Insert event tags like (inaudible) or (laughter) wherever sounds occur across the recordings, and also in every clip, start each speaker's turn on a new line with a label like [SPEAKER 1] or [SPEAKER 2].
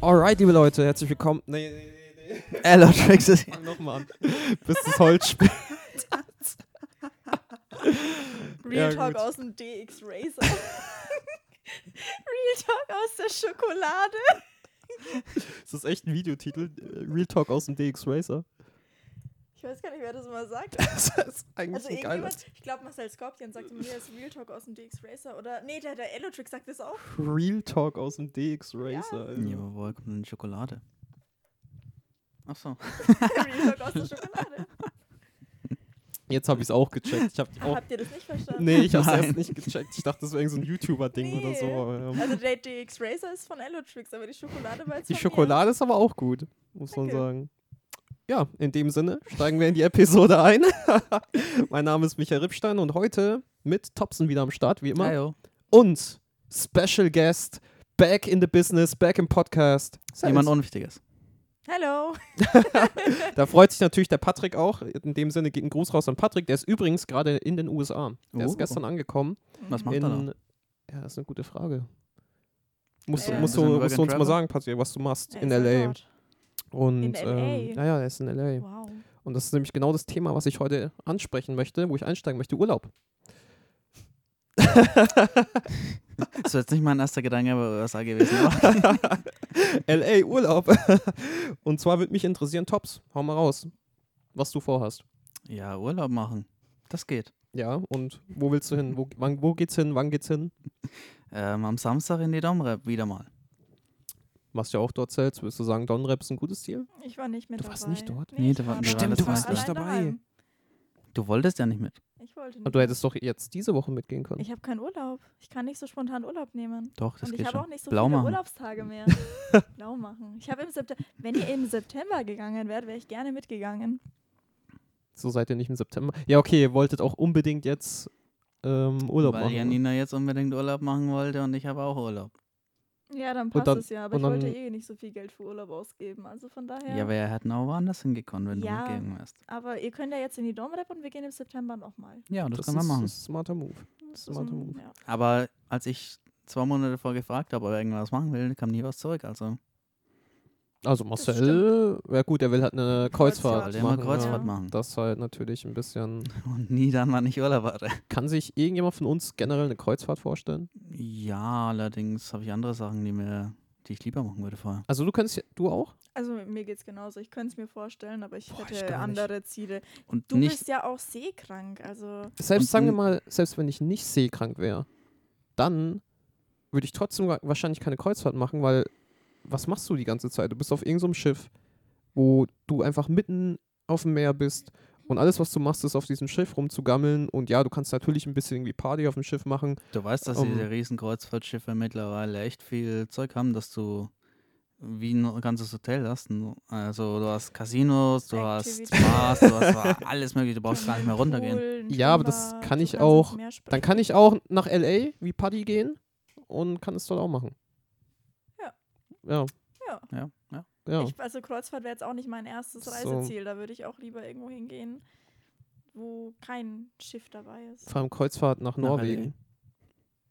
[SPEAKER 1] Alright, liebe Leute, herzlich willkommen. Nee, nee, nee, nee.
[SPEAKER 2] Ella
[SPEAKER 1] (laughs)
[SPEAKER 2] Tracks ist.
[SPEAKER 1] Fang nochmal an. Bis das Holz spielt. Ja,
[SPEAKER 3] Real Talk
[SPEAKER 1] gut.
[SPEAKER 3] aus dem DX Racer. (laughs) Real Talk aus der Schokolade.
[SPEAKER 1] Ist (laughs) das echt ein Videotitel? Äh, Real Talk aus dem DX Racer.
[SPEAKER 3] Ich weiß gar nicht, wer das mal sagt.
[SPEAKER 1] (laughs) Das ist eigentlich
[SPEAKER 3] Also
[SPEAKER 1] ein geiler
[SPEAKER 3] irgendjemand, ich glaube Marcel Skorpion sagte
[SPEAKER 1] (laughs)
[SPEAKER 3] mir, das ist Real Talk aus dem DX Racer oder nee, der, der Elotrick sagt
[SPEAKER 1] (laughs)
[SPEAKER 3] das auch.
[SPEAKER 1] Real Talk aus dem DX Racer. Alter.
[SPEAKER 2] Ja, aber woher kommt denn die Schokolade? (laughs) Achso.
[SPEAKER 3] Real Talk aus der Schokolade.
[SPEAKER 1] Jetzt habe ich es auch
[SPEAKER 3] (laughs)
[SPEAKER 1] gecheckt. Ich
[SPEAKER 2] (laughs)
[SPEAKER 1] habe
[SPEAKER 3] Aber
[SPEAKER 1] auch.
[SPEAKER 3] Habt ihr das nicht verstanden?
[SPEAKER 1] Oh. Nee, ich habe es
[SPEAKER 2] Nein.
[SPEAKER 1] erst nicht gecheckt. Ich dachte, das wäre irgendein so ein YouTuber-Ding
[SPEAKER 3] Nee.
[SPEAKER 1] oder so. aber, ja.
[SPEAKER 3] Also der DX Racer ist von Elotrix, aber die Schokolade war jetzt
[SPEAKER 1] Die
[SPEAKER 3] von mir.
[SPEAKER 1] Schokolade ist aber auch gut, muss man
[SPEAKER 3] Danke.
[SPEAKER 1] sagen. Ja, in dem Sinne steigen wir in die Episode ein. (laughs) mein Name ist Michael Rippstein und heute mit Topsen wieder am Start, wie immer.
[SPEAKER 2] Ayo.
[SPEAKER 1] und Special Guest, back in the business, back im Podcast. Servus.
[SPEAKER 2] Jemand Unwichtiges.
[SPEAKER 3] Hello.
[SPEAKER 1] da freut sich natürlich der Patrick auch. In dem Sinne geht ein Gruß raus an Patrick. Der ist übrigens gerade in den USA. Der
[SPEAKER 2] Oh.
[SPEAKER 1] ist gestern angekommen.
[SPEAKER 2] Was macht er da?
[SPEAKER 1] In, ja, das ist eine gute Frage. Musst,
[SPEAKER 3] Ja.
[SPEAKER 1] musst,
[SPEAKER 2] Bisschen
[SPEAKER 1] du,
[SPEAKER 2] Work
[SPEAKER 1] musst
[SPEAKER 2] and
[SPEAKER 1] du uns mal
[SPEAKER 2] Travel?
[SPEAKER 1] sagen, Patrick, was du machst
[SPEAKER 3] Er
[SPEAKER 1] in
[SPEAKER 3] ist an
[SPEAKER 1] L.A.
[SPEAKER 3] Bord.
[SPEAKER 1] Und,
[SPEAKER 3] In
[SPEAKER 1] Ähm,
[SPEAKER 3] LA?
[SPEAKER 1] ja, ja, er ist in L.A.
[SPEAKER 3] Wow.
[SPEAKER 1] Und das ist nämlich genau das Thema, was ich heute ansprechen möchte, wo ich einsteigen möchte,
[SPEAKER 2] (laughs)
[SPEAKER 1] Urlaub.
[SPEAKER 2] Das wäre jetzt nicht mein erster Gedanke bei USA gewesen. Aber (laughs)
[SPEAKER 1] L.A. Urlaub. (laughs) Und zwar würde mich interessieren, Tops, hau mal raus, was du vorhast.
[SPEAKER 2] ja, Urlaub machen. Das geht.
[SPEAKER 1] Ja, und wo willst du hin? Wo, wann, wo geht's hin? Wann geht's hin?
[SPEAKER 2] Ähm, am Samstag in die Domrep wieder mal.
[SPEAKER 1] Machst ja auch dort Sales. Würdest du sagen, Donraps ist ein gutes Ziel?
[SPEAKER 3] Ich war nicht mit
[SPEAKER 1] Du
[SPEAKER 3] dabei.
[SPEAKER 1] warst nicht dort?
[SPEAKER 2] Nee,
[SPEAKER 3] ich
[SPEAKER 2] da war-
[SPEAKER 3] war
[SPEAKER 2] wir
[SPEAKER 3] allein-
[SPEAKER 2] waren Stimmt, du
[SPEAKER 3] ich war
[SPEAKER 2] warst nicht
[SPEAKER 3] allein
[SPEAKER 1] dabei.
[SPEAKER 3] daheim.
[SPEAKER 2] Du wolltest ja nicht mit.
[SPEAKER 3] Ich wollte
[SPEAKER 1] Und
[SPEAKER 3] nicht.
[SPEAKER 1] du hättest doch jetzt diese Woche mitgehen können.
[SPEAKER 3] Ich habe keinen Urlaub. Ich kann nicht so spontan Urlaub nehmen.
[SPEAKER 2] Doch, das
[SPEAKER 3] Und ich
[SPEAKER 2] geht
[SPEAKER 3] habe
[SPEAKER 2] schon.
[SPEAKER 3] auch nicht so
[SPEAKER 2] Blau
[SPEAKER 3] viele
[SPEAKER 2] machen.
[SPEAKER 1] (laughs)
[SPEAKER 3] Urlaubstage mehr. Blau machen. Ich habe im September, wenn ihr im September gegangen wärt, wäre ich gerne mitgegangen.
[SPEAKER 1] So seid ihr nicht im September. Ja, okay, ihr wolltet auch unbedingt jetzt ähm, Urlaub
[SPEAKER 2] Weil
[SPEAKER 1] machen.
[SPEAKER 2] Janina jetzt unbedingt Urlaub machen wollte und ich habe auch Urlaub.
[SPEAKER 3] Ja, dann passt
[SPEAKER 1] dann-
[SPEAKER 3] es ja. Aber
[SPEAKER 1] und
[SPEAKER 3] ich wollte
[SPEAKER 1] dann-
[SPEAKER 3] eh nicht so viel Geld für Urlaub ausgeben. Also von
[SPEAKER 2] Ja,
[SPEAKER 3] daher.
[SPEAKER 2] aber er hätten auch woanders hingekommen, wenn
[SPEAKER 3] Ja.
[SPEAKER 2] du mitgegangen wärst.
[SPEAKER 3] aber ihr könnt ja jetzt in die Domrep und wir gehen im September nochmal.
[SPEAKER 2] Ja, das,
[SPEAKER 1] das
[SPEAKER 2] können wir
[SPEAKER 1] ist
[SPEAKER 2] machen.
[SPEAKER 1] ein smarter Move.
[SPEAKER 3] Das
[SPEAKER 1] Smarter Move.
[SPEAKER 3] ja.
[SPEAKER 2] Aber als ich zwei Monate vor gefragt habe, ob er irgendwas machen will, kam nie was zurück. Also
[SPEAKER 1] Also
[SPEAKER 3] Das
[SPEAKER 1] Marcel, ja gut, er will halt eine Kreuzfahrt
[SPEAKER 2] wollte er
[SPEAKER 1] machen.
[SPEAKER 2] immer Kreuzfahrt
[SPEAKER 3] ja.
[SPEAKER 2] machen.
[SPEAKER 1] Das ist halt natürlich ein bisschen.
[SPEAKER 2] Und nie dann, wann ich Urlaub hatte.
[SPEAKER 1] Kann sich irgendjemand von uns generell eine Kreuzfahrt vorstellen?
[SPEAKER 2] Ja, allerdings habe ich andere Sachen, die, mir, die ich lieber machen würde vorher.
[SPEAKER 1] Also du kannst, ja- du auch?
[SPEAKER 3] Also mir geht's genauso. Ich könnte es mir vorstellen, aber ich
[SPEAKER 1] Boah, ich
[SPEAKER 3] hätte
[SPEAKER 1] gar nicht.
[SPEAKER 3] andere Ziele.
[SPEAKER 2] Und
[SPEAKER 3] Du
[SPEAKER 2] nicht,
[SPEAKER 3] bist ja auch seekrank. Also
[SPEAKER 1] Selbst
[SPEAKER 2] Und
[SPEAKER 1] sagen wir
[SPEAKER 2] n-
[SPEAKER 1] mal, selbst wenn ich nicht seekrank wäre, dann würde ich trotzdem wa- wahrscheinlich keine Kreuzfahrt machen, weil was machst du die ganze Zeit? Du bist auf irgendeinem so einem Schiff, wo du einfach mitten auf dem Meer bist und alles, was du machst, ist auf diesem Schiff rumzugammeln und ja, du kannst natürlich ein bisschen irgendwie Party auf dem Schiff machen.
[SPEAKER 2] du weißt, dass
[SPEAKER 1] um-
[SPEAKER 2] diese riesen Kreuzfahrtschiffe mittlerweile echt viel Zeug haben, dass du wie ein ganzes Hotel hast. N- Also du hast Casinos, du hast
[SPEAKER 3] Activities.
[SPEAKER 2] Bars, du hast wa-
[SPEAKER 3] (laughs)
[SPEAKER 2] alles mögliche, du brauchst gar nicht mehr runtergehen.
[SPEAKER 3] Pool, ein
[SPEAKER 1] Ja, aber das
[SPEAKER 3] Schwimmbad,
[SPEAKER 1] kann
[SPEAKER 3] du
[SPEAKER 1] ich
[SPEAKER 3] kannst
[SPEAKER 1] auch-
[SPEAKER 3] ins Meer
[SPEAKER 1] Dann
[SPEAKER 3] springen.
[SPEAKER 1] kann ich auch nach LA wie Paddy gehen und kann es dort auch machen.
[SPEAKER 3] Ja.
[SPEAKER 1] Ja,
[SPEAKER 2] Ja, ja.
[SPEAKER 1] ja.
[SPEAKER 3] Ich, also Kreuzfahrt wäre jetzt auch nicht mein erstes
[SPEAKER 1] So.
[SPEAKER 3] Reiseziel. Da würde ich auch lieber irgendwo hingehen, wo kein Schiff dabei ist.
[SPEAKER 1] Vor allem Kreuzfahrt nach
[SPEAKER 2] Nach
[SPEAKER 1] Norwegen.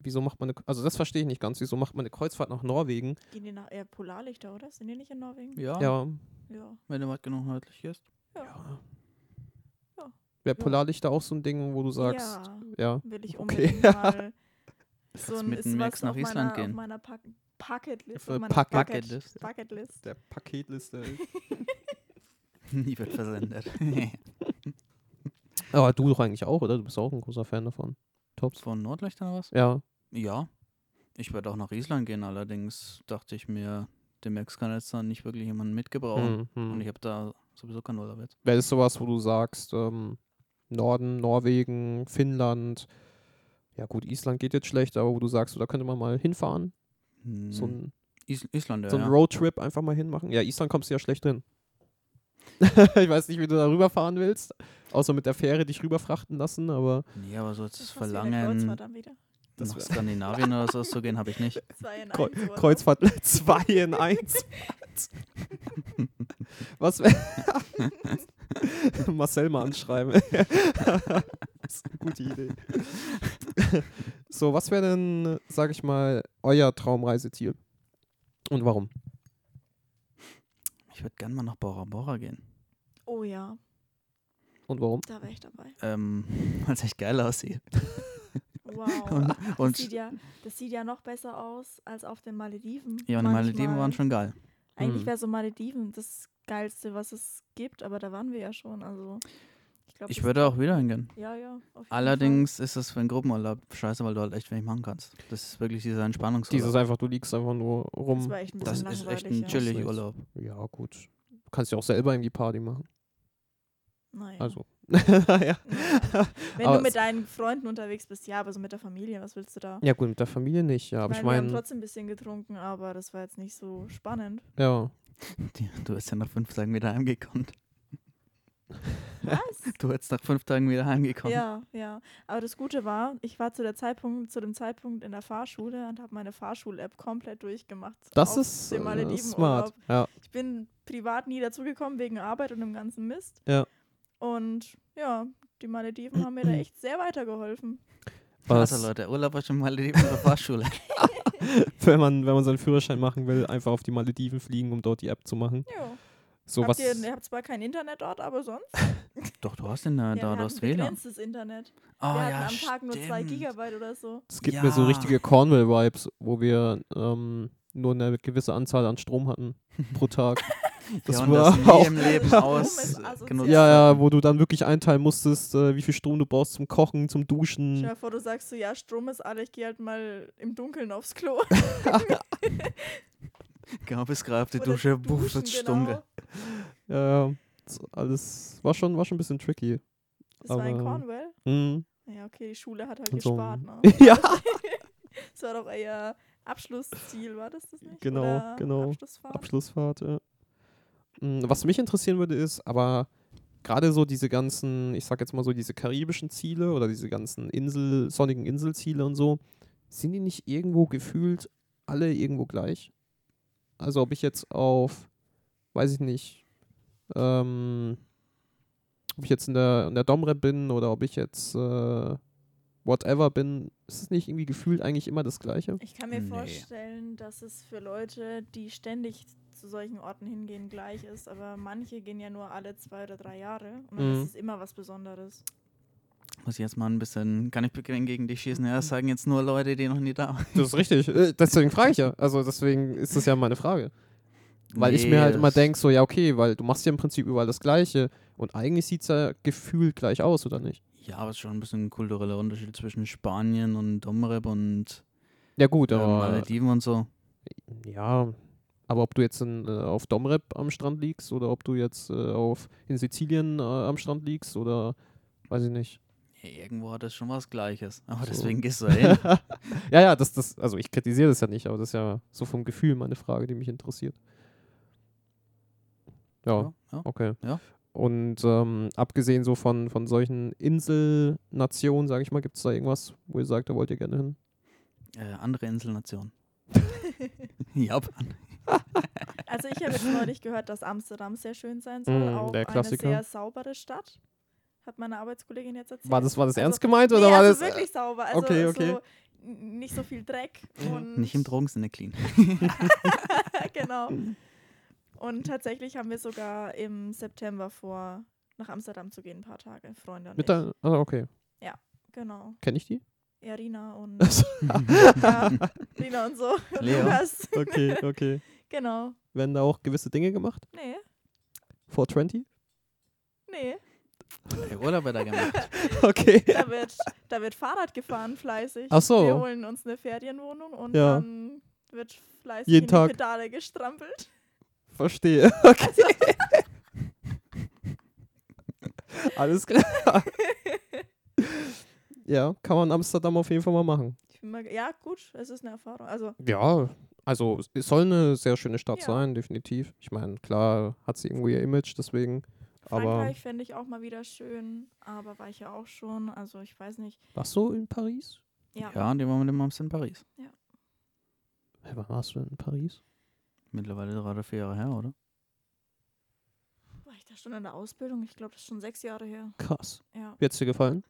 [SPEAKER 1] Wieso macht man eine, also das verstehe ich nicht ganz, wieso macht man eine Kreuzfahrt nach Norwegen?
[SPEAKER 3] Gehen die nach eher Polarlichter, oder? Sind die nicht in Norwegen?
[SPEAKER 2] Ja,
[SPEAKER 1] Ja,
[SPEAKER 3] Ja.
[SPEAKER 2] wenn du weit genug nördlich ist.
[SPEAKER 1] ja.
[SPEAKER 3] Ja.
[SPEAKER 1] Wäre Polarlichter auch so ein Ding, wo du sagst,
[SPEAKER 3] Ja,
[SPEAKER 1] ja.
[SPEAKER 3] will ich
[SPEAKER 1] Okay.
[SPEAKER 2] (laughs)
[SPEAKER 3] unbedingt mal. So
[SPEAKER 2] Kannst
[SPEAKER 3] ein
[SPEAKER 2] mit
[SPEAKER 3] ist
[SPEAKER 2] dem
[SPEAKER 3] was
[SPEAKER 2] Max nach
[SPEAKER 3] auf
[SPEAKER 2] Island
[SPEAKER 3] meiner,
[SPEAKER 2] gehen.
[SPEAKER 3] Auf meiner Pack Bucketlist.
[SPEAKER 1] Äh,
[SPEAKER 3] auf meiner
[SPEAKER 1] Bucket-
[SPEAKER 2] Bucketlist.
[SPEAKER 3] Bucketlist.
[SPEAKER 1] Der Paketliste.
[SPEAKER 2] (laughs) Nie
[SPEAKER 3] (laughs)
[SPEAKER 2] wird versendet.
[SPEAKER 1] (laughs) Aber du doch eigentlich auch, oder? Du bist auch ein großer Fan davon. Tops.
[SPEAKER 2] Von Nordlichtern oder was?
[SPEAKER 1] Ja.
[SPEAKER 2] Ja, ich werde auch nach Island gehen, allerdings dachte ich mir, den Max kann jetzt dann nicht wirklich jemanden mitgebrauchen.
[SPEAKER 1] Mhm.
[SPEAKER 2] Und ich habe da sowieso keinen Urlaub jetzt.
[SPEAKER 1] Wäre das sowas, wo du sagst, ähm, Norden, Norwegen, Finnland, ja gut, Island geht jetzt schlecht, aber wo du sagst, so, da könnte man mal hinfahren, so
[SPEAKER 2] Mhm.
[SPEAKER 1] ein,
[SPEAKER 2] Is Island, ja.
[SPEAKER 1] so ein
[SPEAKER 2] ja.
[SPEAKER 1] Roadtrip einfach mal hinmachen. Ja, Island kommst du ja schlecht hin. (laughs) ich weiß nicht, wie du da rüberfahren willst, außer mit der Fähre dich rüberfrachten lassen, aber
[SPEAKER 2] Nee, aber so jetzt das
[SPEAKER 3] ist fast wie eine Kreuzfahrt
[SPEAKER 2] Verlangen,
[SPEAKER 3] dann wieder.
[SPEAKER 1] Das
[SPEAKER 2] nach
[SPEAKER 1] wär-
[SPEAKER 2] Skandinavien oder so zu gehen, habe ich nicht.
[SPEAKER 3] Zwei in
[SPEAKER 1] Kreu
[SPEAKER 3] eins, oder?
[SPEAKER 1] Kreuzfahrt (laughs) 2 in 1. Was wär- Marcel mal anschreiben. (laughs) das ist eine gute Idee. So, was wäre denn, sag ich mal, euer Traumreiseziel? Und warum?
[SPEAKER 2] Ich würde gerne mal nach Bora Bora gehen.
[SPEAKER 3] Oh ja,
[SPEAKER 1] Und warum?
[SPEAKER 3] da wäre ich dabei.
[SPEAKER 2] Ähm, weil es echt geil aussieht.
[SPEAKER 3] Wow.
[SPEAKER 2] (laughs) Und,
[SPEAKER 3] Das sieht,
[SPEAKER 2] und
[SPEAKER 3] ja, das sieht ja noch besser aus als auf den Malediven.
[SPEAKER 2] ja, und die
[SPEAKER 3] manchmal.
[SPEAKER 2] Malediven waren schon geil.
[SPEAKER 3] Eigentlich
[SPEAKER 1] Hm.
[SPEAKER 3] wäre so Malediven das Geilste, was es gibt, aber da waren wir ja schon. Also, ich glaube.
[SPEAKER 2] Ich würde auch wieder hingehen.
[SPEAKER 3] Ja, ja. auf jeden Fall.
[SPEAKER 2] Allerdings ist das für einen Gruppenurlaub scheiße, weil du halt echt wenig machen kannst. Das ist wirklich dieser
[SPEAKER 1] Dieses
[SPEAKER 2] Entspannungsurlaub.
[SPEAKER 1] einfach, du liegst einfach nur
[SPEAKER 3] Das
[SPEAKER 1] rum.
[SPEAKER 3] war echt ein
[SPEAKER 2] Das
[SPEAKER 3] bisschen
[SPEAKER 2] ist echt
[SPEAKER 3] langweilig,
[SPEAKER 2] ein chillig
[SPEAKER 1] Nichts.
[SPEAKER 2] Urlaub.
[SPEAKER 1] Ja, gut. Du kannst ja auch selber irgendwie Party machen.
[SPEAKER 3] ja. Naja.
[SPEAKER 1] Also. (laughs) ja. (laughs)
[SPEAKER 3] Naja. Wenn
[SPEAKER 1] Aber
[SPEAKER 3] du mit deinen Freunden unterwegs bist, ja, aber so mit der Familie, was willst du da?
[SPEAKER 1] ja, gut, mit der Familie nicht, ja. Aber ich
[SPEAKER 3] wir haben
[SPEAKER 1] meine,
[SPEAKER 3] trotzdem ein bisschen getrunken, aber das war jetzt nicht so spannend.
[SPEAKER 1] ja.
[SPEAKER 2] Die- Du bist ja nach fünf Tagen wieder heimgekommen.
[SPEAKER 3] Was?
[SPEAKER 2] Du hättest nach fünf Tagen wieder heimgekommen.
[SPEAKER 3] ja, ja. Aber das Gute war, ich war zu, der Zeitpunkt, zu dem Zeitpunkt in der Fahrschule und habe meine Fahrschul-App komplett durchgemacht.
[SPEAKER 1] Das
[SPEAKER 3] Auf
[SPEAKER 1] ist
[SPEAKER 3] dem
[SPEAKER 1] äh,
[SPEAKER 3] Maledivenurlaub.
[SPEAKER 1] smart. Ja.
[SPEAKER 3] Ich bin privat nie dazugekommen wegen Arbeit und dem ganzen Mist.
[SPEAKER 1] Ja.
[SPEAKER 3] Und ja, die Malediven haben mir da echt sehr weitergeholfen.
[SPEAKER 1] Was,
[SPEAKER 2] Also Leute, Urlaub war schon mal in der
[SPEAKER 1] (laughs)
[SPEAKER 2] Fahrschule.
[SPEAKER 1] wenn, man, wenn man seinen Führerschein machen will, einfach auf die Malediven fliegen, um dort die App zu machen.
[SPEAKER 3] Ja.
[SPEAKER 1] So was.
[SPEAKER 3] habt ihr, ne- ihr habt zwar kein Internet dort, aber sonst?
[SPEAKER 2] Ah, Doch, du hast den da,
[SPEAKER 3] wir
[SPEAKER 2] da du
[SPEAKER 3] hatten
[SPEAKER 2] hast WLAN.
[SPEAKER 3] begrenztes Internet.
[SPEAKER 2] Oh,
[SPEAKER 1] Ah,
[SPEAKER 3] wir hatten
[SPEAKER 2] ja,
[SPEAKER 3] am Tag nur zwei
[SPEAKER 2] stimmt.
[SPEAKER 3] Gigabyte oder so.
[SPEAKER 1] Es gibt mir so
[SPEAKER 2] Ja.
[SPEAKER 1] richtige Cornwall-Vibes, wo wir ähm, nur eine gewisse Anzahl an Strom hatten (laughs) pro Tag. Das
[SPEAKER 2] ja, und
[SPEAKER 1] war
[SPEAKER 2] das nie
[SPEAKER 1] auch.
[SPEAKER 2] im
[SPEAKER 1] (laughs)
[SPEAKER 2] Leben
[SPEAKER 3] Strom
[SPEAKER 2] aus
[SPEAKER 3] ist
[SPEAKER 2] äh,
[SPEAKER 3] asozial.
[SPEAKER 2] genutzt.
[SPEAKER 1] Ja, ja, wo du dann wirklich einteilen musstest, äh, wie viel Strom du brauchst zum Kochen, zum
[SPEAKER 3] Stell dir
[SPEAKER 1] Duschen.
[SPEAKER 3] mal vor, du sagst so, ja, Strom ist alle, ich gehe halt mal im Dunkeln aufs Klo.
[SPEAKER 1] (laughs)
[SPEAKER 2] Gab es gerade auf die
[SPEAKER 3] Oder
[SPEAKER 2] Dusche, buff,
[SPEAKER 3] duschen,
[SPEAKER 2] wird's
[SPEAKER 3] genau.
[SPEAKER 2] stunde.
[SPEAKER 1] Ja, ja. Das alles war schon, war schon ein bisschen tricky.
[SPEAKER 3] Das war in
[SPEAKER 1] Aber-
[SPEAKER 3] Cornwall.
[SPEAKER 1] Mhm.
[SPEAKER 3] Ja, okay, die Schule hat halt
[SPEAKER 1] Und so-
[SPEAKER 3] gespart.
[SPEAKER 1] (laughs)
[SPEAKER 3] Ne?
[SPEAKER 1] ja.
[SPEAKER 3] Das war doch euer Abschlussziel, war das das nicht?
[SPEAKER 1] Genau,
[SPEAKER 3] Oder
[SPEAKER 1] genau.
[SPEAKER 3] Abschlussfahrt?
[SPEAKER 1] Abschlussfahrt, ja. Mm, Was mich interessieren würde, ist aber gerade so diese ganzen, ich sag jetzt mal so, diese karibischen Ziele oder diese ganzen Insel, sonnigen Inselziele und so, sind die nicht irgendwo gefühlt alle irgendwo gleich? Also ob ich jetzt auf, weiß ich nicht, ähm, ob ich jetzt in der, in der Domre bin oder ob ich jetzt äh, whatever bin, ist es nicht irgendwie gefühlt eigentlich immer das Gleiche?
[SPEAKER 3] Ich kann mir
[SPEAKER 2] Nee.
[SPEAKER 3] vorstellen, dass es für Leute, die ständig zu solchen Orten hingehen, gleich ist, aber manche gehen ja nur alle zwei oder drei Jahre und dann
[SPEAKER 1] Mhm.
[SPEAKER 3] ist es immer was Besonderes.
[SPEAKER 2] Muss ich jetzt mal ein bisschen, kann ich beginnen gegen dich schießen?
[SPEAKER 3] Mhm.
[SPEAKER 2] Ja, das sagen jetzt nur Leute, die noch nie da waren.
[SPEAKER 1] Das ist richtig. Äh, Deswegen frage ich ja. Also deswegen ist das ja meine Frage. Weil ich
[SPEAKER 2] Nee,
[SPEAKER 1] mir halt immer
[SPEAKER 2] das-
[SPEAKER 1] denke, so, ja, okay, weil du machst ja im Prinzip überall das Gleiche und eigentlich sieht es ja gefühlt gleich aus, oder nicht?
[SPEAKER 2] Ja, aber es ist schon ein bisschen ein kultureller Unterschied zwischen Spanien und Domrep und
[SPEAKER 1] Ja, gut,
[SPEAKER 2] äh,
[SPEAKER 1] aber.
[SPEAKER 2] Malediven und so.
[SPEAKER 1] ja. Aber ob du jetzt in, äh, auf Domrep am Strand liegst oder ob du jetzt äh, auf in Sizilien äh, am Strand liegst oder weiß ich nicht.
[SPEAKER 2] Ja, irgendwo hat das schon was Gleiches. Aber
[SPEAKER 1] So.
[SPEAKER 2] deswegen gehst du da hin.
[SPEAKER 1] (laughs) Ja, ja, das, das, also ich kritisiere das ja nicht, aber das ist ja so vom Gefühl meine Frage, die mich interessiert. ja.
[SPEAKER 2] Ja, ja.
[SPEAKER 1] Okay.
[SPEAKER 2] Ja.
[SPEAKER 1] Und ähm, abgesehen so von, von solchen Inselnationen, sage ich mal, gibt es da irgendwas, wo ihr sagt, da wollt ihr gerne hin?
[SPEAKER 2] Äh, andere
[SPEAKER 3] (laughs)
[SPEAKER 2] Inselnation.
[SPEAKER 3] Hm.
[SPEAKER 2] Japan.
[SPEAKER 3] Also ich
[SPEAKER 1] (laughs)
[SPEAKER 3] habe jetzt neulich gehört, dass Amsterdam sehr schön sein soll,
[SPEAKER 1] Mm,
[SPEAKER 3] auch
[SPEAKER 1] der Klassiker.
[SPEAKER 3] eine sehr saubere Stadt. Hat meine Arbeitskollegin jetzt erzählt.
[SPEAKER 1] War das, war das
[SPEAKER 3] Also-
[SPEAKER 1] ernst gemeint oder
[SPEAKER 3] nee,
[SPEAKER 1] war
[SPEAKER 3] also
[SPEAKER 1] das. äh,
[SPEAKER 3] wirklich sauber, also
[SPEAKER 1] okay, okay. Mhm.
[SPEAKER 3] so n- nicht so viel Dreck
[SPEAKER 1] (laughs)
[SPEAKER 3] und
[SPEAKER 2] Nicht im Drogensinne clean.
[SPEAKER 3] (laughs) genau. Und tatsächlich haben wir sogar im September vor, nach Amsterdam zu gehen, ein paar Tage, Freunde und
[SPEAKER 1] mit
[SPEAKER 3] ich.
[SPEAKER 1] der, ah, okay.
[SPEAKER 3] Genau.
[SPEAKER 1] Kenne ich die?
[SPEAKER 3] Ja, Rina und
[SPEAKER 2] ja.
[SPEAKER 3] (laughs) ja, Rina und so.
[SPEAKER 2] Leo.
[SPEAKER 3] Lukas. (laughs)
[SPEAKER 1] Okay, okay.
[SPEAKER 3] Genau.
[SPEAKER 1] Werden da auch gewisse Dinge gemacht?
[SPEAKER 3] Nee, (laughs) 420? 20? Nee.
[SPEAKER 2] Urlaub hat er gemacht.
[SPEAKER 1] Okay.
[SPEAKER 3] Da wird, da wird Fahrrad gefahren fleißig.
[SPEAKER 1] Ach so.
[SPEAKER 3] Wir holen uns eine Ferienwohnung und
[SPEAKER 1] Ja.
[SPEAKER 3] dann wird fleißig
[SPEAKER 1] Jeden
[SPEAKER 3] in
[SPEAKER 1] Tag.
[SPEAKER 3] die Pedale gestrampelt. (laughs)
[SPEAKER 1] Verstehe. Okay. Alles
[SPEAKER 3] (laughs)
[SPEAKER 1] klar. ja, kann man Amsterdam auf jeden Fall mal machen.
[SPEAKER 3] Ich bin mal, ge- ja, gut, es ist eine Erfahrung. Also,
[SPEAKER 1] Ja, also es- es soll eine sehr schöne Stadt
[SPEAKER 3] Ja.
[SPEAKER 1] sein, definitiv. Ich meine, klar hat sie irgendwo ihr Image, deswegen. Aber
[SPEAKER 3] Frankreich fände ich auch mal wieder schön, aber war ich ja auch schon. Also, ich weiß nicht.
[SPEAKER 1] warst du in Paris?
[SPEAKER 3] Ja.
[SPEAKER 2] Ja, und die waren mit dem Amst in Paris.
[SPEAKER 1] Hä, wann warst du denn in Paris?
[SPEAKER 2] Mittlerweile drei oder vier Jahre her, oder?
[SPEAKER 3] War ich da schon in der Ausbildung? Ich glaube, das ist schon sechs Jahre her.
[SPEAKER 1] Krass.
[SPEAKER 3] Ja.
[SPEAKER 1] Wie hat's dir gefallen?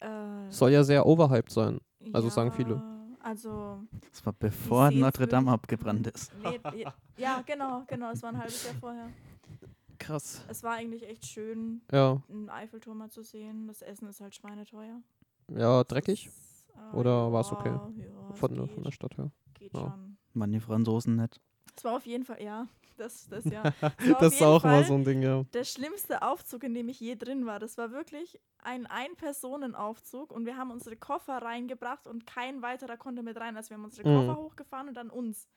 [SPEAKER 3] Äh,
[SPEAKER 1] Soll ja sehr overhyped sein. Also sagen viele.
[SPEAKER 3] ja, Also,
[SPEAKER 2] Das war bevor
[SPEAKER 3] sehe jetzt
[SPEAKER 2] Notre Dame
[SPEAKER 3] wirklich-
[SPEAKER 2] abgebrannt ist.
[SPEAKER 3] nee, ja- ja, genau, genau. Es war ein halbes Jahr vorher.
[SPEAKER 1] Krass.
[SPEAKER 3] Es war eigentlich echt schön,
[SPEAKER 1] Ja,
[SPEAKER 3] einen Eiffelturm mal zu sehen. Das Essen ist halt schweineteuer.
[SPEAKER 1] ja, dreckig.
[SPEAKER 3] Ah,
[SPEAKER 1] Oder war's okay?
[SPEAKER 3] Ja, es
[SPEAKER 1] Von,
[SPEAKER 3] geht,
[SPEAKER 1] von der Stadt her.
[SPEAKER 3] geht
[SPEAKER 1] ja.
[SPEAKER 3] schon.
[SPEAKER 2] Waren die Franzosen nett?
[SPEAKER 3] Es war auf jeden Fall, ja, das, das
[SPEAKER 1] (laughs)
[SPEAKER 3] ja. Es war auf
[SPEAKER 1] Das ist
[SPEAKER 3] jeden
[SPEAKER 1] auch
[SPEAKER 3] Fall
[SPEAKER 1] mal so ein Ding, ja.
[SPEAKER 3] Der schlimmste Aufzug, in dem ich je drin war. Das war wirklich ein Ein-Personen-Aufzug und wir haben unsere Koffer reingebracht und kein weiterer konnte mit rein. Also wir haben unsere
[SPEAKER 1] Mhm.
[SPEAKER 3] Koffer hochgefahren und dann uns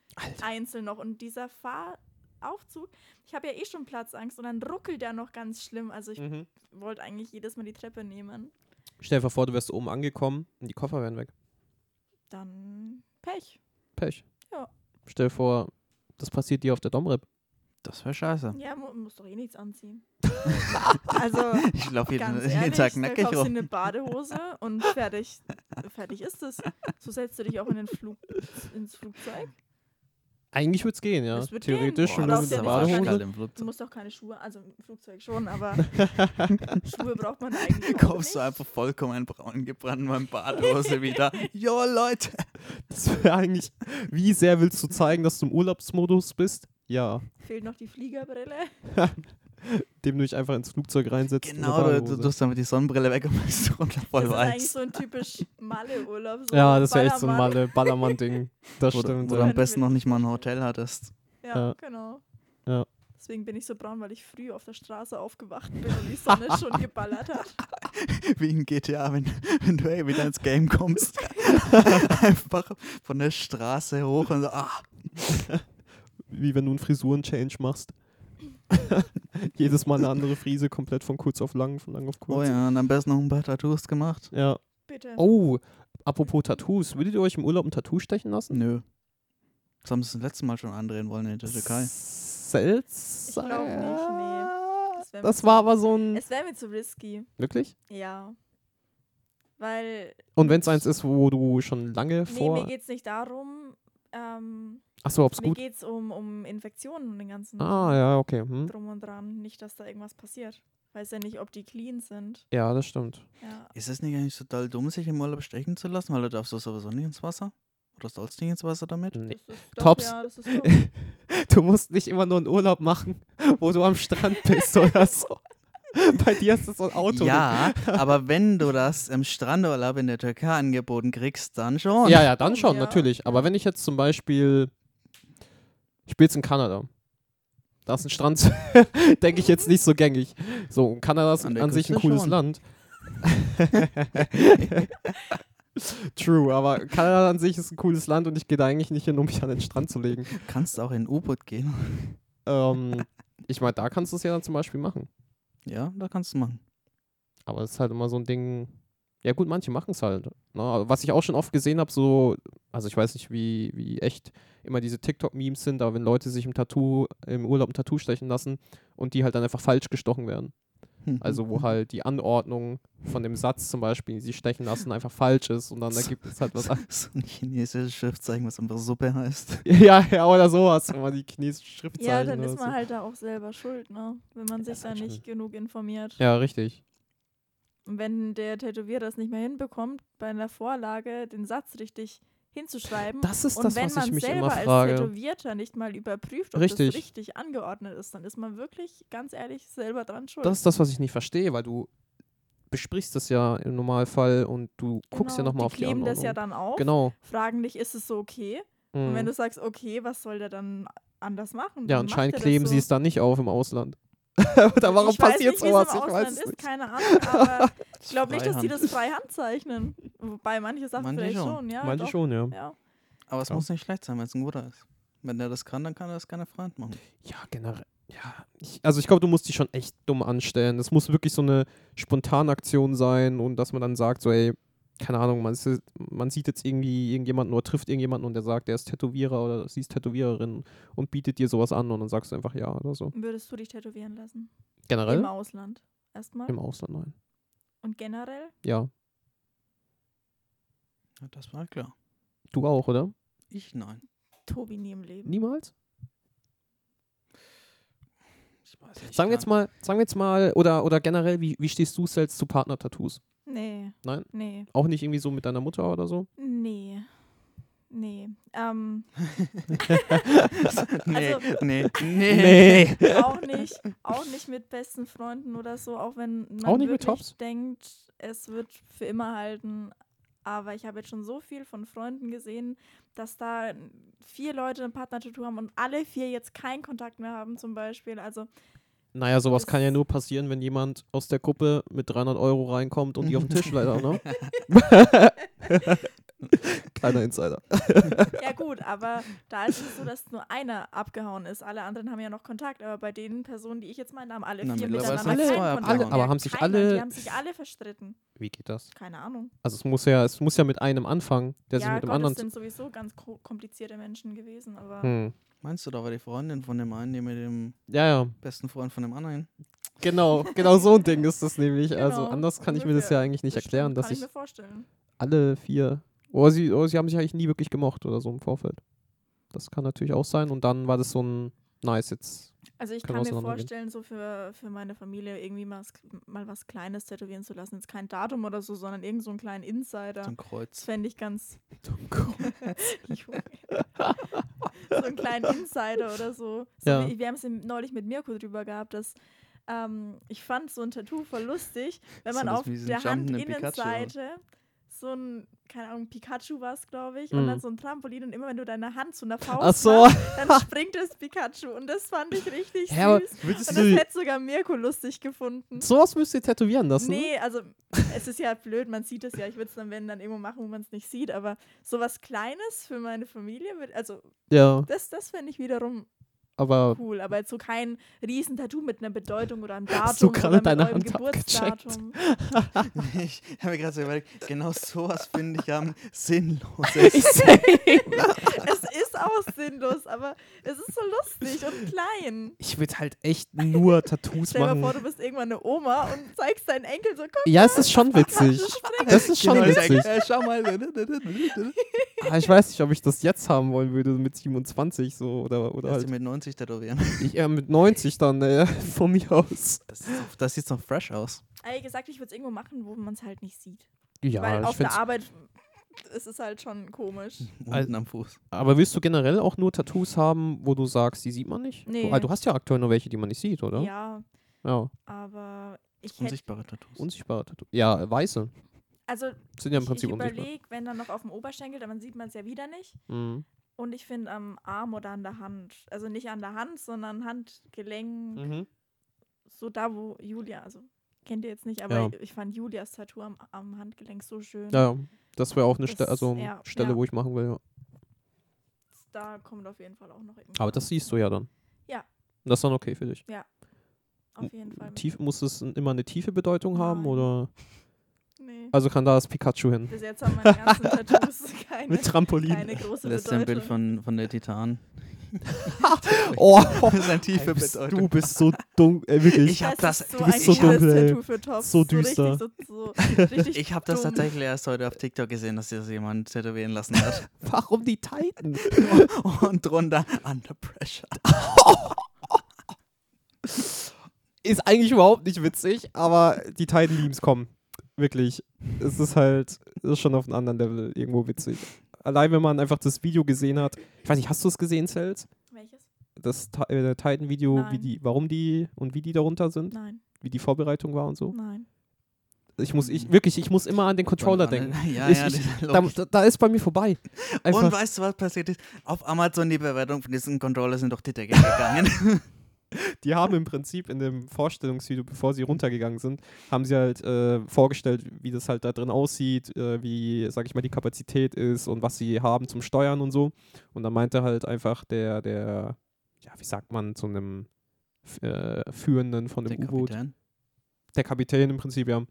[SPEAKER 3] einzeln noch. Und dieser Fahraufzug, ich habe ja eh schon Platzangst und dann ruckelt der noch ganz schlimm. Also ich
[SPEAKER 1] Mhm.
[SPEAKER 3] wollte eigentlich jedes Mal die Treppe nehmen.
[SPEAKER 1] Stell dir vor, du wärst oben angekommen und die Koffer wären weg.
[SPEAKER 3] Dann Pech.
[SPEAKER 1] Pech.
[SPEAKER 3] Ja.
[SPEAKER 1] Stell dir vor, das passiert dir auf der Domrep.
[SPEAKER 2] Das war scheiße.
[SPEAKER 3] Ja, mu muss doch eh nichts
[SPEAKER 1] (laughs)
[SPEAKER 3] anziehen. also
[SPEAKER 2] Ich laufe jeden,
[SPEAKER 3] Ganz
[SPEAKER 2] (laughs) jeden
[SPEAKER 3] ehrlich,
[SPEAKER 2] Tag
[SPEAKER 3] da
[SPEAKER 2] nackig
[SPEAKER 3] kaufst du
[SPEAKER 2] rum.
[SPEAKER 3] eine Badehose und fertig, fertig ist es. So setzt du dich auch in den Flug, ins Flugzeug.
[SPEAKER 1] Eigentlich würde es gehen, ja.
[SPEAKER 3] Das würd gehen.
[SPEAKER 1] Theoretisch,
[SPEAKER 3] Boah,
[SPEAKER 1] wenn
[SPEAKER 3] das
[SPEAKER 1] du mit
[SPEAKER 3] ist
[SPEAKER 1] der
[SPEAKER 3] ja nicht
[SPEAKER 1] Badehose
[SPEAKER 3] (laughs)
[SPEAKER 2] im
[SPEAKER 3] Du
[SPEAKER 2] Flugzeug.
[SPEAKER 3] musst auch keine Schuhe, also im Flugzeug schon,
[SPEAKER 2] (laughs)
[SPEAKER 3] aber Schuhe braucht man eigentlich auch
[SPEAKER 2] Kommst du
[SPEAKER 3] nicht.
[SPEAKER 2] einfach vollkommen braun gebrannt beim Badehose wieder. Jo, Leute.
[SPEAKER 1] Das wäre eigentlich, wie sehr willst du zeigen, dass du im Urlaubsmodus bist? Ja,
[SPEAKER 3] Fehlt noch die Fliegerbrille.
[SPEAKER 1] indem du dich einfach ins Flugzeug reinsetzt. und
[SPEAKER 2] Genau,
[SPEAKER 1] eine
[SPEAKER 2] du, du
[SPEAKER 1] Badehose.
[SPEAKER 2] tust damit die Sonnenbrille weg und bist runter voll
[SPEAKER 3] das ist eigentlich
[SPEAKER 2] weiß.
[SPEAKER 3] so ein typisch Malle-Urlaub. So
[SPEAKER 1] ja, das wäre echt so ein
[SPEAKER 3] Ballermann.
[SPEAKER 1] Malle Ballermann-Ding. (laughs) Das
[SPEAKER 2] Wo, du-
[SPEAKER 1] stimmt.
[SPEAKER 2] wo du
[SPEAKER 1] ja.
[SPEAKER 2] am besten noch nicht mal ein Hotel hattest. (laughs)
[SPEAKER 1] Ja.
[SPEAKER 3] Ja, genau.
[SPEAKER 1] Ja.
[SPEAKER 3] Deswegen bin ich so braun, weil ich früh auf der Straße aufgewacht bin und die Sonne
[SPEAKER 2] (laughs)
[SPEAKER 3] schon geballert hat.
[SPEAKER 2] Wie in GTA, wenn, wenn du ey, wieder ins Game
[SPEAKER 3] (laughs)
[SPEAKER 2] kommst. Einfach von der Straße hoch und so, ah,
[SPEAKER 1] Wie wenn du einen Frisuren-Change machst. (laughs) Jedes Mal eine andere Frise, komplett von kurz auf lang, von lang auf kurz.
[SPEAKER 2] oh ja, und am besten noch ein paar Tattoos gemacht.
[SPEAKER 1] ja.
[SPEAKER 3] Bitte.
[SPEAKER 1] Oh, apropos Tattoos. Würdet ihr euch im Urlaub ein Tattoo stechen lassen?
[SPEAKER 2] Nö. Das haben sie das letzte Mal schon andrehen wollen in der Türkei.
[SPEAKER 1] Seltsam.
[SPEAKER 3] Ich glaub nicht, nee. Das wär mir
[SPEAKER 1] Das
[SPEAKER 3] zu-
[SPEAKER 1] war aber so ein.
[SPEAKER 3] Es wäre mir zu risky.
[SPEAKER 1] Wirklich?
[SPEAKER 3] Ja. Weil,
[SPEAKER 1] Und wenn es eins ist, wo du schon lange
[SPEAKER 3] nee, mir
[SPEAKER 1] vor.
[SPEAKER 3] geht es nicht darum, ähm,
[SPEAKER 1] Achso, ob's
[SPEAKER 3] mir
[SPEAKER 1] gut.
[SPEAKER 3] geht es um, um Infektionen und den ganzen
[SPEAKER 1] Ah, ja, okay. Hm.
[SPEAKER 3] Drum und Dran. Nicht, dass da irgendwas passiert. Weiß ja nicht, ob die clean sind.
[SPEAKER 1] Ja, das stimmt.
[SPEAKER 3] Ja.
[SPEAKER 2] Ist es nicht eigentlich total dumm, sich im Urlaub stechen zu lassen, weil du darfst du sowieso nicht ins Wasser? Oder sollst du nicht ins Wasser damit?
[SPEAKER 1] Nee.
[SPEAKER 3] Das ist
[SPEAKER 1] Tops. (laughs)
[SPEAKER 3] Ja, das ist doof.
[SPEAKER 1] (laughs) Du musst nicht immer nur einen Urlaub machen, wo du am Strand bist (laughs) oder so. Bei dir ist das so ein Auto.
[SPEAKER 2] Ja, aber wenn du das im Strandurlaub in der Türkei angeboten kriegst, dann schon.
[SPEAKER 1] ja, ja, dann schon,
[SPEAKER 3] Ja.
[SPEAKER 1] natürlich. Aber wenn ich jetzt zum Beispiel. Ich spiele jetzt in Kanada. Da ist ein Strand, (laughs) denke ich jetzt nicht so gängig. So, und Kanada ist
[SPEAKER 2] An
[SPEAKER 1] an,
[SPEAKER 2] der
[SPEAKER 1] sich ein
[SPEAKER 2] Küste
[SPEAKER 1] cooles
[SPEAKER 2] schon.
[SPEAKER 1] Land. (laughs) True, aber Kanada an sich ist ein cooles Land und ich gehe da eigentlich nicht hin, um mich an den Strand zu legen.
[SPEAKER 2] Du kannst auch in ein U-Boot gehen. (laughs)
[SPEAKER 1] Ähm, ich meine, da kannst du es ja dann zum Beispiel machen.
[SPEAKER 2] Ja, da kannst du machen.
[SPEAKER 1] Aber es ist halt immer so ein Ding. Ja, gut, manche machen es halt. Ne? Aber Was ich auch schon oft gesehen habe, so, also ich weiß nicht, wie, wie echt immer diese TikTok-Memes sind, aber wenn Leute sich im Tattoo, im Urlaub ein Tattoo stechen lassen und die halt dann einfach falsch gestochen werden.
[SPEAKER 2] Hm.
[SPEAKER 1] Also
[SPEAKER 3] (laughs)
[SPEAKER 1] wo
[SPEAKER 2] (laughs)
[SPEAKER 1] halt die Anordnung von dem Satz zum Beispiel, die sie stechen lassen, einfach falsch ist
[SPEAKER 3] (laughs)
[SPEAKER 1] und dann ergibt es halt was
[SPEAKER 2] so,
[SPEAKER 1] an. (laughs)
[SPEAKER 2] so ein chinesisches Schriftzeichen, was einfach Suppe heißt.
[SPEAKER 1] Ja, ja, oder sowas, wenn man die chinesischen Schriftzeichen
[SPEAKER 3] ja, dann
[SPEAKER 1] oder
[SPEAKER 3] ist man
[SPEAKER 1] so.
[SPEAKER 3] halt da auch selber schuld, ne? Wenn man sich
[SPEAKER 1] ist
[SPEAKER 3] da
[SPEAKER 1] halt
[SPEAKER 3] nicht genug informiert.
[SPEAKER 1] Ja, richtig.
[SPEAKER 3] Und wenn der Tätowierer es nicht mehr hinbekommt, bei einer Vorlage den Satz richtig hinzuschreiben
[SPEAKER 1] Das ist
[SPEAKER 3] und
[SPEAKER 1] das,
[SPEAKER 3] wenn
[SPEAKER 1] was
[SPEAKER 3] man
[SPEAKER 1] ich mich
[SPEAKER 3] selber
[SPEAKER 1] immer
[SPEAKER 3] als
[SPEAKER 1] frage.
[SPEAKER 3] Tätowierter nicht mal überprüft, ob
[SPEAKER 1] Richtig.
[SPEAKER 3] das richtig angeordnet ist, dann ist man wirklich, ganz ehrlich, selber dran schuld.
[SPEAKER 1] Das ist das, was ich nicht verstehe, weil du besprichst das ja im Normalfall und du guckst ja nochmal auf die
[SPEAKER 3] Genau, kleben
[SPEAKER 1] Anordnung.
[SPEAKER 3] das ja dann auf,
[SPEAKER 1] Genau.
[SPEAKER 3] fragen dich, ist es so okay? Und
[SPEAKER 1] Mhm.
[SPEAKER 3] wenn du sagst, okay, was soll der dann anders machen?
[SPEAKER 1] ja,
[SPEAKER 3] Dann macht
[SPEAKER 1] anscheinend
[SPEAKER 3] er das
[SPEAKER 1] kleben
[SPEAKER 3] so.
[SPEAKER 1] sie es dann nicht auf im Ausland. (laughs) Oder warum
[SPEAKER 3] ich weiß
[SPEAKER 1] passiert
[SPEAKER 3] nicht, wie es
[SPEAKER 1] sowas?
[SPEAKER 3] Im
[SPEAKER 1] Ich
[SPEAKER 3] Ausland
[SPEAKER 1] weiß es
[SPEAKER 3] ist,
[SPEAKER 1] nicht.
[SPEAKER 3] keine Ahnung, aber
[SPEAKER 1] (laughs)
[SPEAKER 3] ich glaube nicht, dass die das freihand zeichnen. Wobei manche Sachen
[SPEAKER 2] Manche
[SPEAKER 3] vielleicht
[SPEAKER 2] schon.
[SPEAKER 3] schon. ja.
[SPEAKER 1] Manche
[SPEAKER 3] doch.
[SPEAKER 1] schon, ja.
[SPEAKER 3] Ja.
[SPEAKER 2] Aber es
[SPEAKER 1] Ja.
[SPEAKER 2] muss nicht schlecht sein, wenn es ein guter ist. Wenn der das kann, dann kann er das gerne Freund machen.
[SPEAKER 1] Ja, generell. Ja, ich, also ich glaube, du musst die schon echt dumm anstellen. Das muss wirklich so eine Spontanaktion sein und dass man dann sagt, so, ey, keine Ahnung, man, ist, jetzt- man sieht jetzt irgendwie irgendjemanden oder trifft irgendjemanden und der sagt, der ist Tätowierer oder sie ist Tätowiererin und bietet dir sowas an und dann sagst du einfach ja oder so.
[SPEAKER 3] Würdest du dich tätowieren lassen?
[SPEAKER 1] Generell?
[SPEAKER 3] Im Ausland. Erstmal.
[SPEAKER 1] Äh? Im Ausland, nein.
[SPEAKER 3] Und generell?
[SPEAKER 1] Ja.
[SPEAKER 2] Ja, das war klar.
[SPEAKER 1] Du auch, oder?
[SPEAKER 2] Ich nein.
[SPEAKER 3] Tobi nie im Leben.
[SPEAKER 1] Niemals?
[SPEAKER 2] Ich weiß nicht,
[SPEAKER 1] Sagen wir jetzt
[SPEAKER 3] (laughs)
[SPEAKER 1] mal, sagen wir jetzt mal, oder, oder generell, wie, wie stehst du selbst zu Partner-Tattoos?
[SPEAKER 3] Nee.
[SPEAKER 1] Nein?
[SPEAKER 3] Nee.
[SPEAKER 1] Auch nicht irgendwie so mit deiner Mutter oder so?
[SPEAKER 3] Nee. Nee. Ähm,
[SPEAKER 2] (laughs) nee,
[SPEAKER 3] Also-
[SPEAKER 1] (laughs)
[SPEAKER 2] nee, nee,
[SPEAKER 3] auch nicht, auch nicht mit besten Freunden oder so, auch wenn man
[SPEAKER 1] Auch nicht mit
[SPEAKER 3] wirklich
[SPEAKER 1] Tops?
[SPEAKER 3] denkt, es wird für immer halten. Aber ich habe jetzt schon so viel von Freunden gesehen, dass da vier Leute eine Partnertattoo haben und alle vier jetzt keinen Kontakt mehr haben zum Beispiel. Also
[SPEAKER 1] Naja, sowas
[SPEAKER 3] Das-
[SPEAKER 1] kann ja nur passieren, wenn jemand aus der Gruppe mit 300 Euro reinkommt und die auf den Tisch leider,
[SPEAKER 3] (laughs)
[SPEAKER 1] ne? Kleiner Insider.
[SPEAKER 3] ja gut, aber da ist es so, dass nur einer abgehauen ist. Alle anderen haben ja noch Kontakt, aber bei den Personen, die ich jetzt meine, haben alle
[SPEAKER 2] Na,
[SPEAKER 3] vier
[SPEAKER 2] mittlerweile
[SPEAKER 3] miteinander
[SPEAKER 1] sind
[SPEAKER 3] keinen
[SPEAKER 1] alle-
[SPEAKER 3] Kontakt
[SPEAKER 1] alle-
[SPEAKER 3] mehr.
[SPEAKER 1] aber haben sich
[SPEAKER 3] Keiner,
[SPEAKER 1] alle-
[SPEAKER 3] Die haben sich alle verstritten.
[SPEAKER 1] Wie geht das?
[SPEAKER 3] Keine Ahnung.
[SPEAKER 1] Also es muss ja, es muss ja mit einem anfangen, der sich
[SPEAKER 3] ja,
[SPEAKER 1] mit dem
[SPEAKER 3] Gott,
[SPEAKER 1] anderen.
[SPEAKER 3] das sind sowieso ganz ko- komplizierte Menschen gewesen, aber
[SPEAKER 1] Hm.
[SPEAKER 2] Meinst du, da war die Freundin von dem einen, die mit dem
[SPEAKER 1] Ja, ja.
[SPEAKER 2] besten Freund von dem anderen?
[SPEAKER 1] Genau, genau so ein Ding ist das nämlich.
[SPEAKER 3] (laughs)
[SPEAKER 1] Also
[SPEAKER 3] Genau,
[SPEAKER 1] anders kann ich mir das
[SPEAKER 3] ungefähr.
[SPEAKER 1] ja eigentlich nicht
[SPEAKER 3] das
[SPEAKER 1] erklären, dass
[SPEAKER 3] kann ich
[SPEAKER 1] ich
[SPEAKER 3] mir vorstellen.
[SPEAKER 1] alle vier. Oder sie, oder sie haben sich eigentlich nie wirklich gemocht oder so im Vorfeld. Das kann natürlich auch sein. Und dann war das so ein nice jetzt.
[SPEAKER 3] Also ich
[SPEAKER 1] Können
[SPEAKER 3] kann
[SPEAKER 1] wir
[SPEAKER 3] mir
[SPEAKER 1] auseinandergehen.
[SPEAKER 3] vorstellen, so für, für meine Familie irgendwie mal, was- mal was Kleines tätowieren zu lassen. Jetzt kein Datum oder so, sondern irgend so einen kleinen Insider.
[SPEAKER 2] So ein
[SPEAKER 3] Das
[SPEAKER 2] Kreuz.
[SPEAKER 3] fände
[SPEAKER 1] (laughs)
[SPEAKER 3] ich ganz. (laughs) Junge. so einen kleinen Insider oder so. so
[SPEAKER 1] Ja.
[SPEAKER 3] wie, wir haben es neulich mit Mirko drüber gehabt, dass ähm, ich fand so ein Tattoo voll lustig, wenn
[SPEAKER 2] So
[SPEAKER 3] man
[SPEAKER 2] das
[SPEAKER 3] auf
[SPEAKER 2] wie so ein
[SPEAKER 3] der
[SPEAKER 2] jumpenden Pikachu, oder?
[SPEAKER 3] Handinnenseite so ein, keine Ahnung, Pikachu war es, glaube ich,
[SPEAKER 1] Mhm.
[SPEAKER 3] und dann so ein Trampolin und immer wenn du deine Hand zu einer Faust
[SPEAKER 1] Ach so.
[SPEAKER 3] machst, dann springt das Pikachu und das fand ich richtig
[SPEAKER 1] Hä, aber
[SPEAKER 3] süß. Und
[SPEAKER 1] Würdest
[SPEAKER 3] das
[SPEAKER 1] du,
[SPEAKER 3] hätte sogar Mirko lustig gefunden.
[SPEAKER 1] sowas müsst ihr tätowieren lassen?
[SPEAKER 3] Nee, also es ist ja blöd, man sieht es ja. Ich würde es dann, wenn, dann irgendwo machen, wo man es nicht sieht. Aber sowas Kleines für meine Familie, würd- also
[SPEAKER 1] Ja,
[SPEAKER 3] das, das fände ich wiederum (laughs)
[SPEAKER 1] aber
[SPEAKER 3] cool. Aber jetzt so kein Riesentattoo mit einer Bedeutung oder einem Datum
[SPEAKER 1] Hast du gerade
[SPEAKER 3] oder mit
[SPEAKER 1] deine
[SPEAKER 3] eurem
[SPEAKER 1] Hand abgecheckt?
[SPEAKER 3] Geburtsdatum.
[SPEAKER 2] (laughs) ich habe mir gerade so überlegt, genau sowas finde
[SPEAKER 1] (laughs)
[SPEAKER 2] ich am
[SPEAKER 1] ich
[SPEAKER 2] sinnloses.
[SPEAKER 3] es ist auch sinnlos, aber es ist so lustig und klein.
[SPEAKER 1] ich würde halt echt nur Tattoos
[SPEAKER 3] Stell dir mal vor,
[SPEAKER 1] machen.
[SPEAKER 3] du bist irgendwann eine Oma und zeigst deinen Enkel so, guck,
[SPEAKER 1] Ja, es ist schon
[SPEAKER 3] (laughs)
[SPEAKER 1] witzig. Das ist schon
[SPEAKER 2] Genau, ich sag,
[SPEAKER 1] witzig.
[SPEAKER 2] äh, schau mal.
[SPEAKER 1] Aber ich weiß nicht, ob ich das jetzt haben wollen würde mit 27 so oder, oder
[SPEAKER 2] (laughs) Lass
[SPEAKER 1] halt
[SPEAKER 2] dich mit 90 tätowieren. (laughs)
[SPEAKER 1] Ich eher mit 90 dann, äh, (laughs) von mir aus.
[SPEAKER 2] Das, ist noch, das sieht noch fresh aus.
[SPEAKER 3] ehrlich gesagt, ich würde es irgendwo machen, wo man es halt nicht sieht.
[SPEAKER 1] Ja,
[SPEAKER 3] Weil auf der Arbeit ist es halt schon komisch.
[SPEAKER 2] Unten
[SPEAKER 1] Also-
[SPEAKER 2] am Fuß.
[SPEAKER 1] aber willst du generell auch nur Tattoos haben, wo du sagst, die sieht man nicht?
[SPEAKER 3] Nee.
[SPEAKER 1] Du, ah, du hast ja aktuell nur welche, die man nicht sieht, oder?
[SPEAKER 3] ja
[SPEAKER 1] ja
[SPEAKER 3] Aber ich hätte,
[SPEAKER 2] Unsichtbare Tattoos.
[SPEAKER 1] unsichtbare Tattoos. Ja, äh, weiße.
[SPEAKER 3] also
[SPEAKER 1] Sind ja im
[SPEAKER 3] ich-
[SPEAKER 1] Prinzip
[SPEAKER 3] ich
[SPEAKER 1] unsichtbar.
[SPEAKER 3] überlege, wenn dann noch auf dem Oberschenkel, dann sieht man es ja wieder nicht.
[SPEAKER 1] Mhm.
[SPEAKER 3] Und ich finde am Arm oder an der Hand, also nicht an der Hand, sondern Handgelenk,
[SPEAKER 1] Mhm.
[SPEAKER 3] so da wo Julia, also kennt ihr jetzt nicht, aber
[SPEAKER 1] Ja.
[SPEAKER 3] ich, ich fand Julias Tattoo am, am Handgelenk so schön.
[SPEAKER 1] Ja, ja. das wäre auch eine Ste
[SPEAKER 3] Das-
[SPEAKER 1] also,
[SPEAKER 3] ja,
[SPEAKER 1] Stelle,
[SPEAKER 3] ja.
[SPEAKER 1] wo ich machen will. Ja.
[SPEAKER 3] Da kommt auf jeden Fall auch noch irgendwas.
[SPEAKER 1] Aber das siehst du ja dann.
[SPEAKER 3] Ja.
[SPEAKER 1] Und Das ist dann okay für dich.
[SPEAKER 3] Auf jeden Fall.
[SPEAKER 1] Tief, muss es n- immer eine tiefe Bedeutung haben
[SPEAKER 3] Nein.
[SPEAKER 1] oder?
[SPEAKER 3] Nee.
[SPEAKER 1] Also kann da das Pikachu hin.
[SPEAKER 3] Bis jetzt haben meine
[SPEAKER 1] (laughs)
[SPEAKER 3] ganzen Tattoos keine,
[SPEAKER 1] Mit Trampolin.
[SPEAKER 3] keine große
[SPEAKER 2] Das ist ein Bild
[SPEAKER 3] Bedeutung.
[SPEAKER 2] von, von der Titan.
[SPEAKER 1] Oh,
[SPEAKER 2] (laughs) Das ist eine tiefe
[SPEAKER 1] ey, bist,
[SPEAKER 2] Bedeutung.
[SPEAKER 1] du bist so dunkel. Äh, wirklich.
[SPEAKER 2] Ich hab das-
[SPEAKER 3] ist so
[SPEAKER 2] du
[SPEAKER 3] ein
[SPEAKER 2] bist so
[SPEAKER 3] cooles
[SPEAKER 1] dunkel, ey.
[SPEAKER 3] Tattoo für Tops.
[SPEAKER 1] So düster. (laughs)
[SPEAKER 3] richtig, so, so, richtig
[SPEAKER 2] Ich habe das
[SPEAKER 3] dumm.
[SPEAKER 2] tatsächlich erst heute auf TikTok gesehen, dass sich das jemand tätowieren lassen hat. (laughs)
[SPEAKER 1] Warum die Titan?
[SPEAKER 2] Und drunter Under Pressure.
[SPEAKER 1] ist eigentlich überhaupt nicht witzig, aber die Titan Beams kommen. Wirklich. Es ist halt es ist schon auf einem anderen Level irgendwo witzig. Allein wenn man einfach das Video gesehen hat. Ich weiß nicht, hast du es gesehen, Celt?
[SPEAKER 3] Welches?
[SPEAKER 1] Das Ti- äh, Titan Video, wie
[SPEAKER 3] Nein.
[SPEAKER 1] die warum die und wie die darunter sind,
[SPEAKER 3] Nein,
[SPEAKER 1] wie die Vorbereitung war und so.
[SPEAKER 3] nein.
[SPEAKER 1] Ich muss ich wirklich, ich muss immer an den Controller denken.
[SPEAKER 2] Ja,
[SPEAKER 1] Ich-
[SPEAKER 2] ja,
[SPEAKER 1] ich-
[SPEAKER 2] (laughs) dieser
[SPEAKER 1] Da,
[SPEAKER 2] Look.
[SPEAKER 1] da- da ist bei mir vorbei.
[SPEAKER 2] Und
[SPEAKER 1] Einfach
[SPEAKER 2] weißt du, was passiert ist? Auf Amazon die Bewertung von diesen Controller sind durch die Decke (laughs) gegangen.
[SPEAKER 1] (laughs) die haben im Prinzip in dem Vorstellungsvideo, bevor sie runtergegangen sind, haben sie halt äh, vorgestellt, wie das halt da drin aussieht, äh, wie, sag ich mal, die Kapazität ist und was sie haben zum Steuern und so. Und dann meinte halt einfach der, der, ja, wie sagt man, zu einem f- äh, Führenden von dem
[SPEAKER 2] Der
[SPEAKER 1] U-Boot,
[SPEAKER 2] Kapitän.
[SPEAKER 1] der Kapitän im Prinzip, ja,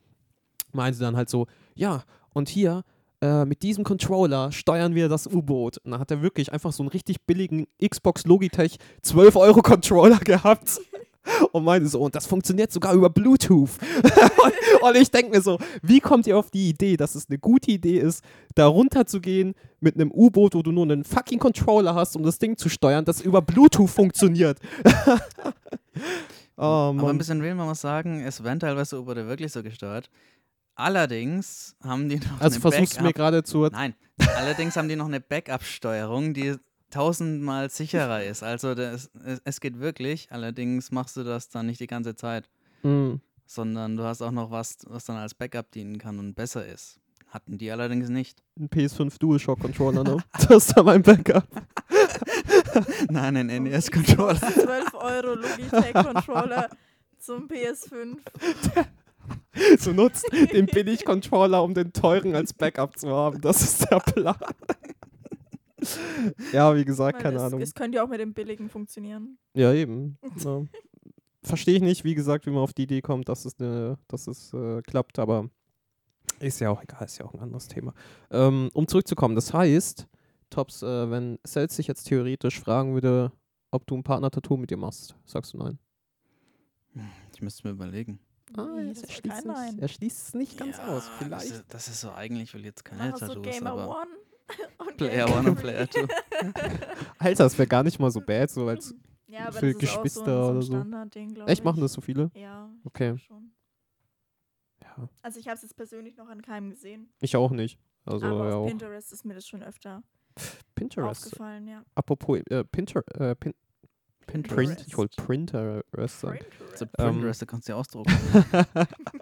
[SPEAKER 1] meinte dann halt so, ja, und hier, äh, mit diesem Controller steuern wir das U-Boot. Und dann hat er wirklich einfach so einen richtig billigen Xbox Logitech 12 Euro Controller (laughs) gehabt. Und meinte so, und das funktioniert sogar über Bluetooth. (laughs) und, und ich denke mir so, wie kommt ihr auf die Idee, dass es eine gute Idee ist, da runter zu gehen mit einem U-Boot, wo du nur einen fucking Controller hast, um das Ding zu steuern, das über Bluetooth funktioniert? (laughs) oh, Mann.
[SPEAKER 2] Aber ein bisschen will man mal sagen, es werden teilweise Uber wirklich so gesteuert. Allerdings haben die noch
[SPEAKER 1] Also
[SPEAKER 2] eine
[SPEAKER 1] versuchst du mir
[SPEAKER 2] Backup.
[SPEAKER 1] gerade zu.
[SPEAKER 2] Nein, allerdings haben die noch eine Backup-Steuerung, die tausendmal sicherer ist. Also das, es, es geht wirklich, allerdings machst du das dann nicht die ganze Zeit,
[SPEAKER 1] Mm.
[SPEAKER 2] sondern du hast auch noch was, was dann als Backup dienen kann und besser ist. Hatten die
[SPEAKER 1] (laughs)
[SPEAKER 2] allerdings nicht.
[SPEAKER 1] Ein PS5 DualShock Controller, ne? (laughs) Das ist da mein Backup. (laughs)
[SPEAKER 2] Nein, ein E NES-Controller.
[SPEAKER 3] 12 Euro Logitech-Controller zum PS5.
[SPEAKER 1] Du nutzt den Billig-Controller, um den teuren als Backup zu haben. Das ist der Plan. ja, wie gesagt,
[SPEAKER 3] Weil
[SPEAKER 1] keine
[SPEAKER 3] es,
[SPEAKER 1] Ahnung.
[SPEAKER 3] Es könnte ja auch mit dem billigen funktionieren.
[SPEAKER 1] Ja, eben. Ja. Verstehe ich nicht, wie gesagt, wie man auf die Idee kommt, dass es, ne, dass es äh, klappt, aber ist ja auch egal, ist ja auch ein anderes Thema. Ähm, um zurückzukommen, das heißt, Tops, äh, wenn Cells sich jetzt theoretisch fragen würde, ob du ein Partner-Tattoo mit ihr machst, sagst du nein.
[SPEAKER 2] Ich müsste mir überlegen.
[SPEAKER 1] Ah,
[SPEAKER 3] Nee, das ist kein Nein.
[SPEAKER 1] er schließt es nicht ganz
[SPEAKER 2] Ja,
[SPEAKER 1] aus,
[SPEAKER 2] Das
[SPEAKER 1] vielleicht.
[SPEAKER 2] ist, das ist so, eigentlich will ich jetzt keine
[SPEAKER 3] Mach so
[SPEAKER 2] Tattoos,
[SPEAKER 3] Gamer
[SPEAKER 2] aber
[SPEAKER 3] One (laughs) und
[SPEAKER 2] Player
[SPEAKER 3] Gamer
[SPEAKER 2] One und
[SPEAKER 3] Three. (laughs)
[SPEAKER 2] Player Two.
[SPEAKER 1] Alter, das wäre gar nicht
[SPEAKER 2] (laughs)
[SPEAKER 1] mal so bad, (laughs) so als
[SPEAKER 3] Ja, aber
[SPEAKER 1] für
[SPEAKER 3] das ist
[SPEAKER 1] Geschwister
[SPEAKER 3] auch so ein, so
[SPEAKER 1] oder
[SPEAKER 3] ein
[SPEAKER 1] so.
[SPEAKER 3] Standardding, glaube ich.
[SPEAKER 1] Echt, machen das so viele?
[SPEAKER 3] Ja, ich
[SPEAKER 1] Okay.
[SPEAKER 3] glaub schon.
[SPEAKER 1] Ja.
[SPEAKER 3] Also ich habe es jetzt persönlich noch an keinem gesehen.
[SPEAKER 1] Ich auch nicht. Also,
[SPEAKER 3] aber
[SPEAKER 1] ja
[SPEAKER 3] auf
[SPEAKER 1] auch.
[SPEAKER 3] Pinterest ist mir das schon öfter
[SPEAKER 1] Pinterest.
[SPEAKER 3] aufgefallen, ja.
[SPEAKER 1] Apropos äh, Pinter, äh, Pin
[SPEAKER 2] Pinterest.
[SPEAKER 1] Print, ich wollte Pinterest sagen.
[SPEAKER 2] So
[SPEAKER 3] Pinterest.
[SPEAKER 1] Ähm.
[SPEAKER 2] Pinterest, da kannst du ja ausdrucken.
[SPEAKER 1] (laughs)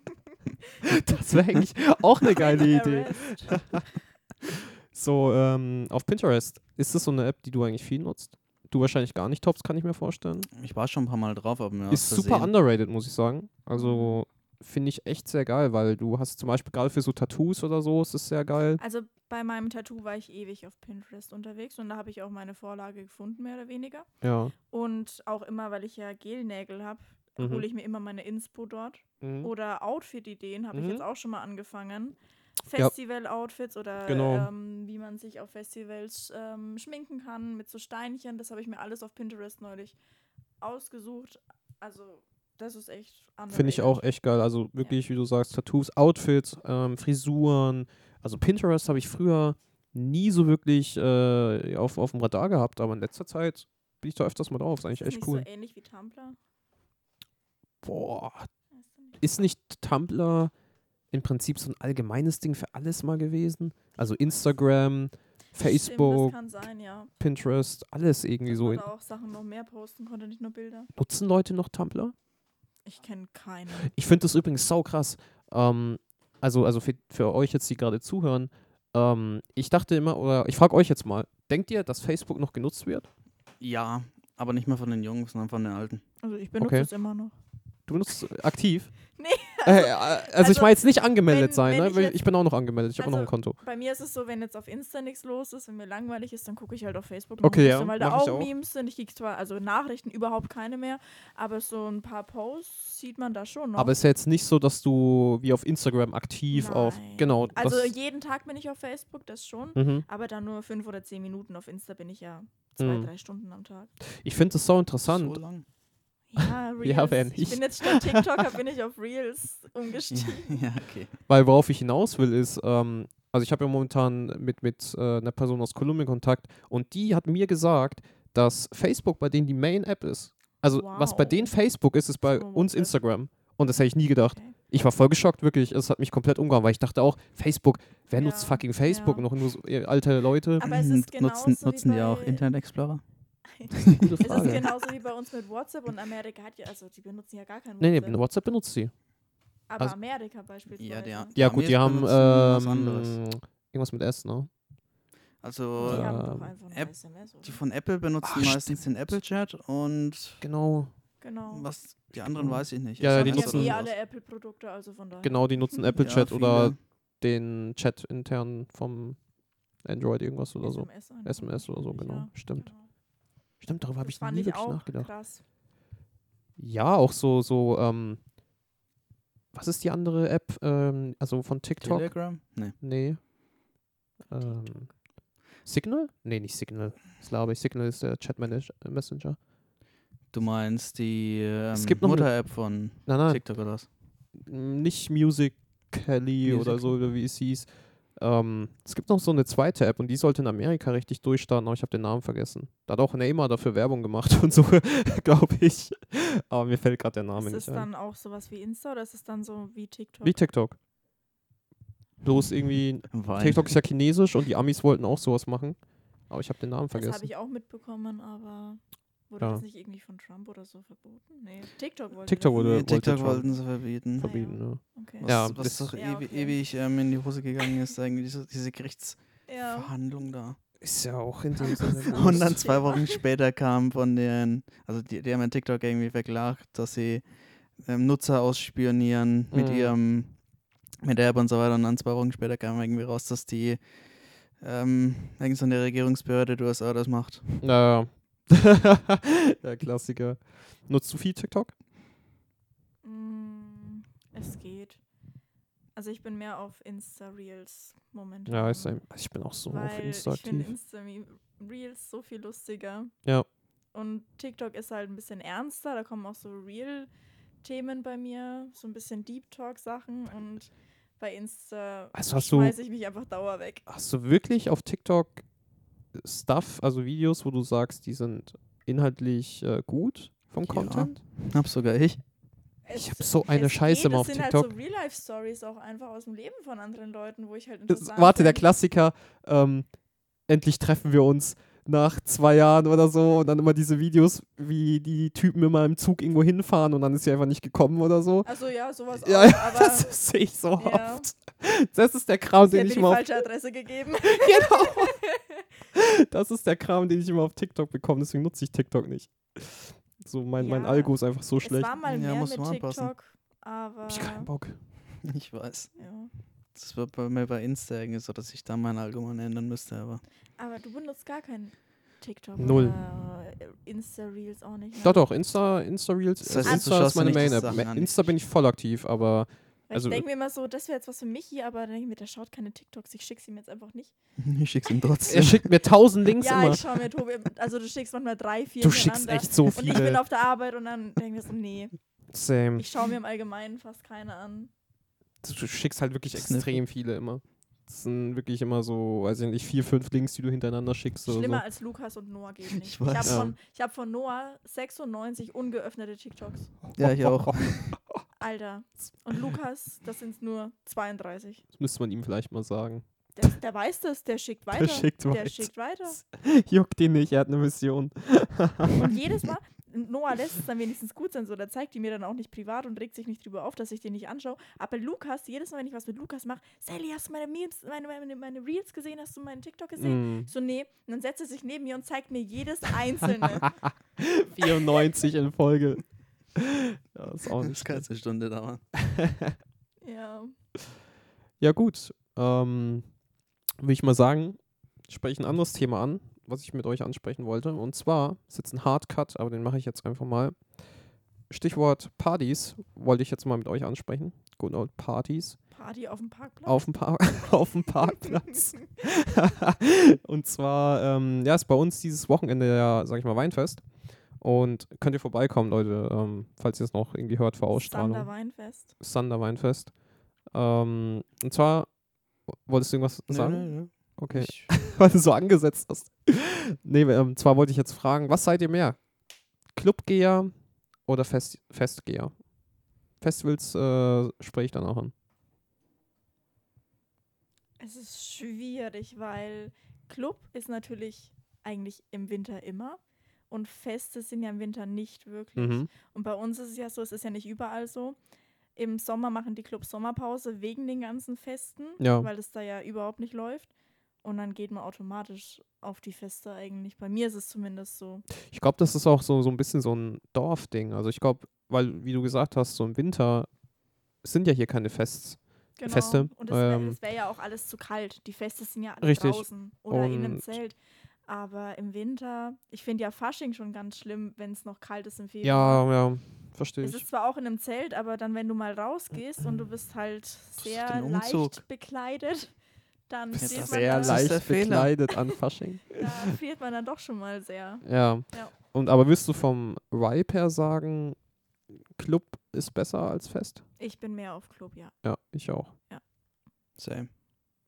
[SPEAKER 1] das wäre eigentlich auch
[SPEAKER 3] (laughs)
[SPEAKER 1] eine geile Idee.
[SPEAKER 3] Pinterest.
[SPEAKER 1] So, ähm, auf Pinterest, ist das so eine App, die du eigentlich viel nutzt? Du wahrscheinlich gar nicht, Tops, kann ich mir vorstellen.
[SPEAKER 2] Ich war schon ein paar Mal drauf, aber mir
[SPEAKER 1] ist
[SPEAKER 2] aus
[SPEAKER 1] super
[SPEAKER 2] Versehen- Mhm.
[SPEAKER 1] underrated, muss ich sagen. Also finde ich echt sehr geil, weil du hast zum Beispiel gerade für so Tattoos oder so, ist es sehr geil.
[SPEAKER 3] Also bei meinem Tattoo war ich ewig auf Pinterest unterwegs und da habe ich auch meine Vorlage gefunden, mehr oder weniger.
[SPEAKER 1] Ja.
[SPEAKER 3] Und auch immer, weil ich ja Gelnägel habe,
[SPEAKER 1] Mhm.
[SPEAKER 3] hole ich mir immer meine Inspo dort.
[SPEAKER 1] Mhm.
[SPEAKER 3] Oder Outfit-Ideen habe
[SPEAKER 1] Mhm.
[SPEAKER 3] ich jetzt auch schon mal angefangen.
[SPEAKER 1] Ja.
[SPEAKER 3] Festival-Outfits oder
[SPEAKER 1] Genau.
[SPEAKER 3] ähm, wie man sich auf Festivals ähm, schminken kann mit so Steinchen. Das habe ich mir alles auf Pinterest neulich ausgesucht. Also das ist echt anders.
[SPEAKER 1] Finde ich auch echt geil. Also wirklich, wie du sagst, Tattoos, Outfits, ähm, Frisuren. Also Pinterest habe ich früher nie so wirklich äh, auf, auf dem Radar gehabt, aber in letzter Zeit bin ich da öfters mal drauf. Ist eigentlich
[SPEAKER 3] ist
[SPEAKER 1] echt
[SPEAKER 3] nicht
[SPEAKER 1] cool.
[SPEAKER 3] so ähnlich wie Tumblr.
[SPEAKER 1] Boah,
[SPEAKER 3] Weißt du nicht?
[SPEAKER 1] ist nicht Tumblr im Prinzip so ein allgemeines Ding für alles mal gewesen? Also Instagram,
[SPEAKER 3] Stimmt, das
[SPEAKER 1] Facebook,
[SPEAKER 3] kann sein, ja.
[SPEAKER 1] Pinterest, alles irgendwie so.
[SPEAKER 3] Oder auch Sachen noch mehr posten konnte, nicht nur Bilder.
[SPEAKER 1] Nutzen Leute noch Tumblr?
[SPEAKER 3] Ich kenne keine.
[SPEAKER 1] Ich finde das übrigens sau krass. Ähm, also, also für, für euch jetzt, die gerade zuhören, ähm, ich dachte immer, oder ich frage euch jetzt mal, denkt ihr, dass Facebook noch genutzt wird?
[SPEAKER 2] Ja, aber nicht mehr von den Jungen, sondern von den Alten.
[SPEAKER 3] Also ich benutze
[SPEAKER 1] Okay.
[SPEAKER 3] es immer noch.
[SPEAKER 1] Du benutzt es aktiv?
[SPEAKER 3] (laughs) Nee,
[SPEAKER 1] Also, äh, äh, also, ich
[SPEAKER 3] also,
[SPEAKER 1] meine jetzt nicht angemeldet
[SPEAKER 3] wenn-
[SPEAKER 1] sein,
[SPEAKER 3] wenn
[SPEAKER 1] ne?
[SPEAKER 3] ich
[SPEAKER 1] Weil
[SPEAKER 3] jetzt-
[SPEAKER 1] ich bin auch noch angemeldet, ich habe auch noch ein
[SPEAKER 3] Also,
[SPEAKER 1] Konto.
[SPEAKER 3] Bei mir ist es so, wenn jetzt auf Insta nichts los ist, wenn mir langweilig ist, dann gucke ich halt auf Facebook.
[SPEAKER 1] Okay,
[SPEAKER 3] noch ein
[SPEAKER 1] ja,
[SPEAKER 3] bisschen, Weil da
[SPEAKER 1] mach ich
[SPEAKER 3] auch
[SPEAKER 1] auch.
[SPEAKER 3] Memes sind. Ich kriege zwar also Nachrichten überhaupt keine mehr, aber so ein paar Posts sieht man da schon noch.
[SPEAKER 1] Aber es ist ja jetzt nicht so, dass du wie auf Instagram aktiv auf.
[SPEAKER 3] Nein.
[SPEAKER 1] Genau.
[SPEAKER 3] also
[SPEAKER 1] das,
[SPEAKER 3] jeden Tag bin ich auf Facebook, das schon.
[SPEAKER 1] mhm.
[SPEAKER 3] Aber dann nur fünf oder zehn Minuten. Auf Insta bin ich ja zwei,
[SPEAKER 1] Mhm.
[SPEAKER 3] drei Stunden am Tag.
[SPEAKER 1] Ich finde das so
[SPEAKER 2] So
[SPEAKER 1] interessant.
[SPEAKER 2] lang? (laughs)
[SPEAKER 1] (laughs)
[SPEAKER 3] Ja, Reels.
[SPEAKER 1] wenn
[SPEAKER 3] ich
[SPEAKER 1] ich-
[SPEAKER 3] bin jetzt statt TikToker bin ich auf Reels
[SPEAKER 1] (laughs)
[SPEAKER 3] umgestiegen.
[SPEAKER 2] ja, okay.
[SPEAKER 1] Weil worauf ich hinaus will, ist, ähm, also ich habe ja momentan mit, mit äh, einer Person aus Kolumbien Kontakt und die hat mir gesagt, dass Facebook bei denen die Main-App ist. Also was bei
[SPEAKER 3] Wow.
[SPEAKER 1] denen Facebook ist, ist bei
[SPEAKER 3] Nur
[SPEAKER 1] uns
[SPEAKER 3] WhatsApp.
[SPEAKER 1] Instagram. Und das hätte ich nie gedacht.
[SPEAKER 3] Okay.
[SPEAKER 1] Ich war voll geschockt, wirklich. Es hat mich komplett umgehauen, weil ich dachte auch, Facebook, wer nutzt
[SPEAKER 3] Ja,
[SPEAKER 1] fucking Facebook?
[SPEAKER 3] ja.
[SPEAKER 1] Noch nur so, äh, alte Leute.
[SPEAKER 3] Aber es ist genauso
[SPEAKER 2] nutzen
[SPEAKER 3] wie
[SPEAKER 2] nutzen die auch
[SPEAKER 3] bei- (laughs)
[SPEAKER 2] Internet Explorer?
[SPEAKER 1] Gute
[SPEAKER 3] Es ist genau
[SPEAKER 1] Frage.
[SPEAKER 3] genauso wie bei uns mit WhatsApp und Amerika hat ja, also die benutzen ja gar keinen
[SPEAKER 1] Nee,
[SPEAKER 3] WhatsApp.
[SPEAKER 1] nee, WhatsApp benutzt sie.
[SPEAKER 3] aber
[SPEAKER 1] also-
[SPEAKER 3] Amerika beispielsweise.
[SPEAKER 2] Ja, der-
[SPEAKER 1] Ja,
[SPEAKER 2] Amis
[SPEAKER 1] gut, die haben
[SPEAKER 2] benutzen was
[SPEAKER 1] ähm,
[SPEAKER 2] anderes.
[SPEAKER 1] irgendwas mit S, ne?
[SPEAKER 2] Also,
[SPEAKER 3] Die
[SPEAKER 1] Ja.
[SPEAKER 3] haben
[SPEAKER 1] ähm,
[SPEAKER 3] doch einfach eine
[SPEAKER 2] App-
[SPEAKER 3] SMS. Oder?
[SPEAKER 2] die von Apple benutzen
[SPEAKER 1] Ah,
[SPEAKER 2] meistens den Apple Chat und
[SPEAKER 1] Genau.
[SPEAKER 3] genau.
[SPEAKER 2] was die anderen weiß ich
[SPEAKER 1] Ja,
[SPEAKER 2] nicht. Ich
[SPEAKER 1] ja,
[SPEAKER 2] sag
[SPEAKER 1] die
[SPEAKER 3] die
[SPEAKER 2] jetzt
[SPEAKER 3] nutzen
[SPEAKER 1] nutzen-
[SPEAKER 2] so
[SPEAKER 3] ja eh
[SPEAKER 2] was.
[SPEAKER 3] alle Apple-Produkte, also von daher.
[SPEAKER 1] Genau, die nutzen Apple
[SPEAKER 2] Ja,
[SPEAKER 1] Chat
[SPEAKER 2] viele.
[SPEAKER 1] oder den Chat intern vom Android irgendwas oder so.
[SPEAKER 3] SMS, einfach.
[SPEAKER 1] SMS oder so, genau.
[SPEAKER 3] Ja,
[SPEAKER 1] Stimmt.
[SPEAKER 3] genau.
[SPEAKER 1] Stimmt, darüber habe
[SPEAKER 3] Das
[SPEAKER 1] ich
[SPEAKER 3] fand
[SPEAKER 1] nie
[SPEAKER 3] ich
[SPEAKER 1] wirklich
[SPEAKER 3] auch
[SPEAKER 1] nachgedacht.
[SPEAKER 3] krass.
[SPEAKER 1] Ja, auch so, so, ähm, was ist die andere App? Ähm, also von TikTok?
[SPEAKER 2] Telegram? Nee.
[SPEAKER 1] nee. Ähm, Signal? Nee, nicht Signal. Das laber ich. Signal ist der Chat Manage äh, Messenger.
[SPEAKER 2] Du meinst die ähm,
[SPEAKER 1] Es gibt noch eine- Ah.
[SPEAKER 2] Mutter-App von
[SPEAKER 1] Nein, nein.
[SPEAKER 2] TikTok oder was?
[SPEAKER 1] m, nicht Musical.ly oder
[SPEAKER 2] Musical.ly.
[SPEAKER 1] so, oder wie es hieß. Ähm, es gibt noch so eine zweite App und die sollte in Amerika richtig durchstarten, aber ich habe den Namen vergessen. Da hat auch Neymar dafür Werbung gemacht (laughs) und so, glaube ich. Aber mir fällt gerade der Name
[SPEAKER 3] Ist es
[SPEAKER 1] nicht ein.
[SPEAKER 3] dann auch sowas wie Insta oder ist es dann so wie TikTok?
[SPEAKER 1] Wie TikTok. Bloß irgendwie,
[SPEAKER 2] Wein.
[SPEAKER 1] TikTok ist ja chinesisch und die Amis wollten auch sowas machen. Aber ich habe den Namen
[SPEAKER 3] Das habe
[SPEAKER 1] vergessen.
[SPEAKER 3] ich auch mitbekommen, aber wurde
[SPEAKER 1] Ja.
[SPEAKER 3] das nicht irgendwie von Trump oder so verboten? Nee, TikTok wollte
[SPEAKER 1] TikTok
[SPEAKER 3] das.
[SPEAKER 1] wurde-
[SPEAKER 2] Nee,
[SPEAKER 1] wollte
[SPEAKER 2] TikTok
[SPEAKER 1] Trump.
[SPEAKER 2] wollten sie verbieten.
[SPEAKER 3] Ver-
[SPEAKER 1] Verbieten, ja.
[SPEAKER 3] Okay.
[SPEAKER 2] Was,
[SPEAKER 1] Ja,
[SPEAKER 2] was
[SPEAKER 1] das-
[SPEAKER 2] doch
[SPEAKER 3] Ja,
[SPEAKER 2] ewig,
[SPEAKER 3] okay.
[SPEAKER 2] ewig ähm, in die Hose gegangen ist, eigentlich diese, diese Gerichtsverhandlung
[SPEAKER 3] Ja.
[SPEAKER 2] da.
[SPEAKER 1] Ist ja auch in
[SPEAKER 3] (laughs)
[SPEAKER 1] dem Sinne.
[SPEAKER 2] Und dann
[SPEAKER 1] bloß-
[SPEAKER 2] zwei
[SPEAKER 3] Thema.
[SPEAKER 2] Wochen später kam von den, also die, die haben ja TikTok irgendwie verklagt, dass sie ähm, Nutzer ausspionieren mit
[SPEAKER 1] Mhm.
[SPEAKER 2] ihrem, mit der App und so weiter. Und dann zwei Wochen später kam irgendwie raus, dass die ähm, irgend so eine Regierungsbehörde der USA das macht.
[SPEAKER 1] Naja. (laughs) Der Klassiker. Nutzt du viel TikTok?
[SPEAKER 3] Mm, es geht. Also ich bin mehr auf Insta-Reels momentan.
[SPEAKER 1] Ja, ich, ich bin auch so
[SPEAKER 3] weil
[SPEAKER 1] auf Insta
[SPEAKER 3] ich finde
[SPEAKER 1] aktiv.
[SPEAKER 3] Insta-Reels so viel lustiger.
[SPEAKER 1] Ja.
[SPEAKER 3] Und TikTok ist halt ein bisschen ernster, da kommen auch so Real-Themen bei mir, so ein bisschen Deep Talk-Sachen und bei Insta
[SPEAKER 1] Also hast du,
[SPEAKER 3] schmeiße ich mich einfach Dauer weg.
[SPEAKER 1] hast du wirklich auf TikTok Stuff, also Videos, wo du sagst, die sind inhaltlich äh, gut vom
[SPEAKER 2] Ja.
[SPEAKER 1] Content?
[SPEAKER 2] Hab sogar ich. (laughs)
[SPEAKER 1] Ich
[SPEAKER 3] Es-
[SPEAKER 1] habe so eine
[SPEAKER 3] es
[SPEAKER 1] Scheiße
[SPEAKER 3] geht,
[SPEAKER 1] immer
[SPEAKER 3] es
[SPEAKER 1] auf
[SPEAKER 3] sind
[SPEAKER 1] TikTok.
[SPEAKER 3] halt so Real-Life-Stories auch einfach aus dem Leben von anderen Leuten, wo ich halt
[SPEAKER 1] Das,
[SPEAKER 3] interessant
[SPEAKER 1] warte, der
[SPEAKER 3] find.
[SPEAKER 1] Klassiker, ähm, endlich treffen wir uns nach zwei Jahren oder so und dann immer diese Videos, wie die Typen immer im Zug irgendwo hinfahren und dann ist sie einfach nicht gekommen oder so.
[SPEAKER 3] Also ja, sowas
[SPEAKER 1] Ja, (laughs)
[SPEAKER 3] auch,
[SPEAKER 1] ja
[SPEAKER 3] aber
[SPEAKER 1] das sehe ich so
[SPEAKER 3] Ja.
[SPEAKER 1] oft. Das ist der Kram,
[SPEAKER 3] sie hat
[SPEAKER 1] den
[SPEAKER 3] mir
[SPEAKER 1] ich
[SPEAKER 3] die
[SPEAKER 1] immer auf,
[SPEAKER 3] falsche Adresse gegeben.
[SPEAKER 1] (laughs) genau. (laughs) Das ist der Kram, den ich immer auf TikTok bekomme, deswegen nutze ich TikTok nicht. So, mein, mein
[SPEAKER 3] Ja.
[SPEAKER 1] Algo ist einfach so
[SPEAKER 3] Es
[SPEAKER 1] schlecht.
[SPEAKER 3] war mal
[SPEAKER 2] Ja,
[SPEAKER 3] mehr mit
[SPEAKER 2] musst du anpassen.
[SPEAKER 3] TikTok, aber
[SPEAKER 1] halt Hab ich keinen Bock.
[SPEAKER 2] Ich weiß.
[SPEAKER 3] ja.
[SPEAKER 2] Das wird bei mir bei Insta irgendwie so, dass ich da mein Argument ändern müsste, aber. (laughs)
[SPEAKER 3] Aber du benutzt gar keinen TikTok
[SPEAKER 1] Null.
[SPEAKER 3] oder Insta-Reels auch nicht. ne?
[SPEAKER 1] Doch, doch, Insta, Insta Reels.
[SPEAKER 2] Das heißt,
[SPEAKER 1] also
[SPEAKER 2] du
[SPEAKER 1] Insta
[SPEAKER 2] schaust
[SPEAKER 1] ist
[SPEAKER 2] dir
[SPEAKER 1] meine
[SPEAKER 2] nicht die
[SPEAKER 1] Main-App.
[SPEAKER 2] Sachen an, die
[SPEAKER 1] Insta bin ich voll aktiv, aber
[SPEAKER 3] Weil
[SPEAKER 1] also-
[SPEAKER 3] ich denke mir immer so, das wäre jetzt was für mich hier, aber dann denke ich mir, der schaut keine TikToks, ich schicke sie mir jetzt einfach nicht.
[SPEAKER 2] Ich schick's ihm
[SPEAKER 1] er
[SPEAKER 2] trotzdem.
[SPEAKER 1] schickt mir tausend Links
[SPEAKER 3] ja,
[SPEAKER 1] immer.
[SPEAKER 3] ich schaue mir Tobi, also du schickst manchmal drei, vier
[SPEAKER 1] Du schickst
[SPEAKER 3] hintereinander.
[SPEAKER 1] echt so
[SPEAKER 3] Und ich bin
[SPEAKER 1] viele.
[SPEAKER 3] auf der Arbeit und dann denke ich mir so, nee,
[SPEAKER 1] Same.
[SPEAKER 3] ich schaue mir im Allgemeinen fast keine an.
[SPEAKER 1] Du du schickst halt wirklich
[SPEAKER 2] Sniffen.
[SPEAKER 1] extrem viele immer. Das sind wirklich immer so, weiß ich nicht, vier, fünf Links, die du hintereinander schickst oder
[SPEAKER 3] Schlimmer
[SPEAKER 1] so.
[SPEAKER 3] als Lukas und Noah geht nicht. Ich,
[SPEAKER 2] Ich
[SPEAKER 3] habe
[SPEAKER 2] weiß.
[SPEAKER 1] Ja.
[SPEAKER 3] von, ich hab von Noah 96 ungeöffnete TikToks.
[SPEAKER 2] Ja,
[SPEAKER 1] (laughs)
[SPEAKER 2] ich auch.
[SPEAKER 3] Alter. Und Lukas, das sind nur 32.
[SPEAKER 1] Das müsste man ihm vielleicht mal sagen.
[SPEAKER 3] Der, der weiß das, der schickt weiter.
[SPEAKER 1] schickt
[SPEAKER 3] der
[SPEAKER 1] weiter.
[SPEAKER 3] schickt weiter.
[SPEAKER 1] Juckt ihn nicht, er hat eine Mission.
[SPEAKER 3] Und jedes Mal, Noah lässt es dann wenigstens gut sein, so der zeigt die mir dann auch nicht privat und regt sich nicht drüber auf, dass ich den nicht anschaue. Aber Lukas, jedes Mal, wenn ich was mit Lukas mache, Sally, hast du meine Memes, meine, meine, meine Reels gesehen? Hast du meinen TikTok gesehen?
[SPEAKER 1] Mm.
[SPEAKER 3] So, nee. Und dann setzt er sich neben mir und zeigt mir jedes
[SPEAKER 1] (laughs)
[SPEAKER 3] einzelne.
[SPEAKER 1] 94 in Folge. Ja, ist auch
[SPEAKER 2] Das
[SPEAKER 1] nicht.
[SPEAKER 2] kann
[SPEAKER 1] schlecht.
[SPEAKER 2] jetzt eine Stunde dauern.
[SPEAKER 3] ja.
[SPEAKER 1] Ja, gut. Ähm, Würde ich mal sagen, spreche ein anderes Thema an, was ich mit euch ansprechen wollte. Und zwar ist jetzt ein Hardcut, aber den mache ich jetzt einfach mal. Stichwort Partys wollte ich jetzt mal mit euch ansprechen. Good old Partys.
[SPEAKER 3] Party auf dem Parkplatz.
[SPEAKER 1] auf dem, Par (laughs) auf dem Parkplatz. (laughs) und zwar, ähm, ja, ist bei uns dieses Wochenende ja, sag ich mal, Weinfest. Und könnt ihr vorbeikommen, Leute, ähm, falls ihr es noch irgendwie hört vor
[SPEAKER 3] Sander
[SPEAKER 1] Ausstrahlung.
[SPEAKER 3] Weinfest.
[SPEAKER 1] Sander Weinfest. Ähm, und zwar, wolltest du irgendwas sagen? Okay,
[SPEAKER 2] Ich,
[SPEAKER 1] (laughs) weil du so angesetzt hast. (laughs) nee, ähm, zwar wollte ich jetzt fragen, was seid ihr mehr? Clubgeher oder Fest Festgeher? Festivals äh, spreche ich dann auch an.
[SPEAKER 3] Es ist schwierig, weil Club ist natürlich eigentlich im Winter immer und Feste sind ja im Winter nicht wirklich.
[SPEAKER 1] Mhm.
[SPEAKER 3] Und bei uns ist es ja so, es ist ja nicht überall so. Im Sommer machen die Clubs Sommerpause wegen den ganzen Festen,
[SPEAKER 1] Ja.
[SPEAKER 3] weil es da ja überhaupt nicht läuft. Und dann geht man automatisch auf die Feste eigentlich. Bei mir ist es zumindest so.
[SPEAKER 1] Ich glaube, das ist auch so, so ein bisschen so ein Dorfding. Also ich glaube, weil, wie du gesagt hast, so im Winter sind ja hier keine Fests.
[SPEAKER 3] Genau.
[SPEAKER 1] Feste,
[SPEAKER 3] Und es wäre
[SPEAKER 1] ähm,
[SPEAKER 3] wär ja auch alles zu kalt. Die Feste sind ja alle
[SPEAKER 1] Richtig.
[SPEAKER 3] draußen oder in einem
[SPEAKER 1] Und-
[SPEAKER 3] Zelt. Aber im Winter, ich finde ja Fasching schon ganz schlimm, wenn es noch kalt ist im Februar.
[SPEAKER 1] Ja, ja, verstehe
[SPEAKER 3] Es
[SPEAKER 1] ich.
[SPEAKER 3] ist zwar auch in einem Zelt, aber dann, wenn du mal rausgehst und du bist halt sehr
[SPEAKER 2] den Umzug.
[SPEAKER 3] leicht bekleidet, dann
[SPEAKER 2] Ja,
[SPEAKER 3] friert
[SPEAKER 2] das
[SPEAKER 3] man,
[SPEAKER 2] wär
[SPEAKER 1] Sehr
[SPEAKER 3] dann,
[SPEAKER 2] Das ist der
[SPEAKER 1] leicht
[SPEAKER 2] Fehler.
[SPEAKER 1] bekleidet an Fasching.
[SPEAKER 3] da friert man dann doch schon mal sehr.
[SPEAKER 1] ja.
[SPEAKER 3] Ja.
[SPEAKER 1] Und aber willst du vom Vibe her sagen, Club ist besser als Fest?
[SPEAKER 3] Ich bin mehr auf Club, ja.
[SPEAKER 1] Ja, ich auch.
[SPEAKER 2] Same.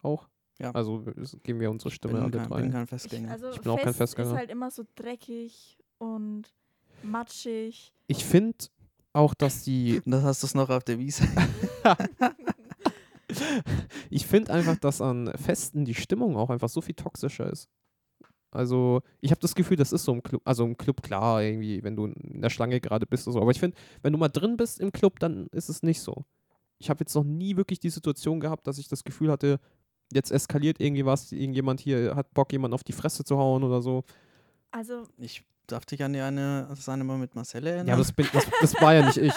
[SPEAKER 1] Auch?
[SPEAKER 2] Ja.
[SPEAKER 1] Also es- geben wir unsere
[SPEAKER 2] Bin,
[SPEAKER 1] Stimme alle
[SPEAKER 2] kein,
[SPEAKER 1] drei.
[SPEAKER 2] bin halt kein
[SPEAKER 3] Ich,
[SPEAKER 2] Festgänger.
[SPEAKER 3] also
[SPEAKER 1] Ich bin auch kein
[SPEAKER 3] Fest ist
[SPEAKER 1] Festgänger.
[SPEAKER 3] halt immer so dreckig und matschig.
[SPEAKER 1] Ich finde auch, dass die
[SPEAKER 2] Und das hast du es noch auf der Wiese.
[SPEAKER 1] Ich finde einfach, dass an Festen die Stimmung auch einfach so viel toxischer ist. Also, ich habe das Gefühl, das ist so im Club, also im Club klar, irgendwie, wenn du in der Schlange gerade bist oder so. Aber ich finde, wenn du mal drin bist im Club, dann ist es nicht so. Ich habe jetzt noch nie wirklich die Situation gehabt, dass ich das Gefühl hatte, jetzt eskaliert irgendwie was, irgendjemand hier hat Bock, jemanden auf die Fresse zu hauen oder so.
[SPEAKER 3] Also,
[SPEAKER 2] (laughs) Ich darf dich an die eine, das eine Mal mit Marcelle erinnern.
[SPEAKER 3] Genau.
[SPEAKER 1] Ja, aber das, bin, das, das war ja nicht
[SPEAKER 3] (laughs)
[SPEAKER 1] ich.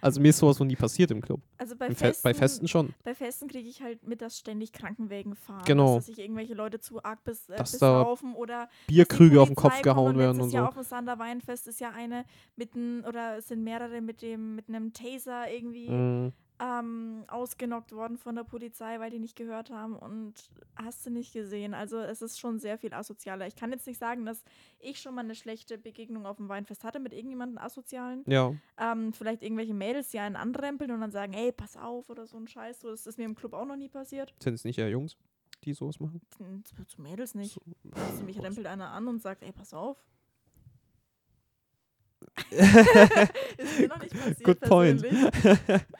[SPEAKER 1] also, mir ist sowas noch nie passiert im Club.
[SPEAKER 3] also bei,
[SPEAKER 1] Im Fe
[SPEAKER 3] Festen,
[SPEAKER 1] bei Festen schon.
[SPEAKER 3] bei Festen kriege ich halt mit, dass ständig Krankenwägen fahren.
[SPEAKER 1] Genau.
[SPEAKER 3] Dass sich irgendwelche Leute zu arg bis, äh,
[SPEAKER 1] Dass da
[SPEAKER 3] besaufen oder
[SPEAKER 1] Bierkrüge auf den Kopf
[SPEAKER 3] Polizei kommt
[SPEAKER 1] gehauen werden
[SPEAKER 3] letztes
[SPEAKER 1] und so.
[SPEAKER 3] Jahr auf dem Sanderweinfest ist ja eine mit einem, oder es sind mehrere mit dem, mit einem Taser irgendwie
[SPEAKER 1] Mhm.
[SPEAKER 3] ähm, ausgenockt worden von der Polizei, weil die nicht gehört haben und hast du nicht gesehen. Also es ist schon sehr viel asozialer. Ich kann jetzt nicht sagen, dass ich schon mal eine schlechte Begegnung auf dem Weinfest hatte mit irgendjemandem asozialen.
[SPEAKER 1] Ja,
[SPEAKER 3] Ähm, vielleicht irgendwelche Mädels, die einen anrempeln und dann sagen, ey, pass auf oder so ein Scheiß. So, das ist mir im Club auch noch nie passiert.
[SPEAKER 1] sind es nicht eher Jungs, die sowas machen?
[SPEAKER 3] Hm, Zu zu Mädels nicht.
[SPEAKER 1] So.
[SPEAKER 3] Also, mich rempelt einer an und sagt, ey, pass auf.
[SPEAKER 1] (laughs)
[SPEAKER 3] ist mir noch nicht passiert.
[SPEAKER 1] Good point.
[SPEAKER 3] persönlich.
[SPEAKER 1] (laughs)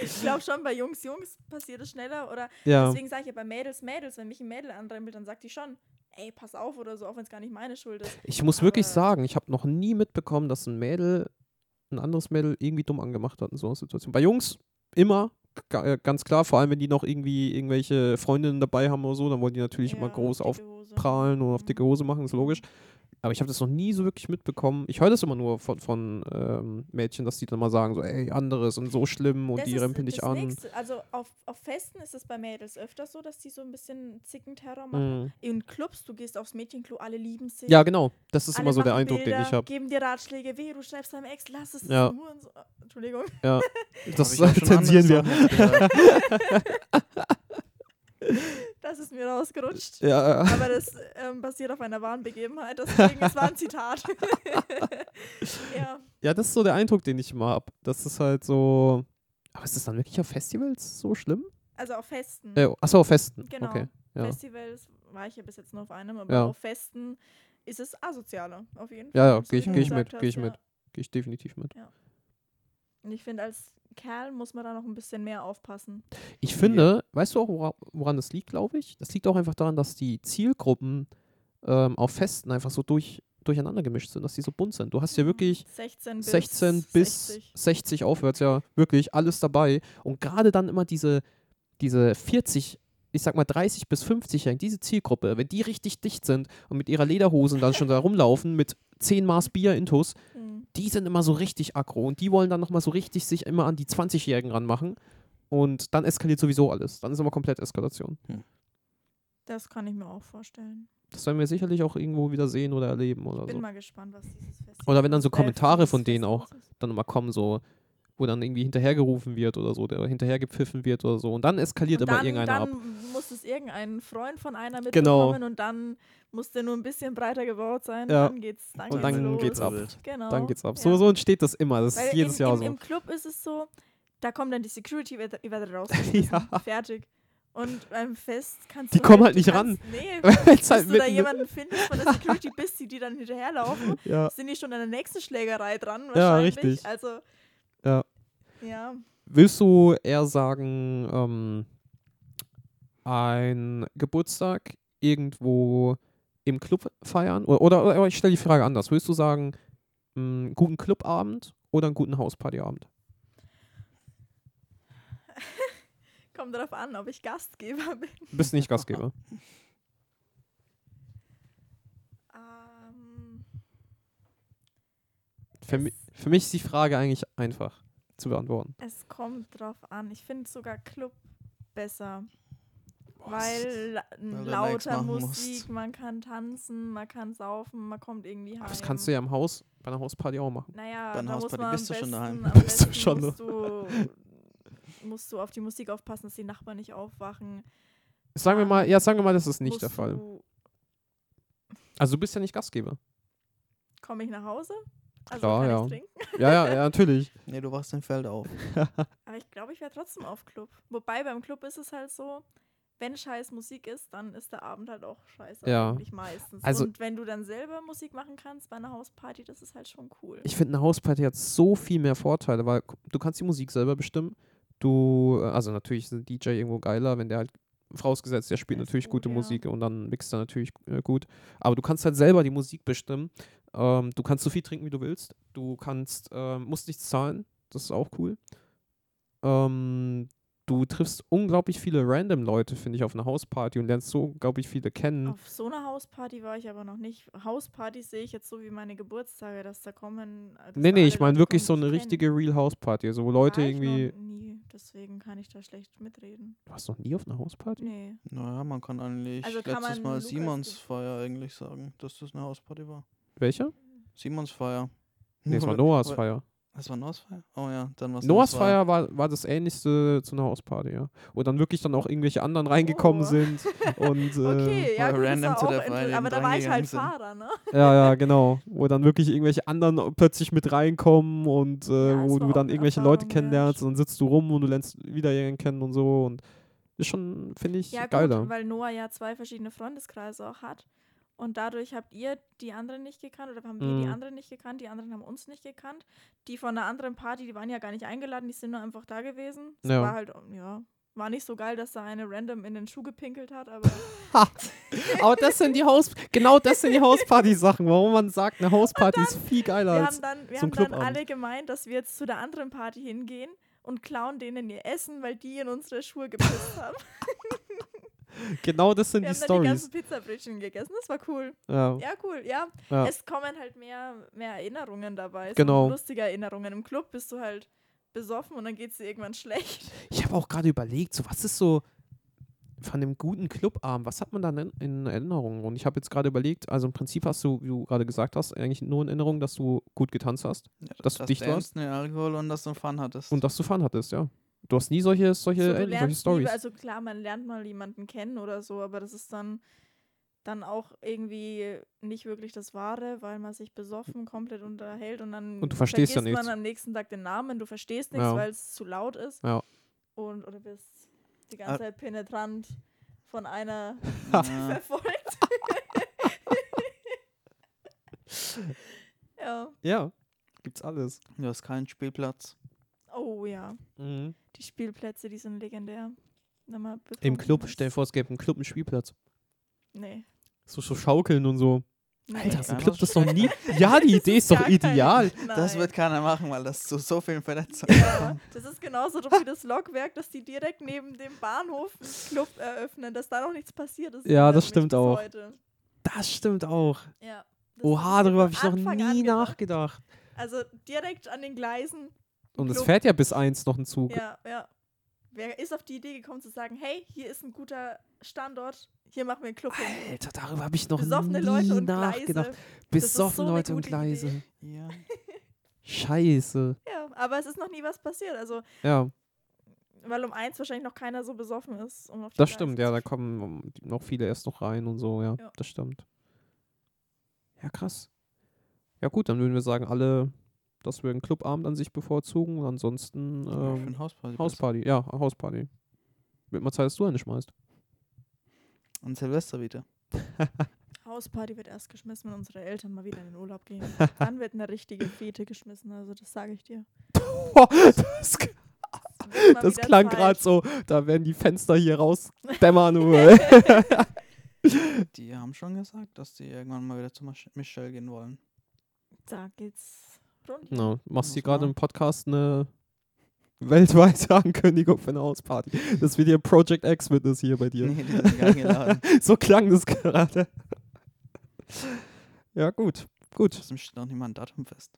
[SPEAKER 3] Ich glaube schon, bei Jungs, Jungs passiert es schneller oder
[SPEAKER 1] ja.
[SPEAKER 3] Deswegen sage ich ja bei Mädels, Mädels, wenn mich ein Mädel anrempelt, dann sagt die schon, ey, pass auf oder so, auch wenn es gar nicht meine Schuld ist.
[SPEAKER 1] Ich muss wirklich
[SPEAKER 3] aber-
[SPEAKER 1] sagen, ich habe noch nie mitbekommen, dass ein Mädel ein anderes Mädel irgendwie dumm angemacht hat in so einer Situation. Bei Jungs immer, ga- äh, ganz klar, vor allem wenn die noch irgendwie irgendwelche Freundinnen dabei haben oder so, dann wollen die natürlich
[SPEAKER 3] Ja,
[SPEAKER 1] immer groß
[SPEAKER 3] dicke Hose.
[SPEAKER 1] aufprallen und auf
[SPEAKER 3] Mhm.
[SPEAKER 1] dicke Hose machen, ist logisch. Aber ich habe das noch nie so wirklich mitbekommen. Ich höre das immer nur von, von ähm, Mädchen, dass die dann mal sagen, so, ey, anderes und so schlimm und
[SPEAKER 3] Das
[SPEAKER 1] die
[SPEAKER 3] ist
[SPEAKER 1] rempeln dich
[SPEAKER 3] das
[SPEAKER 1] an.
[SPEAKER 3] Nächste. Also auf, auf Festen ist es bei Mädels öfter so, dass die so ein bisschen Zickenterror machen.
[SPEAKER 1] Mhm.
[SPEAKER 3] In Clubs, du gehst aufs Mädchenklo, alle lieben sich.
[SPEAKER 1] Ja, genau. Das ist
[SPEAKER 3] alle
[SPEAKER 1] immer so der
[SPEAKER 3] machen
[SPEAKER 1] Eindruck,
[SPEAKER 3] Bilder,
[SPEAKER 1] den ich habe.
[SPEAKER 3] Geben dir Ratschläge, weh, du schreibst deinem Ex, lass es
[SPEAKER 1] Ja.
[SPEAKER 3] ja. nur und so. Entschuldigung. (laughs)
[SPEAKER 1] Ja. Das
[SPEAKER 2] Hab ich auch
[SPEAKER 1] (laughs)
[SPEAKER 2] schon
[SPEAKER 1] zensieren wir.
[SPEAKER 2] anderes Sachen gehört.
[SPEAKER 3] Das ist mir rausgerutscht.
[SPEAKER 1] Ja, ja.
[SPEAKER 3] Aber das ähm, basiert auf einer wahren Begebenheit, deswegen, es war ein
[SPEAKER 1] (laughs)
[SPEAKER 3] Zitat. ja.
[SPEAKER 1] Ja, das ist so der Eindruck, den ich immer habe. Das ist halt so. Aber ist das dann wirklich auf Festivals so schlimm?
[SPEAKER 3] Also auf Festen.
[SPEAKER 1] Äh, achso, auf Festen.
[SPEAKER 3] Genau.
[SPEAKER 1] Okay. Ja.
[SPEAKER 3] Festivals war ich ja bis jetzt nur auf einem, aber
[SPEAKER 1] Ja.
[SPEAKER 3] auf Festen ist es asozialer, auf jeden Fall.
[SPEAKER 1] Ja, ja,
[SPEAKER 3] so
[SPEAKER 1] geh
[SPEAKER 3] wie
[SPEAKER 1] ich-
[SPEAKER 3] du
[SPEAKER 1] geh ich
[SPEAKER 3] gesagt
[SPEAKER 1] mit, geh
[SPEAKER 3] hast,
[SPEAKER 1] ich mit. Gehe ich definitiv mit.
[SPEAKER 3] Und ich finde, als Kerl muss man da noch ein bisschen mehr aufpassen.
[SPEAKER 1] Ich finde, weißt du auch, wora- woran das liegt, glaube ich? Das liegt auch einfach daran, dass die Zielgruppen ähm, auf Festen einfach so durch, durcheinander gemischt sind, dass die so bunt sind. Du hast ja wirklich
[SPEAKER 3] 16 bis
[SPEAKER 1] 16 bis 60,
[SPEAKER 3] 60.
[SPEAKER 1] aufwärts, ja, wirklich alles dabei. Und gerade dann immer diese, diese 40, ich sag mal 30 bis 50-Jährigen, diese Zielgruppe, wenn die richtig dicht sind und mit ihrer Lederhosen dann schon da rumlaufen mit 10 Maß Bier intus,
[SPEAKER 3] Hm.
[SPEAKER 1] die sind immer so richtig aggro und die wollen dann nochmal so richtig sich immer an die 20-Jährigen ranmachen. Und dann eskaliert sowieso alles. Dann ist immer komplett Eskalation.
[SPEAKER 3] Das kann ich mir auch vorstellen.
[SPEAKER 1] Das werden wir sicherlich auch irgendwo wieder sehen oder erleben oder
[SPEAKER 3] Bin
[SPEAKER 1] so.
[SPEAKER 3] mal gespannt, was dieses Festival
[SPEAKER 1] Also Oder wenn dann so
[SPEAKER 3] äh,
[SPEAKER 1] Kommentare
[SPEAKER 3] dieses
[SPEAKER 1] von denen auch
[SPEAKER 3] Festival ist.
[SPEAKER 1] dann immer kommen, so, wo dann irgendwie hinterhergerufen wird oder so, der hinterhergepfiffen wird oder so. Und dann eskaliert
[SPEAKER 3] Und
[SPEAKER 1] immer
[SPEAKER 3] dann,
[SPEAKER 1] irgendeiner
[SPEAKER 3] dann
[SPEAKER 1] ab.
[SPEAKER 3] muss es irgendein Freund von einer
[SPEAKER 1] Genau.
[SPEAKER 3] mitbekommen und dann muss der nur ein bisschen breiter gebaut sein.
[SPEAKER 1] Ja.
[SPEAKER 3] Dann geht's,
[SPEAKER 1] (laughs)
[SPEAKER 3] dann
[SPEAKER 1] Und
[SPEAKER 3] geht's
[SPEAKER 1] dann
[SPEAKER 3] los.
[SPEAKER 1] geht's ab.
[SPEAKER 3] Genau.
[SPEAKER 1] Dann geht's ab.
[SPEAKER 3] Ja.
[SPEAKER 1] So, so entsteht das immer. Das ist
[SPEAKER 3] Weil
[SPEAKER 1] jedes
[SPEAKER 3] im,
[SPEAKER 1] Jahr
[SPEAKER 3] im,
[SPEAKER 1] so.
[SPEAKER 3] Im Club ist es so, da kommen dann die Security, ihr ihr
[SPEAKER 1] (laughs)
[SPEAKER 3] werdet rausgeschmissen.
[SPEAKER 1] (laughs) Ja.
[SPEAKER 3] Fertig. Und beim Fest kannst
[SPEAKER 1] Die
[SPEAKER 3] du.
[SPEAKER 1] kommen halt
[SPEAKER 3] du
[SPEAKER 1] nicht
[SPEAKER 3] kannst- Nee, bis
[SPEAKER 1] Weil's (laughs) halt
[SPEAKER 3] du da
[SPEAKER 1] mitten-
[SPEAKER 3] jemanden findest
[SPEAKER 1] (laughs)
[SPEAKER 3] von der Security bist, die, die dann hinterherlaufen,
[SPEAKER 1] ja,
[SPEAKER 3] sind die schon an der nächsten Schlägerei dran.
[SPEAKER 1] Ja,
[SPEAKER 3] Wahrscheinlich.
[SPEAKER 1] richtig.
[SPEAKER 3] Also,
[SPEAKER 1] ja.
[SPEAKER 3] ja.
[SPEAKER 1] Willst du eher sagen, ähm, ein Geburtstag irgendwo im Club feiern? Oder, oder, oder ich stelle die Frage anders. Willst du sagen, einen guten Clubabend oder einen guten Hauspartyabend?
[SPEAKER 3] Kommt darauf an, ob ich Gastgeber (laughs) bin.
[SPEAKER 1] Du bist nicht
[SPEAKER 3] (laughs)
[SPEAKER 1] Gastgeber.
[SPEAKER 3] Ähm,
[SPEAKER 1] Für, mi- für mich ist die Frage eigentlich einfach zu beantworten.
[SPEAKER 3] es kommt drauf an. Ich finde sogar Club besser.
[SPEAKER 1] Boah, das ist-
[SPEAKER 3] Weil
[SPEAKER 2] du nichts
[SPEAKER 3] lauter
[SPEAKER 2] machen
[SPEAKER 3] Musik,
[SPEAKER 2] musst.
[SPEAKER 3] man kann tanzen, man kann saufen, man kommt irgendwie heim.
[SPEAKER 1] Aber das kannst du ja im Haus bei einer Hausparty auch machen.
[SPEAKER 3] Naja,
[SPEAKER 2] Bei einer
[SPEAKER 3] da muss
[SPEAKER 2] Hausparty
[SPEAKER 3] man
[SPEAKER 2] bist
[SPEAKER 3] am
[SPEAKER 2] du schon daheim.
[SPEAKER 3] besten,
[SPEAKER 1] (laughs)
[SPEAKER 3] am
[SPEAKER 1] Bist du
[SPEAKER 3] besten
[SPEAKER 1] schon
[SPEAKER 3] musst du, musst du auf die Musik aufpassen, dass die Nachbarn nicht aufwachen.
[SPEAKER 1] Sagen wir mal, ja, sagen wir mal, das ist nicht
[SPEAKER 3] musst
[SPEAKER 1] der Fall.
[SPEAKER 3] du-
[SPEAKER 1] Also du bist ja nicht Gastgeber.
[SPEAKER 3] Komme ich nach Hause? Also
[SPEAKER 1] Klar,
[SPEAKER 3] kann
[SPEAKER 1] ja.
[SPEAKER 3] ich trinken?
[SPEAKER 1] Ja, ja, ja, natürlich.
[SPEAKER 2] Nee, du wachst im Feld auf.
[SPEAKER 3] Aber ich glaube, ich wäre trotzdem auf Club. Wobei beim Club ist es halt so, wenn scheiß Musik ist, dann ist der Abend halt auch scheiße.
[SPEAKER 1] Ja.
[SPEAKER 3] Eigentlich meistens.
[SPEAKER 1] Also-
[SPEAKER 3] Und wenn du dann selber Musik machen kannst bei einer Hausparty, das ist halt schon cool.
[SPEAKER 1] Ich finde, eine Hausparty hat so viel mehr Vorteile, weil gu- du kannst die Musik selber bestimmen. Du, also natürlich ist ein DJ irgendwo geiler, wenn der halt vorausgesetzt, der spielt
[SPEAKER 3] Der ist
[SPEAKER 1] natürlich
[SPEAKER 3] gut,
[SPEAKER 1] gute
[SPEAKER 3] ja.
[SPEAKER 1] Musik und dann mixt er natürlich äh, gut. Aber du kannst halt selber die Musik bestimmen. Ähm, du kannst so viel trinken, wie du willst. Du kannst, ähm, musst nichts zahlen. Das ist auch cool. Ähm, du triffst unglaublich viele random Leute, finde ich, auf einer Hausparty und lernst so unglaublich viele kennen.
[SPEAKER 3] Auf so einer Hausparty war ich aber noch nicht. Hauspartys sehe ich jetzt so wie meine Geburtstage, dass da kommen. äh, dass
[SPEAKER 1] nee,
[SPEAKER 3] da
[SPEAKER 1] nee,
[SPEAKER 3] alle
[SPEAKER 1] ich meine
[SPEAKER 3] Leute
[SPEAKER 1] wirklich
[SPEAKER 3] kommen,
[SPEAKER 1] so
[SPEAKER 3] die
[SPEAKER 1] eine
[SPEAKER 3] ich kenn.
[SPEAKER 1] richtige Real House Party. Also wo Leute
[SPEAKER 3] War ich
[SPEAKER 1] irgendwie.
[SPEAKER 3] Noch nie, deswegen kann ich da schlecht mitreden.
[SPEAKER 1] Du warst noch nie auf einer Hausparty?
[SPEAKER 3] Nee.
[SPEAKER 2] Naja, man kann eigentlich
[SPEAKER 3] Also kann
[SPEAKER 2] letztes
[SPEAKER 3] man
[SPEAKER 2] Mal
[SPEAKER 3] Lukas
[SPEAKER 2] Simons
[SPEAKER 3] ge-
[SPEAKER 2] Feier eigentlich sagen, dass das eine Hausparty war.
[SPEAKER 1] Welcher?
[SPEAKER 2] Simons Feier.
[SPEAKER 1] Nee,
[SPEAKER 2] (laughs)
[SPEAKER 1] es war Noahs Feier.
[SPEAKER 2] Es war Noahs Feier? Oh ja, dann war es
[SPEAKER 1] Noahs Feier war, war das ähnlichste zu einer Hausparty, ja. Wo dann wirklich dann auch irgendwelche anderen reingekommen
[SPEAKER 3] Oh.
[SPEAKER 1] sind.
[SPEAKER 3] (laughs)
[SPEAKER 1] Und, äh,
[SPEAKER 3] Okay, ja,
[SPEAKER 2] war
[SPEAKER 3] gut,
[SPEAKER 2] random
[SPEAKER 3] random
[SPEAKER 2] zu
[SPEAKER 3] auch
[SPEAKER 2] der
[SPEAKER 3] inter-
[SPEAKER 2] Freundin
[SPEAKER 3] aber da war ich
[SPEAKER 2] drangegangen
[SPEAKER 3] halt
[SPEAKER 2] sind.
[SPEAKER 3] Fahrer, ne?
[SPEAKER 1] Ja, ja, genau. Wo dann wirklich irgendwelche anderen plötzlich mit reinkommen und äh,
[SPEAKER 3] Ja, es
[SPEAKER 1] wo
[SPEAKER 3] war
[SPEAKER 1] du
[SPEAKER 3] auch
[SPEAKER 1] dann
[SPEAKER 3] eine
[SPEAKER 1] irgendwelche
[SPEAKER 3] Erfahrung
[SPEAKER 1] Leute
[SPEAKER 3] wert.
[SPEAKER 1] kennenlernst und dann sitzt du rum und du lernst wieder jemanden kennen und so. Und ist schon, finde ich,
[SPEAKER 3] Ja,
[SPEAKER 1] geiler.
[SPEAKER 3] gut, weil Noah ja zwei verschiedene Freundeskreise auch hat. Und dadurch habt ihr die anderen nicht gekannt oder haben wir die
[SPEAKER 1] Mhm.
[SPEAKER 3] anderen nicht gekannt, die anderen haben uns nicht gekannt. Die von einer anderen Party, die waren ja gar nicht eingeladen, die sind nur einfach da gewesen. Es
[SPEAKER 1] Ja.
[SPEAKER 3] war halt, ja, war nicht so geil, dass da eine random in den Schuh gepinkelt hat,
[SPEAKER 1] (laughs)
[SPEAKER 3] aber
[SPEAKER 1] Aber das sind die Haus, genau das sind die Hausparty-Sachen. Warum man sagt, eine Hausparty ist viel geiler
[SPEAKER 3] wir
[SPEAKER 1] als.
[SPEAKER 3] haben dann,
[SPEAKER 1] zum
[SPEAKER 3] wir haben dann
[SPEAKER 1] Clubabend.
[SPEAKER 3] alle gemeint, dass wir jetzt zu der anderen Party hingehen und klauen denen ihr Essen, weil die in unsere Schuhe
[SPEAKER 1] (laughs)
[SPEAKER 3] gepisst haben.
[SPEAKER 1] Genau das sind
[SPEAKER 3] Wir
[SPEAKER 1] die
[SPEAKER 3] haben dann die ganzen
[SPEAKER 1] Stories.
[SPEAKER 3] Pizzabrötchen gegessen, das war cool.
[SPEAKER 1] Ja.
[SPEAKER 3] Ja, cool, ja.
[SPEAKER 1] Ja.
[SPEAKER 3] Es kommen halt mehr, mehr Erinnerungen dabei. so
[SPEAKER 1] Genau.
[SPEAKER 3] Lustige Erinnerungen. Im Club bist du halt besoffen und dann geht es dir irgendwann (laughs) schlecht.
[SPEAKER 1] Ich habe auch gerade überlegt, so was ist so von einem guten Clubabend, was hat man dann in, in Erinnerung? Und ich habe jetzt gerade überlegt, also im Prinzip hast du, wie du gerade gesagt hast, eigentlich nur in Erinnerung, dass du gut getanzt hast
[SPEAKER 2] Ja,
[SPEAKER 1] dass du dicht warst.
[SPEAKER 2] Ne, Alkohol und dass du Fun hattest.
[SPEAKER 1] und dass du Fun hattest, ja. Du hast nie solche, solche,
[SPEAKER 3] so, du
[SPEAKER 1] Erinnerungen, solche
[SPEAKER 3] lernst nie,
[SPEAKER 1] Stories.
[SPEAKER 3] also klar, man lernt mal jemanden kennen oder so, aber das ist dann, dann auch irgendwie nicht wirklich das Wahre, weil man sich besoffen komplett unterhält und dann
[SPEAKER 1] Und du verstehst ja
[SPEAKER 3] vergisst
[SPEAKER 1] nichts.
[SPEAKER 3] man am nächsten Tag den Namen, du verstehst nichts,
[SPEAKER 1] Ja.
[SPEAKER 3] weil es zu laut ist.
[SPEAKER 1] Ja.
[SPEAKER 3] Und oder bist die ganze
[SPEAKER 2] Ah.
[SPEAKER 3] Zeit penetrant von einer
[SPEAKER 1] Ah.
[SPEAKER 2] ja.
[SPEAKER 3] verfolgt. ja.
[SPEAKER 1] ja, gibt's alles.
[SPEAKER 2] Du hast keinen Spielplatz.
[SPEAKER 3] Oh ja.
[SPEAKER 1] Mhm.
[SPEAKER 3] Die Spielplätze, die sind legendär. Wenn man
[SPEAKER 1] Im
[SPEAKER 3] betrunken
[SPEAKER 1] Club,
[SPEAKER 3] ist.
[SPEAKER 1] stell dir vor, es gäbe einen Club, einen Spielplatz.
[SPEAKER 3] Nee.
[SPEAKER 1] So, so schaukeln und so.
[SPEAKER 3] nee.
[SPEAKER 1] Alter, so ein
[SPEAKER 2] Ja,
[SPEAKER 1] Club
[SPEAKER 2] das
[SPEAKER 1] das noch nie. Ja, die Idee ist doch
[SPEAKER 3] Gar keine-
[SPEAKER 1] ideal.
[SPEAKER 3] Nein.
[SPEAKER 2] Das wird keiner machen, weil das zu so vielen Verletzungen
[SPEAKER 3] ja, das ist genauso doch wie das Lokwerk, dass die direkt neben dem Bahnhof einen Club eröffnen, dass da noch nichts passiert ist.
[SPEAKER 1] Ja,
[SPEAKER 3] wundert
[SPEAKER 1] das
[SPEAKER 3] mich
[SPEAKER 1] stimmt
[SPEAKER 3] bis
[SPEAKER 1] auch.
[SPEAKER 3] Heute.
[SPEAKER 1] Das stimmt auch.
[SPEAKER 3] Ja, das
[SPEAKER 1] Oha,
[SPEAKER 3] ist
[SPEAKER 1] darüber habe
[SPEAKER 3] von
[SPEAKER 1] ich noch
[SPEAKER 3] Anfang
[SPEAKER 1] nie
[SPEAKER 3] an gedacht.
[SPEAKER 1] nachgedacht.
[SPEAKER 3] Also direkt an den Gleisen
[SPEAKER 1] Und es
[SPEAKER 3] Club.
[SPEAKER 1] fährt ja bis eins noch ein Zug.
[SPEAKER 3] Ja, ja. Wer ist auf die Idee gekommen zu sagen, hey, hier ist ein guter Standort, hier machen wir einen Club hin.
[SPEAKER 1] Alter, darüber habe ich noch
[SPEAKER 3] Besoffene
[SPEAKER 1] nie
[SPEAKER 3] Leute und
[SPEAKER 1] nachgedacht.
[SPEAKER 3] Gleise.
[SPEAKER 1] Besoffen
[SPEAKER 3] so eine
[SPEAKER 1] Leute und
[SPEAKER 3] gute
[SPEAKER 1] Gleise.
[SPEAKER 3] Idee.
[SPEAKER 2] Ja.
[SPEAKER 1] Scheiße.
[SPEAKER 3] Ja, aber es ist noch nie was passiert. Also,
[SPEAKER 1] Ja,
[SPEAKER 3] weil um eins wahrscheinlich noch keiner so besoffen ist. Um auf die
[SPEAKER 1] das
[SPEAKER 3] Gleise
[SPEAKER 1] stimmt.
[SPEAKER 3] zu
[SPEAKER 1] Ja,
[SPEAKER 3] fahren.
[SPEAKER 1] da kommen ähm, noch viele erst noch rein und so. Ja,
[SPEAKER 3] Ja.
[SPEAKER 1] das stimmt. Ja, krass. Ja, gut, dann würden wir sagen, alle, dass wir einen Clubabend an sich bevorzugen und ansonsten
[SPEAKER 2] Ja, für
[SPEAKER 1] ähm,
[SPEAKER 2] ein Hausparty.
[SPEAKER 1] Hausparty. Ja, Hausparty. Wird mal Zeit, dass du eine
[SPEAKER 3] (laughs)
[SPEAKER 1] schmeißt.
[SPEAKER 2] Und Silvester wieder.
[SPEAKER 3] Hausparty wird erst geschmissen, wenn unsere Eltern mal wieder in den Urlaub
[SPEAKER 1] (laughs)
[SPEAKER 3] gehen. Dann wird eine richtige Fete geschmissen, also das sage ich dir.
[SPEAKER 1] das (laughs)
[SPEAKER 3] Es wird mal
[SPEAKER 1] das
[SPEAKER 3] wieder
[SPEAKER 1] klang
[SPEAKER 3] Zeit.
[SPEAKER 1] gerade so, da werden die Fenster hier
[SPEAKER 3] (laughs)
[SPEAKER 1] raus dämmern. Uwe.
[SPEAKER 2] Die haben schon gesagt, dass die irgendwann mal wieder zu Mich- Michelle gehen wollen.
[SPEAKER 3] Da geht's rund.
[SPEAKER 1] Na, machst
[SPEAKER 2] Muss
[SPEAKER 1] hier gerade
[SPEAKER 2] man.
[SPEAKER 1] im Podcast eine weltweite (laughs) Ankündigung für eine Hausparty. Das wird hier Project X wird das hier bei dir.
[SPEAKER 2] Nee, die sind
[SPEAKER 1] (laughs)
[SPEAKER 2] nicht eingeladen.
[SPEAKER 1] So klang das gerade. Ja, gut. Gut.
[SPEAKER 2] Trotzdem steht noch niemand ein Datum fest.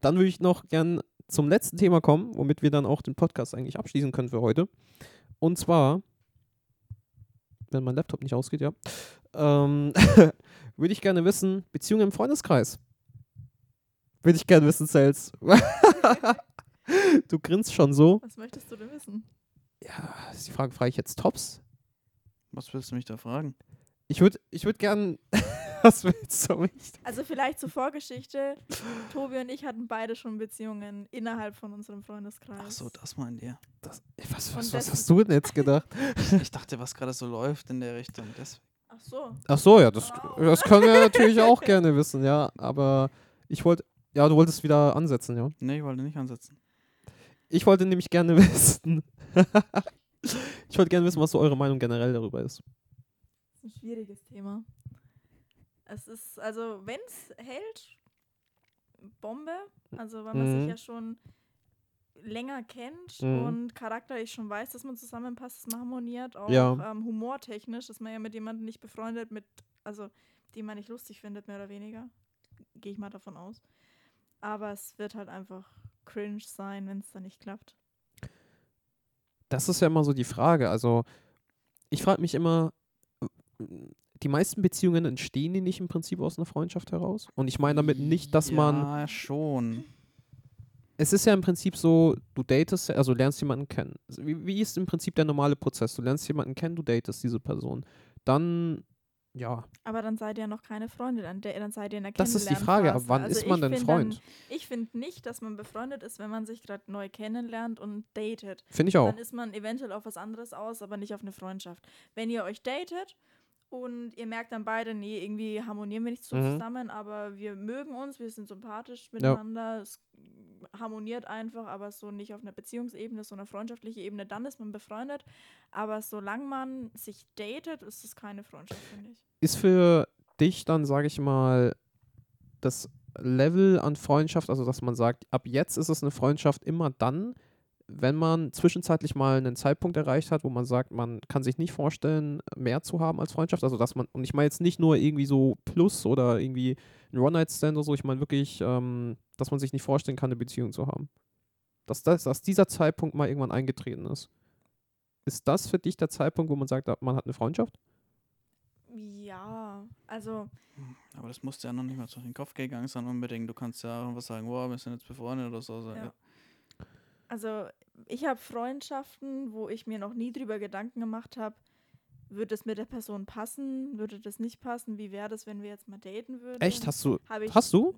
[SPEAKER 1] Dann würde ich noch gern zum letzten Thema kommen, womit wir dann auch den Podcast eigentlich abschließen können für heute. Und zwar, wenn mein Laptop nicht ausgeht, ja, ähm, (laughs) würde ich gerne wissen, Beziehungen im Freundeskreis. Würde ich gerne wissen, Sales. (laughs) du grinst schon so.
[SPEAKER 3] Was möchtest du denn wissen?
[SPEAKER 1] Ja, ist die Frage, frage ich jetzt Tops?
[SPEAKER 2] Was willst du mich da fragen?
[SPEAKER 1] Ich würde ich würd gern. (laughs) Was willst du mich?
[SPEAKER 3] Also vielleicht
[SPEAKER 1] (laughs)
[SPEAKER 3] zur Vorgeschichte. Tobi und ich hatten beide schon Beziehungen innerhalb von unserem Freundeskreis.
[SPEAKER 2] Ach so, das
[SPEAKER 1] (laughs)
[SPEAKER 2] meint ihr.
[SPEAKER 1] Das, was, was,
[SPEAKER 3] Und
[SPEAKER 1] was
[SPEAKER 3] das-
[SPEAKER 1] hast du denn jetzt gedacht?
[SPEAKER 2] Ich dachte, was gerade so läuft in der Richtung. Das,
[SPEAKER 3] Ach so.
[SPEAKER 1] Ach so, ja, das,
[SPEAKER 3] Wow.
[SPEAKER 1] das können wir natürlich auch gerne wissen, ja. Aber ich wollte, ja, du wolltest wieder ansetzen, ja.
[SPEAKER 2] nee, ich wollte nicht ansetzen.
[SPEAKER 1] Ich wollte nämlich gerne (laughs) wissen. ich wollte gerne wissen, was so eure Meinung generell darüber ist.
[SPEAKER 3] Das ist ein schwieriges Thema. Es ist, also wenn es hält, Bombe. Also weil man
[SPEAKER 1] Mhm.
[SPEAKER 3] sich ja schon länger kennt
[SPEAKER 1] Mhm.
[SPEAKER 3] und charakterlich schon weiß, dass man zusammenpasst, dass man harmoniert, auch
[SPEAKER 1] Ja.
[SPEAKER 3] ähm, humortechnisch, dass man ja mit jemandem nicht befreundet, mit, also den man nicht lustig findet, mehr oder weniger. Gehe ich mal davon aus. Aber es wird halt einfach cringe sein, wenn es dann nicht klappt.
[SPEAKER 1] Das ist ja immer so die Frage. Also, ich frage mich immer, die meisten Beziehungen entstehen die nicht im Prinzip aus einer Freundschaft heraus? Und ich meine damit nicht, dass man.
[SPEAKER 2] Ja, schon.
[SPEAKER 1] Es ist ja im Prinzip so, du datest, also lernst jemanden kennen. Wie, wie ist im Prinzip der normale Prozess? Du lernst jemanden kennen, du datest diese Person. Dann, ja,
[SPEAKER 3] Aber dann seid ihr noch keine Freunde, dann, der- dann seid ihr in der
[SPEAKER 1] das ist die Frage. Ab
[SPEAKER 3] Kennenlernphase.
[SPEAKER 1] wann
[SPEAKER 3] Also
[SPEAKER 1] ist man
[SPEAKER 3] ich
[SPEAKER 1] denn
[SPEAKER 3] find
[SPEAKER 1] Freund?
[SPEAKER 3] Dann, ich finde nicht, dass man befreundet ist, wenn man sich gerade neu kennenlernt und datet.
[SPEAKER 1] Finde ich auch.
[SPEAKER 3] Dann ist man eventuell auf was anderes aus, aber nicht auf eine Freundschaft. Wenn ihr euch datet und ihr merkt dann beide, nee, irgendwie harmonieren wir nicht so
[SPEAKER 1] Mhm.
[SPEAKER 3] zusammen, aber wir mögen uns, wir sind sympathisch miteinander, es harmoniert einfach, aber so nicht auf einer Beziehungsebene, sondern freundschaftliche Ebene, dann ist man befreundet. Aber solange man sich datet, ist es keine Freundschaft, finde ich.
[SPEAKER 1] ist für dich dann, sage ich mal, das Level an Freundschaft, also dass man sagt, ab jetzt ist es eine Freundschaft immer dann, wenn man zwischenzeitlich mal einen Zeitpunkt erreicht hat, wo man sagt, man kann sich nicht vorstellen, mehr zu haben als Freundschaft. Also dass man, und ich meine jetzt nicht nur irgendwie so Plus oder irgendwie ein One-Night-Stand oder so, ich meine wirklich, ähm, dass man sich nicht vorstellen kann, eine Beziehung zu haben. Dass, das, dass dieser Zeitpunkt mal irgendwann eingetreten ist. Ist das für dich der Zeitpunkt, wo man sagt, ah, man hat eine Freundschaft?
[SPEAKER 3] Ja, also
[SPEAKER 2] Aber das musste ja noch nicht mal durch den Kopf gegangen sein unbedingt. Du kannst ja auch einfach sagen, wow, wir sind jetzt befreundet oder so.
[SPEAKER 3] Ja.
[SPEAKER 2] Ja.
[SPEAKER 3] Also, ich habe Freundschaften, wo ich mir noch nie drüber Gedanken gemacht habe, würde es mit der Person passen, würde das nicht passen, wie wäre das, wenn wir jetzt mal daten würden?
[SPEAKER 1] Echt? Hast du,
[SPEAKER 3] Hab ich,
[SPEAKER 1] hast du?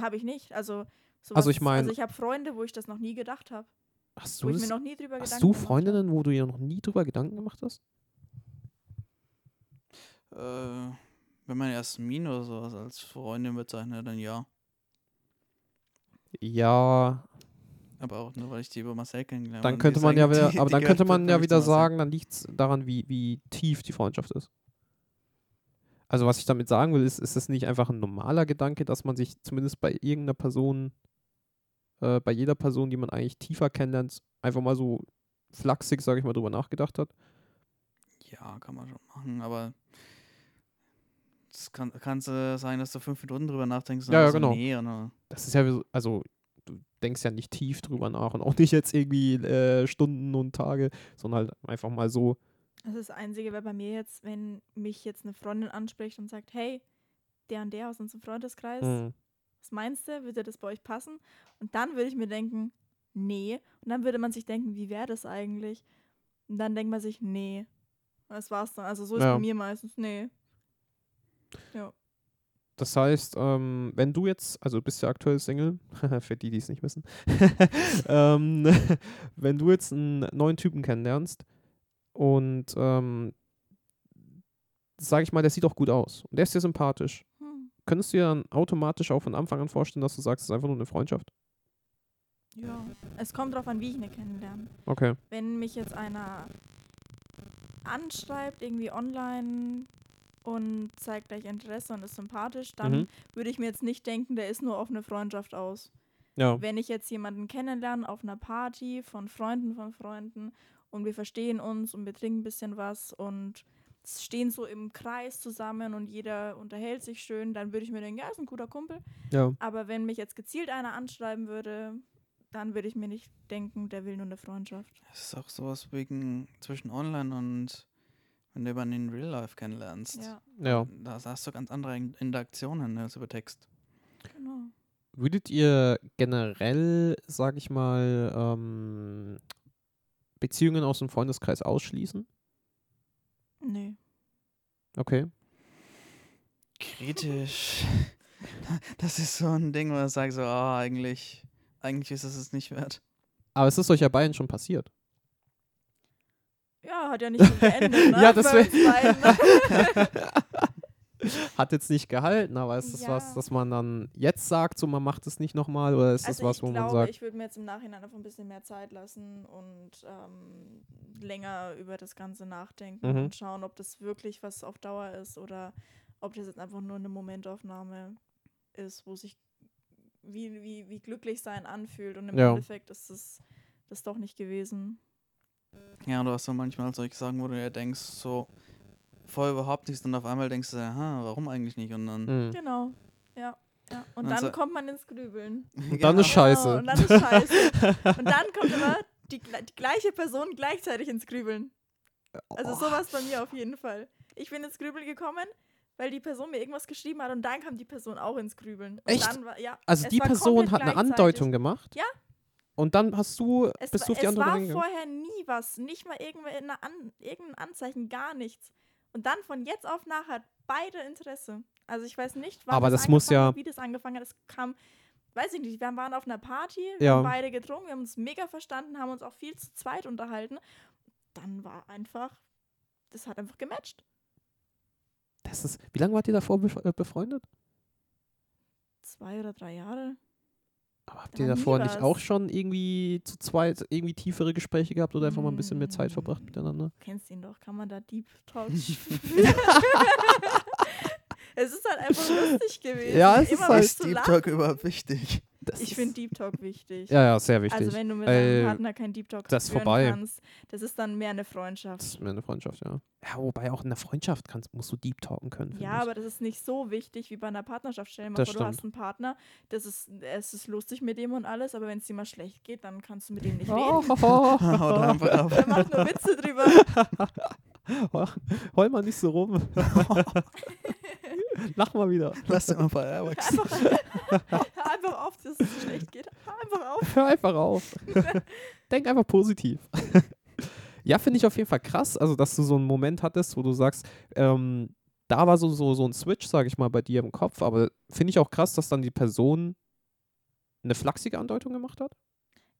[SPEAKER 3] Habe ich nicht. Also, sowas,
[SPEAKER 1] Also ich mein-
[SPEAKER 3] Also, ich habe Freunde, wo ich das noch nie gedacht habe.
[SPEAKER 1] Hast
[SPEAKER 3] Wo
[SPEAKER 1] du,
[SPEAKER 3] ich mir
[SPEAKER 1] das,
[SPEAKER 3] noch nie drüber
[SPEAKER 1] hast
[SPEAKER 3] Gedanken
[SPEAKER 1] du
[SPEAKER 3] gemacht hab.
[SPEAKER 1] Freundinnen, wo du dir noch nie drüber Gedanken gemacht hast?
[SPEAKER 2] Äh, wenn man Jasmin oder sowas als Freundin bezeichnet, dann ja.
[SPEAKER 1] Ja,
[SPEAKER 2] Aber auch nur, weil ich die über Marcel kennengelernt habe.
[SPEAKER 1] dann
[SPEAKER 2] und die
[SPEAKER 1] könnte
[SPEAKER 2] ist
[SPEAKER 1] man ja
[SPEAKER 2] eigentlich-
[SPEAKER 1] wieder,
[SPEAKER 2] (laughs) die-
[SPEAKER 1] aber
[SPEAKER 2] die
[SPEAKER 1] dann
[SPEAKER 2] gehört
[SPEAKER 1] könnte man
[SPEAKER 2] für
[SPEAKER 1] ja
[SPEAKER 2] mich
[SPEAKER 1] wieder
[SPEAKER 2] zu Marcel.
[SPEAKER 1] sagen, dann liegt es daran, wie, wie tief die Freundschaft ist. Also was ich damit sagen will, ist, ist es nicht einfach ein normaler Gedanke, dass man sich zumindest bei irgendeiner Person, äh, bei jeder Person, die man eigentlich tiefer kennenlernt, einfach mal so flachsig, sage ich mal, drüber nachgedacht hat.
[SPEAKER 2] Ja, kann man schon machen, aber es kann, kannst du sagen, dass du fünf Minuten drüber nachdenkst. und
[SPEAKER 1] Ja,
[SPEAKER 2] dann
[SPEAKER 1] ja,
[SPEAKER 2] so,
[SPEAKER 1] genau.
[SPEAKER 2] Nee, ne. und dann-
[SPEAKER 1] Das ist ja, wie so- also du denkst ja nicht tief drüber nach und auch nicht jetzt irgendwie äh, Stunden und Tage, sondern halt einfach mal so,
[SPEAKER 3] Also, das Einzige wäre bei mir jetzt, wenn mich jetzt eine Freundin anspricht und sagt: Hey, der und der aus unserem Freundeskreis,
[SPEAKER 1] hm,
[SPEAKER 3] was meinst du, würde das bei euch passen? Und dann würde ich mir denken, nee. Und dann würde man sich denken, wie wäre das eigentlich? Und dann denkt man sich, nee. Und das war's dann. Also so ist
[SPEAKER 1] Ja.
[SPEAKER 3] bei mir meistens, nee.
[SPEAKER 1] Das heißt, ähm, wenn du jetzt, also du bist ja aktuell Single, (laughs) für die, die es nicht wissen, (laughs) ähm, (laughs) wenn du jetzt einen neuen Typen kennenlernst und, ähm, sage ich mal, der sieht doch gut aus und der ist dir sympathisch,
[SPEAKER 3] Hm.
[SPEAKER 1] könntest du dir dann automatisch auch von Anfang an vorstellen, dass du sagst, es ist einfach nur eine Freundschaft?
[SPEAKER 3] Ja. Es kommt drauf an, wie ich ihn kennenlerne.
[SPEAKER 1] Okay.
[SPEAKER 3] wenn mich jetzt einer anschreibt, irgendwie online und zeigt gleich Interesse und ist sympathisch, dann
[SPEAKER 1] Mhm.
[SPEAKER 3] würde ich mir jetzt nicht denken, der ist nur auf eine Freundschaft aus.
[SPEAKER 1] Ja.
[SPEAKER 3] Wenn ich jetzt jemanden kennenlerne auf einer Party von Freunden von Freunden und wir verstehen uns und wir trinken ein bisschen was und s- stehen so im Kreis zusammen und jeder unterhält sich schön, dann würde ich mir denken, ja, ist ein guter Kumpel.
[SPEAKER 1] Ja.
[SPEAKER 3] Aber wenn mich jetzt gezielt einer anschreiben würde, dann würde ich mir nicht denken, der will nur eine Freundschaft.
[SPEAKER 2] Es ist auch sowas wegen zwischen online und wenn du jemanden in Real Life kennenlernst.
[SPEAKER 3] Ja,
[SPEAKER 1] Ja.
[SPEAKER 2] Da hast du ganz andere In- Interaktionen ne, als über Text.
[SPEAKER 3] genau.
[SPEAKER 1] Würdet ihr generell, sag ich mal, ähm, Beziehungen aus dem Freundeskreis ausschließen?
[SPEAKER 3] Nee.
[SPEAKER 1] Okay.
[SPEAKER 2] Kritisch. (laughs) Das ist so ein Ding, wo ich sage so, ah, eigentlich, eigentlich ist es es nicht wert.
[SPEAKER 1] Aber es ist euch ja beiden schon passiert. (laughs)
[SPEAKER 3] Ja, hat ja nicht so geendet, ne?
[SPEAKER 1] Ja,
[SPEAKER 3] Bei ne?
[SPEAKER 1] deswegen-
[SPEAKER 3] uns beiden.
[SPEAKER 1] Hat jetzt nicht gehalten, aber ist das
[SPEAKER 3] Ja.
[SPEAKER 1] was, dass man dann jetzt sagt, so man macht es nicht nochmal oder ist das
[SPEAKER 3] also
[SPEAKER 1] was,
[SPEAKER 3] ich
[SPEAKER 1] wo
[SPEAKER 3] glaube,
[SPEAKER 1] man sagt,
[SPEAKER 3] ich würde mir jetzt im Nachhinein einfach ein bisschen mehr Zeit lassen und ähm, länger über das Ganze nachdenken
[SPEAKER 1] Mhm.
[SPEAKER 3] und schauen, ob das wirklich was auf Dauer ist oder ob das jetzt einfach nur eine Momentaufnahme ist, wo sich wie, wie, wie glücklich sein anfühlt und im
[SPEAKER 1] Ja.
[SPEAKER 3] Endeffekt ist es das doch nicht gewesen.
[SPEAKER 2] Ja, du hast ja manchmal halt solche Sachen, wo du ja denkst, so voll überhaupt nichts und auf einmal denkst du, aha, warum eigentlich nicht? Und dann.
[SPEAKER 1] hm,
[SPEAKER 3] Genau, ja. ja. Und
[SPEAKER 2] Also-
[SPEAKER 3] dann kommt man ins Grübeln.
[SPEAKER 1] Mhm.
[SPEAKER 2] (laughs)
[SPEAKER 1] Und dann ist Scheiße.
[SPEAKER 3] Genau, und dann
[SPEAKER 1] (laughs)
[SPEAKER 3] ist scheiße. und dann kommt immer die, gle- die gleiche Person gleichzeitig ins Grübeln.
[SPEAKER 1] Oh.
[SPEAKER 3] Also sowas bei mir auf jeden Fall. Ich bin ins Grübeln gekommen, weil die Person mir irgendwas geschrieben hat und dann kam die Person auch ins Grübeln. Und
[SPEAKER 1] Echt?
[SPEAKER 3] Dann war, ja,
[SPEAKER 1] also
[SPEAKER 3] es
[SPEAKER 1] die
[SPEAKER 3] war
[SPEAKER 1] Person
[SPEAKER 3] komplett
[SPEAKER 1] hat eine
[SPEAKER 3] gleichzeitig.
[SPEAKER 1] Andeutung gemacht?
[SPEAKER 3] Ja.
[SPEAKER 1] Und dann hast du,
[SPEAKER 3] Es,
[SPEAKER 1] bist
[SPEAKER 3] war-
[SPEAKER 1] du auf die
[SPEAKER 3] es
[SPEAKER 1] Andeutung
[SPEAKER 3] war
[SPEAKER 1] eingegangen?
[SPEAKER 3] vorher nie was, nicht mal irgendeine An irgendein Anzeichen, gar nichts. Und dann von jetzt auf nachher hat beide Interesse. Also ich weiß nicht, wann
[SPEAKER 1] Aber das muss
[SPEAKER 3] angefangen
[SPEAKER 1] ja-
[SPEAKER 3] hat, wie das angefangen hat. Es kam, weiß ich nicht, wir waren auf einer Party, wir
[SPEAKER 1] Ja.
[SPEAKER 3] haben beide getrunken, wir haben uns mega verstanden, haben uns auch viel zu zweit unterhalten. Dann war einfach, das hat einfach gematcht.
[SPEAKER 1] Das ist, wie lange wart ihr davor bef äh, befreundet?
[SPEAKER 3] Zwei oder drei Jahre.
[SPEAKER 1] Aber habt
[SPEAKER 3] Da
[SPEAKER 1] ihr
[SPEAKER 3] nie
[SPEAKER 1] davor nicht
[SPEAKER 3] was.
[SPEAKER 1] auch schon irgendwie zu zweit irgendwie tiefere Gespräche gehabt oder einfach mal ein bisschen mehr Zeit verbracht
[SPEAKER 3] Mm.
[SPEAKER 1] miteinander?
[SPEAKER 3] kennst ihn doch, kann man da Deep
[SPEAKER 1] (laughs)
[SPEAKER 3] Talk (laughs) Es ist halt einfach lustig gewesen.
[SPEAKER 1] Ja, es ist
[SPEAKER 3] Immer
[SPEAKER 1] halt-
[SPEAKER 3] was
[SPEAKER 1] Ist
[SPEAKER 3] zu
[SPEAKER 2] Deep
[SPEAKER 3] lachen.
[SPEAKER 2] Talk überhaupt (laughs) wichtig?
[SPEAKER 1] Das
[SPEAKER 3] Ich
[SPEAKER 1] ist-
[SPEAKER 3] finde Deep Talk wichtig.
[SPEAKER 1] Ja, ja, sehr wichtig.
[SPEAKER 3] Also wenn du mit
[SPEAKER 1] Äh,
[SPEAKER 3] deinem Partner keinen Deep Talk
[SPEAKER 1] das ist
[SPEAKER 3] führen
[SPEAKER 1] vorbei.
[SPEAKER 3] kannst, das ist dann mehr eine Freundschaft.
[SPEAKER 1] das ist mehr eine Freundschaft, ja. Ja, wobei auch in der Freundschaft kannst, musst du deep talken können. finde
[SPEAKER 3] Ja,
[SPEAKER 1] ich.
[SPEAKER 3] aber das ist nicht so wichtig wie bei einer Partnerschaft. Stell dir mal
[SPEAKER 1] Das
[SPEAKER 3] vor, du hast einen Partner, das ist, es ist lustig mit dem und alles, aber wenn es dir mal schlecht geht, dann kannst du mit dem nicht
[SPEAKER 1] Oh,
[SPEAKER 3] reden.
[SPEAKER 1] (laughs) ho, ho, ho.
[SPEAKER 2] Haut einfach ab.
[SPEAKER 1] (laughs)
[SPEAKER 3] Er macht nur Witze drüber.
[SPEAKER 1] Ach, (laughs) Heul mal nicht so rum.
[SPEAKER 3] (laughs)
[SPEAKER 1] Lach mal wieder.
[SPEAKER 2] Lass den mal ein paar Airwax.
[SPEAKER 3] Einfach, hör einfach auf, dass es dir schlecht geht. Hör einfach auf.
[SPEAKER 1] Hör einfach
[SPEAKER 3] (laughs)
[SPEAKER 1] auf. Denk einfach positiv. (laughs) ja, finde ich auf jeden Fall krass, also dass du so einen Moment hattest, wo du sagst, ähm, da war so, so, so ein Switch, sage ich mal, bei dir im Kopf, aber finde ich auch krass, dass dann die Person eine flachsige Andeutung gemacht hat.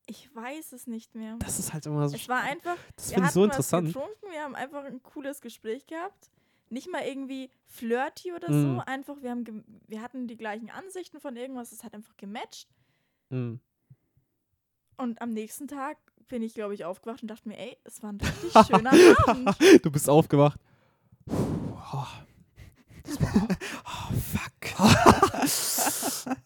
[SPEAKER 3] Ich weiß es nicht mehr.
[SPEAKER 1] Das ist halt immer so,
[SPEAKER 3] Es war einfach,
[SPEAKER 1] das
[SPEAKER 3] wir
[SPEAKER 1] finde
[SPEAKER 3] hatten
[SPEAKER 1] ich so
[SPEAKER 3] was
[SPEAKER 1] interessant.
[SPEAKER 3] getrunken, wir haben einfach ein cooles Gespräch gehabt. Nicht mal irgendwie flirty oder
[SPEAKER 1] Mm.
[SPEAKER 3] so, einfach wir, haben ge- wir hatten die gleichen Ansichten von irgendwas, es hat einfach gematcht.
[SPEAKER 1] Mhm.
[SPEAKER 3] Und am nächsten Tag bin ich, glaube ich, aufgewacht und dachte mir, ey, es war ein richtig
[SPEAKER 1] (laughs)
[SPEAKER 3] schöner Abend.
[SPEAKER 1] Du bist aufgewacht. Puh, oh. Das war, oh, fuck.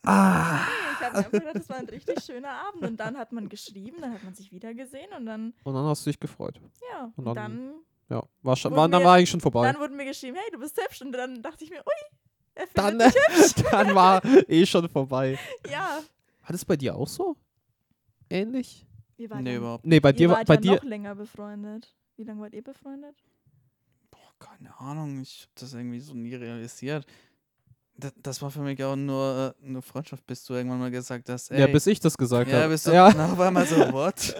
[SPEAKER 1] ah.
[SPEAKER 3] Nee, ich habe einfach gedacht, es war ein richtig schöner Abend. Und dann hat man geschrieben, dann hat man sich wieder gesehen und dann,
[SPEAKER 1] (laughs) Und dann hast du dich gefreut.
[SPEAKER 3] ja,
[SPEAKER 1] Und dann-
[SPEAKER 3] und dann,
[SPEAKER 1] Ja, war schon,
[SPEAKER 3] Wurden
[SPEAKER 1] war, dann
[SPEAKER 3] wir-
[SPEAKER 1] war eigentlich schon vorbei.
[SPEAKER 3] dann wurden mir geschrieben, hey, du bist hübsch. Und dann dachte ich mir, ui, er
[SPEAKER 1] dann,
[SPEAKER 3] findet
[SPEAKER 1] äh, (laughs) dann war eh schon vorbei.
[SPEAKER 3] ja.
[SPEAKER 1] War das bei dir auch so? Ähnlich?
[SPEAKER 3] Wir waren
[SPEAKER 2] Nee,
[SPEAKER 3] ja-
[SPEAKER 2] überhaupt.
[SPEAKER 1] Nee, bei dir
[SPEAKER 3] ihr
[SPEAKER 1] war
[SPEAKER 3] wart
[SPEAKER 1] bei
[SPEAKER 3] ja
[SPEAKER 1] dir.
[SPEAKER 3] noch länger befreundet. Wie lange wart ihr befreundet?
[SPEAKER 2] Boah, keine Ahnung. Ich hab das irgendwie so nie realisiert. Das, das war für mich auch nur äh, eine Freundschaft, bis du irgendwann mal gesagt hast, ey.
[SPEAKER 1] Ja, bis ich das gesagt
[SPEAKER 2] ja,
[SPEAKER 1] habe.
[SPEAKER 2] bist du.
[SPEAKER 1] ja,
[SPEAKER 2] (laughs) Na, auf einmal so, what?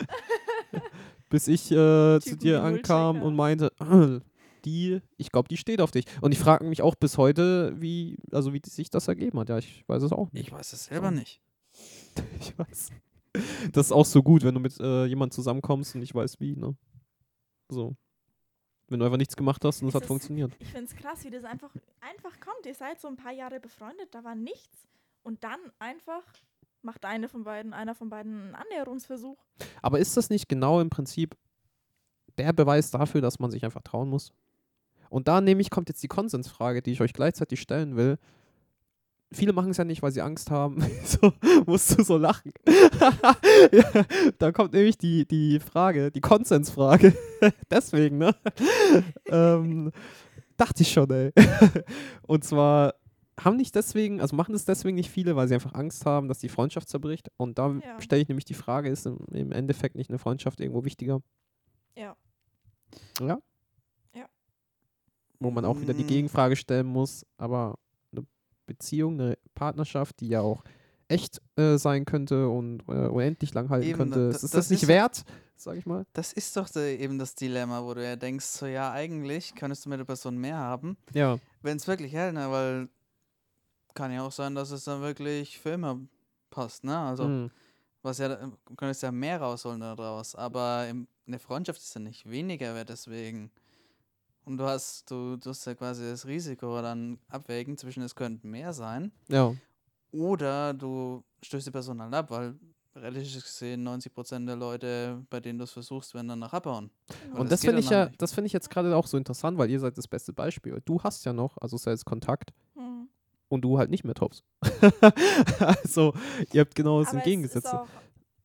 [SPEAKER 1] (laughs) bis ich äh, zu
[SPEAKER 3] Typen wie
[SPEAKER 1] dir ankam
[SPEAKER 3] Nullchecker.
[SPEAKER 1] und meinte, (clears throat) die, ich glaube, die steht auf dich. Und ich frage mich auch bis heute, wie, also wie sich das ergeben hat. Ja, ich weiß es auch nicht.
[SPEAKER 2] Ich weiß es selber nicht.
[SPEAKER 1] Ich weiß. Das ist auch so gut, wenn du mit äh, jemand zusammenkommst und ich weiß wie, ne? So. Wenn du einfach nichts gemacht hast und es
[SPEAKER 3] Es
[SPEAKER 1] hat
[SPEAKER 3] ist-
[SPEAKER 1] funktioniert.
[SPEAKER 3] Ich finde es krass, wie das einfach, einfach kommt. Ihr seid so ein paar Jahre befreundet, da war nichts. Und dann einfach macht eine von beiden, einer von beiden einen Annäherungsversuch.
[SPEAKER 1] Aber ist das nicht genau im Prinzip der Beweis dafür, dass man sich einfach trauen muss? Und da nämlich kommt jetzt die Konsensfrage, die ich euch gleichzeitig stellen will. Viele machen es ja nicht, weil sie Angst haben. (laughs) so, musst du so lachen. (laughs) ja, da kommt nämlich die, die Frage, die Konsensfrage. (laughs) Deswegen, ne? ähm, dachte ich schon, ey. (laughs) Und zwar haben nicht deswegen, also machen es deswegen nicht viele, weil sie einfach Angst haben, dass die Freundschaft zerbricht. Und da
[SPEAKER 3] Ja.
[SPEAKER 1] stelle ich nämlich die Frage, ist im, im Endeffekt nicht eine Freundschaft irgendwo wichtiger?
[SPEAKER 3] Ja.
[SPEAKER 1] Ja?
[SPEAKER 3] Ja.
[SPEAKER 1] Wo man auch wieder die
[SPEAKER 2] Mm.
[SPEAKER 1] Gegenfrage stellen muss, aber eine Beziehung, eine Partnerschaft, die ja auch echt äh, sein könnte und äh, unendlich lang halten
[SPEAKER 2] Eben,
[SPEAKER 1] könnte,
[SPEAKER 2] da-
[SPEAKER 1] ist, ist
[SPEAKER 2] das
[SPEAKER 1] das nicht
[SPEAKER 2] ist-
[SPEAKER 1] wert, sag ich mal?
[SPEAKER 2] Das ist doch der, eben das Dilemma, wo du ja denkst, so ja, eigentlich könntest du mit der Person mehr haben,
[SPEAKER 1] Ja.
[SPEAKER 2] wenn es wirklich hält, ne? Weil kann ja auch sein, dass es dann wirklich für immer passt, ne? Also,
[SPEAKER 1] Mm.
[SPEAKER 2] was ja, da- du könntest ja mehr rausholen daraus, aber im, eine Freundschaft ist ja nicht weniger wert deswegen. Und du hast, du, du hast ja quasi das Risiko dann abwägen zwischen, es könnten mehr sein,
[SPEAKER 1] Ja.
[SPEAKER 2] oder du stößt die Person halt ab, weil realistisch gesehen 90% der Leute, bei denen du es versuchst, werden danach abhauen. Weil
[SPEAKER 1] Und das,
[SPEAKER 2] geht
[SPEAKER 1] finde ich
[SPEAKER 2] danach
[SPEAKER 1] ja,
[SPEAKER 2] nicht.
[SPEAKER 1] das finde ich jetzt gerade auch so interessant, weil ihr seid das beste Beispiel. Du hast ja noch, also sei es Kontakt
[SPEAKER 3] Hm.
[SPEAKER 1] und du halt nicht mehr tops. (laughs) also, ihr habt genau das
[SPEAKER 3] Aber Es ist
[SPEAKER 1] Entgegengesetzte.
[SPEAKER 3] auch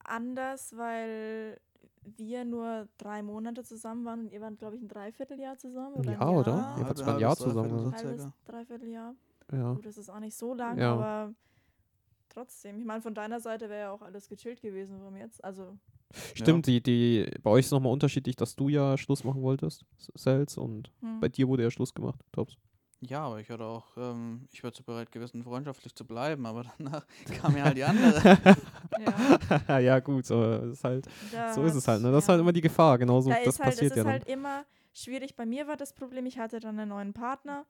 [SPEAKER 3] anders, weil wir nur drei Monate zusammen waren und ihr wart, glaube ich, ein Dreivierteljahr zusammen. Oder
[SPEAKER 1] Ja,
[SPEAKER 3] ein Jahr,
[SPEAKER 1] oder?
[SPEAKER 2] Ja,
[SPEAKER 1] Jedenfalls
[SPEAKER 2] halbe-
[SPEAKER 1] mal ein
[SPEAKER 2] halbes,
[SPEAKER 1] Jahr zusammen,
[SPEAKER 2] dreiviertel
[SPEAKER 1] oder?
[SPEAKER 2] so circa.
[SPEAKER 3] Halbes, Dreivierteljahr.
[SPEAKER 1] Ja.
[SPEAKER 3] Gut, das ist auch nicht so lang,
[SPEAKER 1] Ja.
[SPEAKER 3] aber trotzdem. Ich meine, von deiner Seite wäre ja auch alles gechillt gewesen von jetzt. Also,
[SPEAKER 1] Stimmt, Die, die, bei euch ist nochmal unterschiedlich, dass du ja Schluss machen wolltest, S- Sales, und
[SPEAKER 3] hm.
[SPEAKER 1] bei dir wurde ja Schluss gemacht, tops.
[SPEAKER 2] Ja, aber ich hatte auch, ähm, ich war zu bereit gewesen, freundschaftlich zu bleiben, aber (laughs) danach
[SPEAKER 1] (laughs)
[SPEAKER 2] kam ja halt die andere.
[SPEAKER 3] ja,
[SPEAKER 1] ja, gut, aber das ist halt,
[SPEAKER 3] da
[SPEAKER 1] so ist es halt, ne?
[SPEAKER 3] hat's-
[SPEAKER 1] Das ist
[SPEAKER 3] ja.
[SPEAKER 1] halt immer die Gefahr, genauso,
[SPEAKER 3] da
[SPEAKER 1] das
[SPEAKER 3] ist halt,
[SPEAKER 1] passiert
[SPEAKER 3] es
[SPEAKER 1] ja
[SPEAKER 3] ist
[SPEAKER 1] dann.
[SPEAKER 3] halt immer schwierig. Bei mir war das Problem, ich hatte dann einen neuen Partner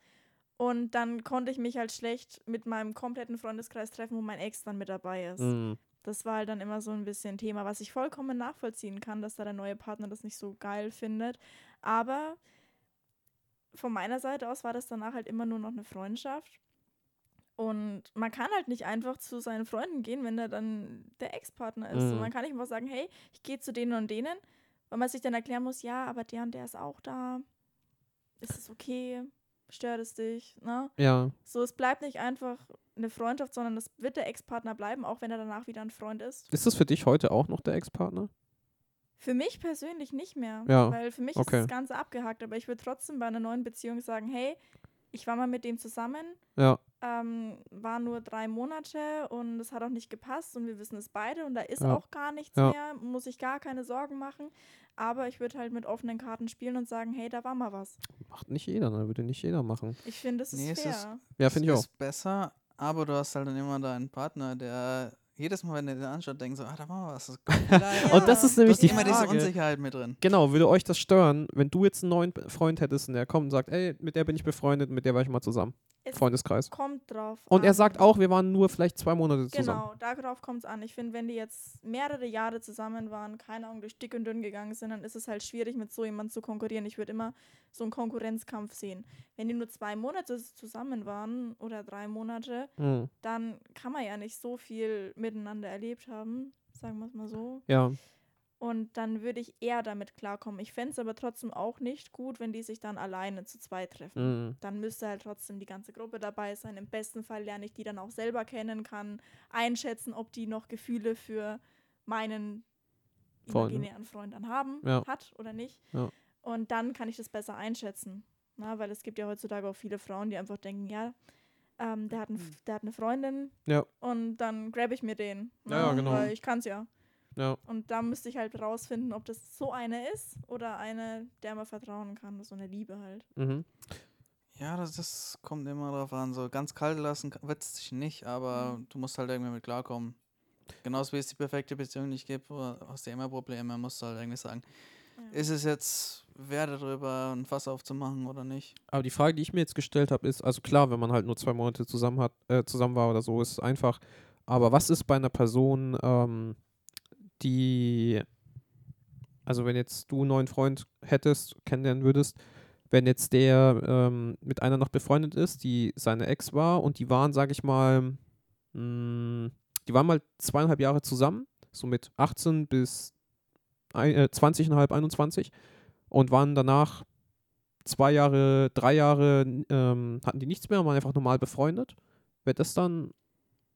[SPEAKER 3] und dann konnte ich mich halt schlecht mit meinem kompletten Freundeskreis treffen, wo mein Ex dann mit dabei ist.
[SPEAKER 1] Mhm.
[SPEAKER 3] Das war halt dann immer so ein bisschen Thema, was ich vollkommen nachvollziehen kann, dass da der neue Partner das nicht so geil findet. Aber von meiner Seite aus war das danach halt immer nur noch eine Freundschaft. Und man kann halt nicht einfach zu seinen Freunden gehen, wenn da dann der Ex-Partner ist. So,
[SPEAKER 1] Mhm.
[SPEAKER 3] man kann nicht einfach sagen, hey, ich gehe zu denen und denen, weil man sich dann erklären muss, ja, aber der und der ist auch da. Ist es okay? Stört es dich? Ne?
[SPEAKER 1] Ja,
[SPEAKER 3] So, es bleibt nicht einfach eine Freundschaft, sondern das wird der Ex-Partner bleiben, auch wenn er danach wieder ein Freund ist.
[SPEAKER 1] ist das für dich heute auch noch der Ex-Partner?
[SPEAKER 3] Für mich persönlich nicht mehr,
[SPEAKER 1] Ja,
[SPEAKER 3] weil für mich
[SPEAKER 1] okay.
[SPEAKER 3] ist das Ganze abgehakt. Aber ich würde trotzdem bei einer neuen Beziehung sagen, hey, ich war mal mit dem zusammen,
[SPEAKER 1] Ja,
[SPEAKER 3] ähm, war nur drei Monate und es hat auch nicht gepasst und wir wissen es beide und da ist
[SPEAKER 1] Ja.
[SPEAKER 3] auch gar nichts
[SPEAKER 1] Ja.
[SPEAKER 3] mehr, muss ich gar keine Sorgen machen. Aber ich würde halt mit offenen Karten spielen und sagen, hey, da war mal was.
[SPEAKER 1] macht nicht jeder, ne? Würde nicht jeder machen.
[SPEAKER 3] Ich finde, das ist
[SPEAKER 2] Nee, es
[SPEAKER 3] fair.
[SPEAKER 2] ist-
[SPEAKER 1] Ja,
[SPEAKER 2] Das
[SPEAKER 1] finde ich auch.
[SPEAKER 2] Ist besser, aber du hast halt dann immer da einen Partner, der jedes Mal, wenn er den anschaut, denkt so, ah, da war was. Das kommt wieder,
[SPEAKER 1] (laughs) Und das
[SPEAKER 3] Ja.
[SPEAKER 1] ist
[SPEAKER 2] Du
[SPEAKER 1] nämlich
[SPEAKER 2] hast
[SPEAKER 1] die
[SPEAKER 2] immer diese
[SPEAKER 1] Frage.
[SPEAKER 2] Unsicherheit mit drin.
[SPEAKER 1] Genau, würde euch das stören, wenn du jetzt einen neuen Be- Freund hättest und der kommt und sagt, ey, mit der bin ich befreundet, mit der war ich mal zusammen.
[SPEAKER 3] Es
[SPEAKER 1] Freundeskreis.
[SPEAKER 3] kommt drauf.
[SPEAKER 1] Und er
[SPEAKER 3] an.
[SPEAKER 1] sagt auch, wir waren nur vielleicht zwei Monate zusammen.
[SPEAKER 3] Genau, darauf kommt es an. Ich finde, wenn die jetzt mehrere Jahre zusammen waren, keine Ahnung, durch dick und dünn gegangen sind, dann ist es halt schwierig, mit so jemandem zu konkurrieren. Ich würde immer so einen Konkurrenzkampf sehen. Wenn die nur zwei Monate zusammen waren oder drei Monate,
[SPEAKER 1] Mhm.
[SPEAKER 3] dann kann man ja nicht so viel miteinander erlebt haben, sagen wir es mal so.
[SPEAKER 1] Ja,
[SPEAKER 3] Und dann würde ich eher damit klarkommen. Ich fände es aber trotzdem auch nicht gut, wenn die sich dann alleine zu zweit treffen
[SPEAKER 1] mhm.
[SPEAKER 3] dann müsste halt trotzdem die ganze Gruppe dabei sein. Im besten Fall lerne ich die dann auch selber kennen, kann einschätzen, ob die noch Gefühle für meinen
[SPEAKER 1] Freund, ne?
[SPEAKER 3] imaginären Freund dann haben,
[SPEAKER 1] Ja.
[SPEAKER 3] hat oder nicht.
[SPEAKER 1] Ja.
[SPEAKER 3] Und dann kann ich das besser einschätzen. Na, weil es gibt ja heutzutage auch viele Frauen, die einfach denken, ja, ähm, der, hat einen, F- der hat eine Freundin
[SPEAKER 1] Ja.
[SPEAKER 3] und dann grab ich mir den.
[SPEAKER 1] Ja, ja,
[SPEAKER 3] ne?
[SPEAKER 1] genau.
[SPEAKER 3] Weil ich kann's ja.
[SPEAKER 1] ja.
[SPEAKER 3] Und da müsste ich halt rausfinden, ob das so eine ist oder eine, der man vertrauen kann. So eine Liebe halt.
[SPEAKER 1] Mhm.
[SPEAKER 2] Ja, das, das kommt immer drauf an. So ganz kalt lassen wird es dich nicht, aber
[SPEAKER 1] Mhm.
[SPEAKER 2] du musst halt irgendwie mit klarkommen. Genauso wie es die perfekte Beziehung nicht gibt, wo- hast du immer Probleme, musst du halt irgendwie sagen,
[SPEAKER 3] Ja.
[SPEAKER 2] ist es jetzt wert darüber, ein Fass aufzumachen oder nicht?
[SPEAKER 1] Aber die Frage, die ich mir jetzt gestellt habe, ist, also klar, wenn man halt nur zwei Monate zusammen hat, äh, zusammen war oder so, ist es einfach. Aber was ist bei einer Person, ähm, die, also wenn jetzt du einen neuen Freund hättest, kennenlernen würdest, wenn jetzt der ähm, mit einer noch befreundet ist, die seine Ex war und die waren, sag ich mal, mh, die waren mal zweieinhalb Jahre zusammen, so mit 18 bis ein, äh, 20,5, 21 und waren danach zwei Jahre, drei Jahre n- ähm, hatten die nichts mehr und waren einfach normal befreundet. Wäre das dann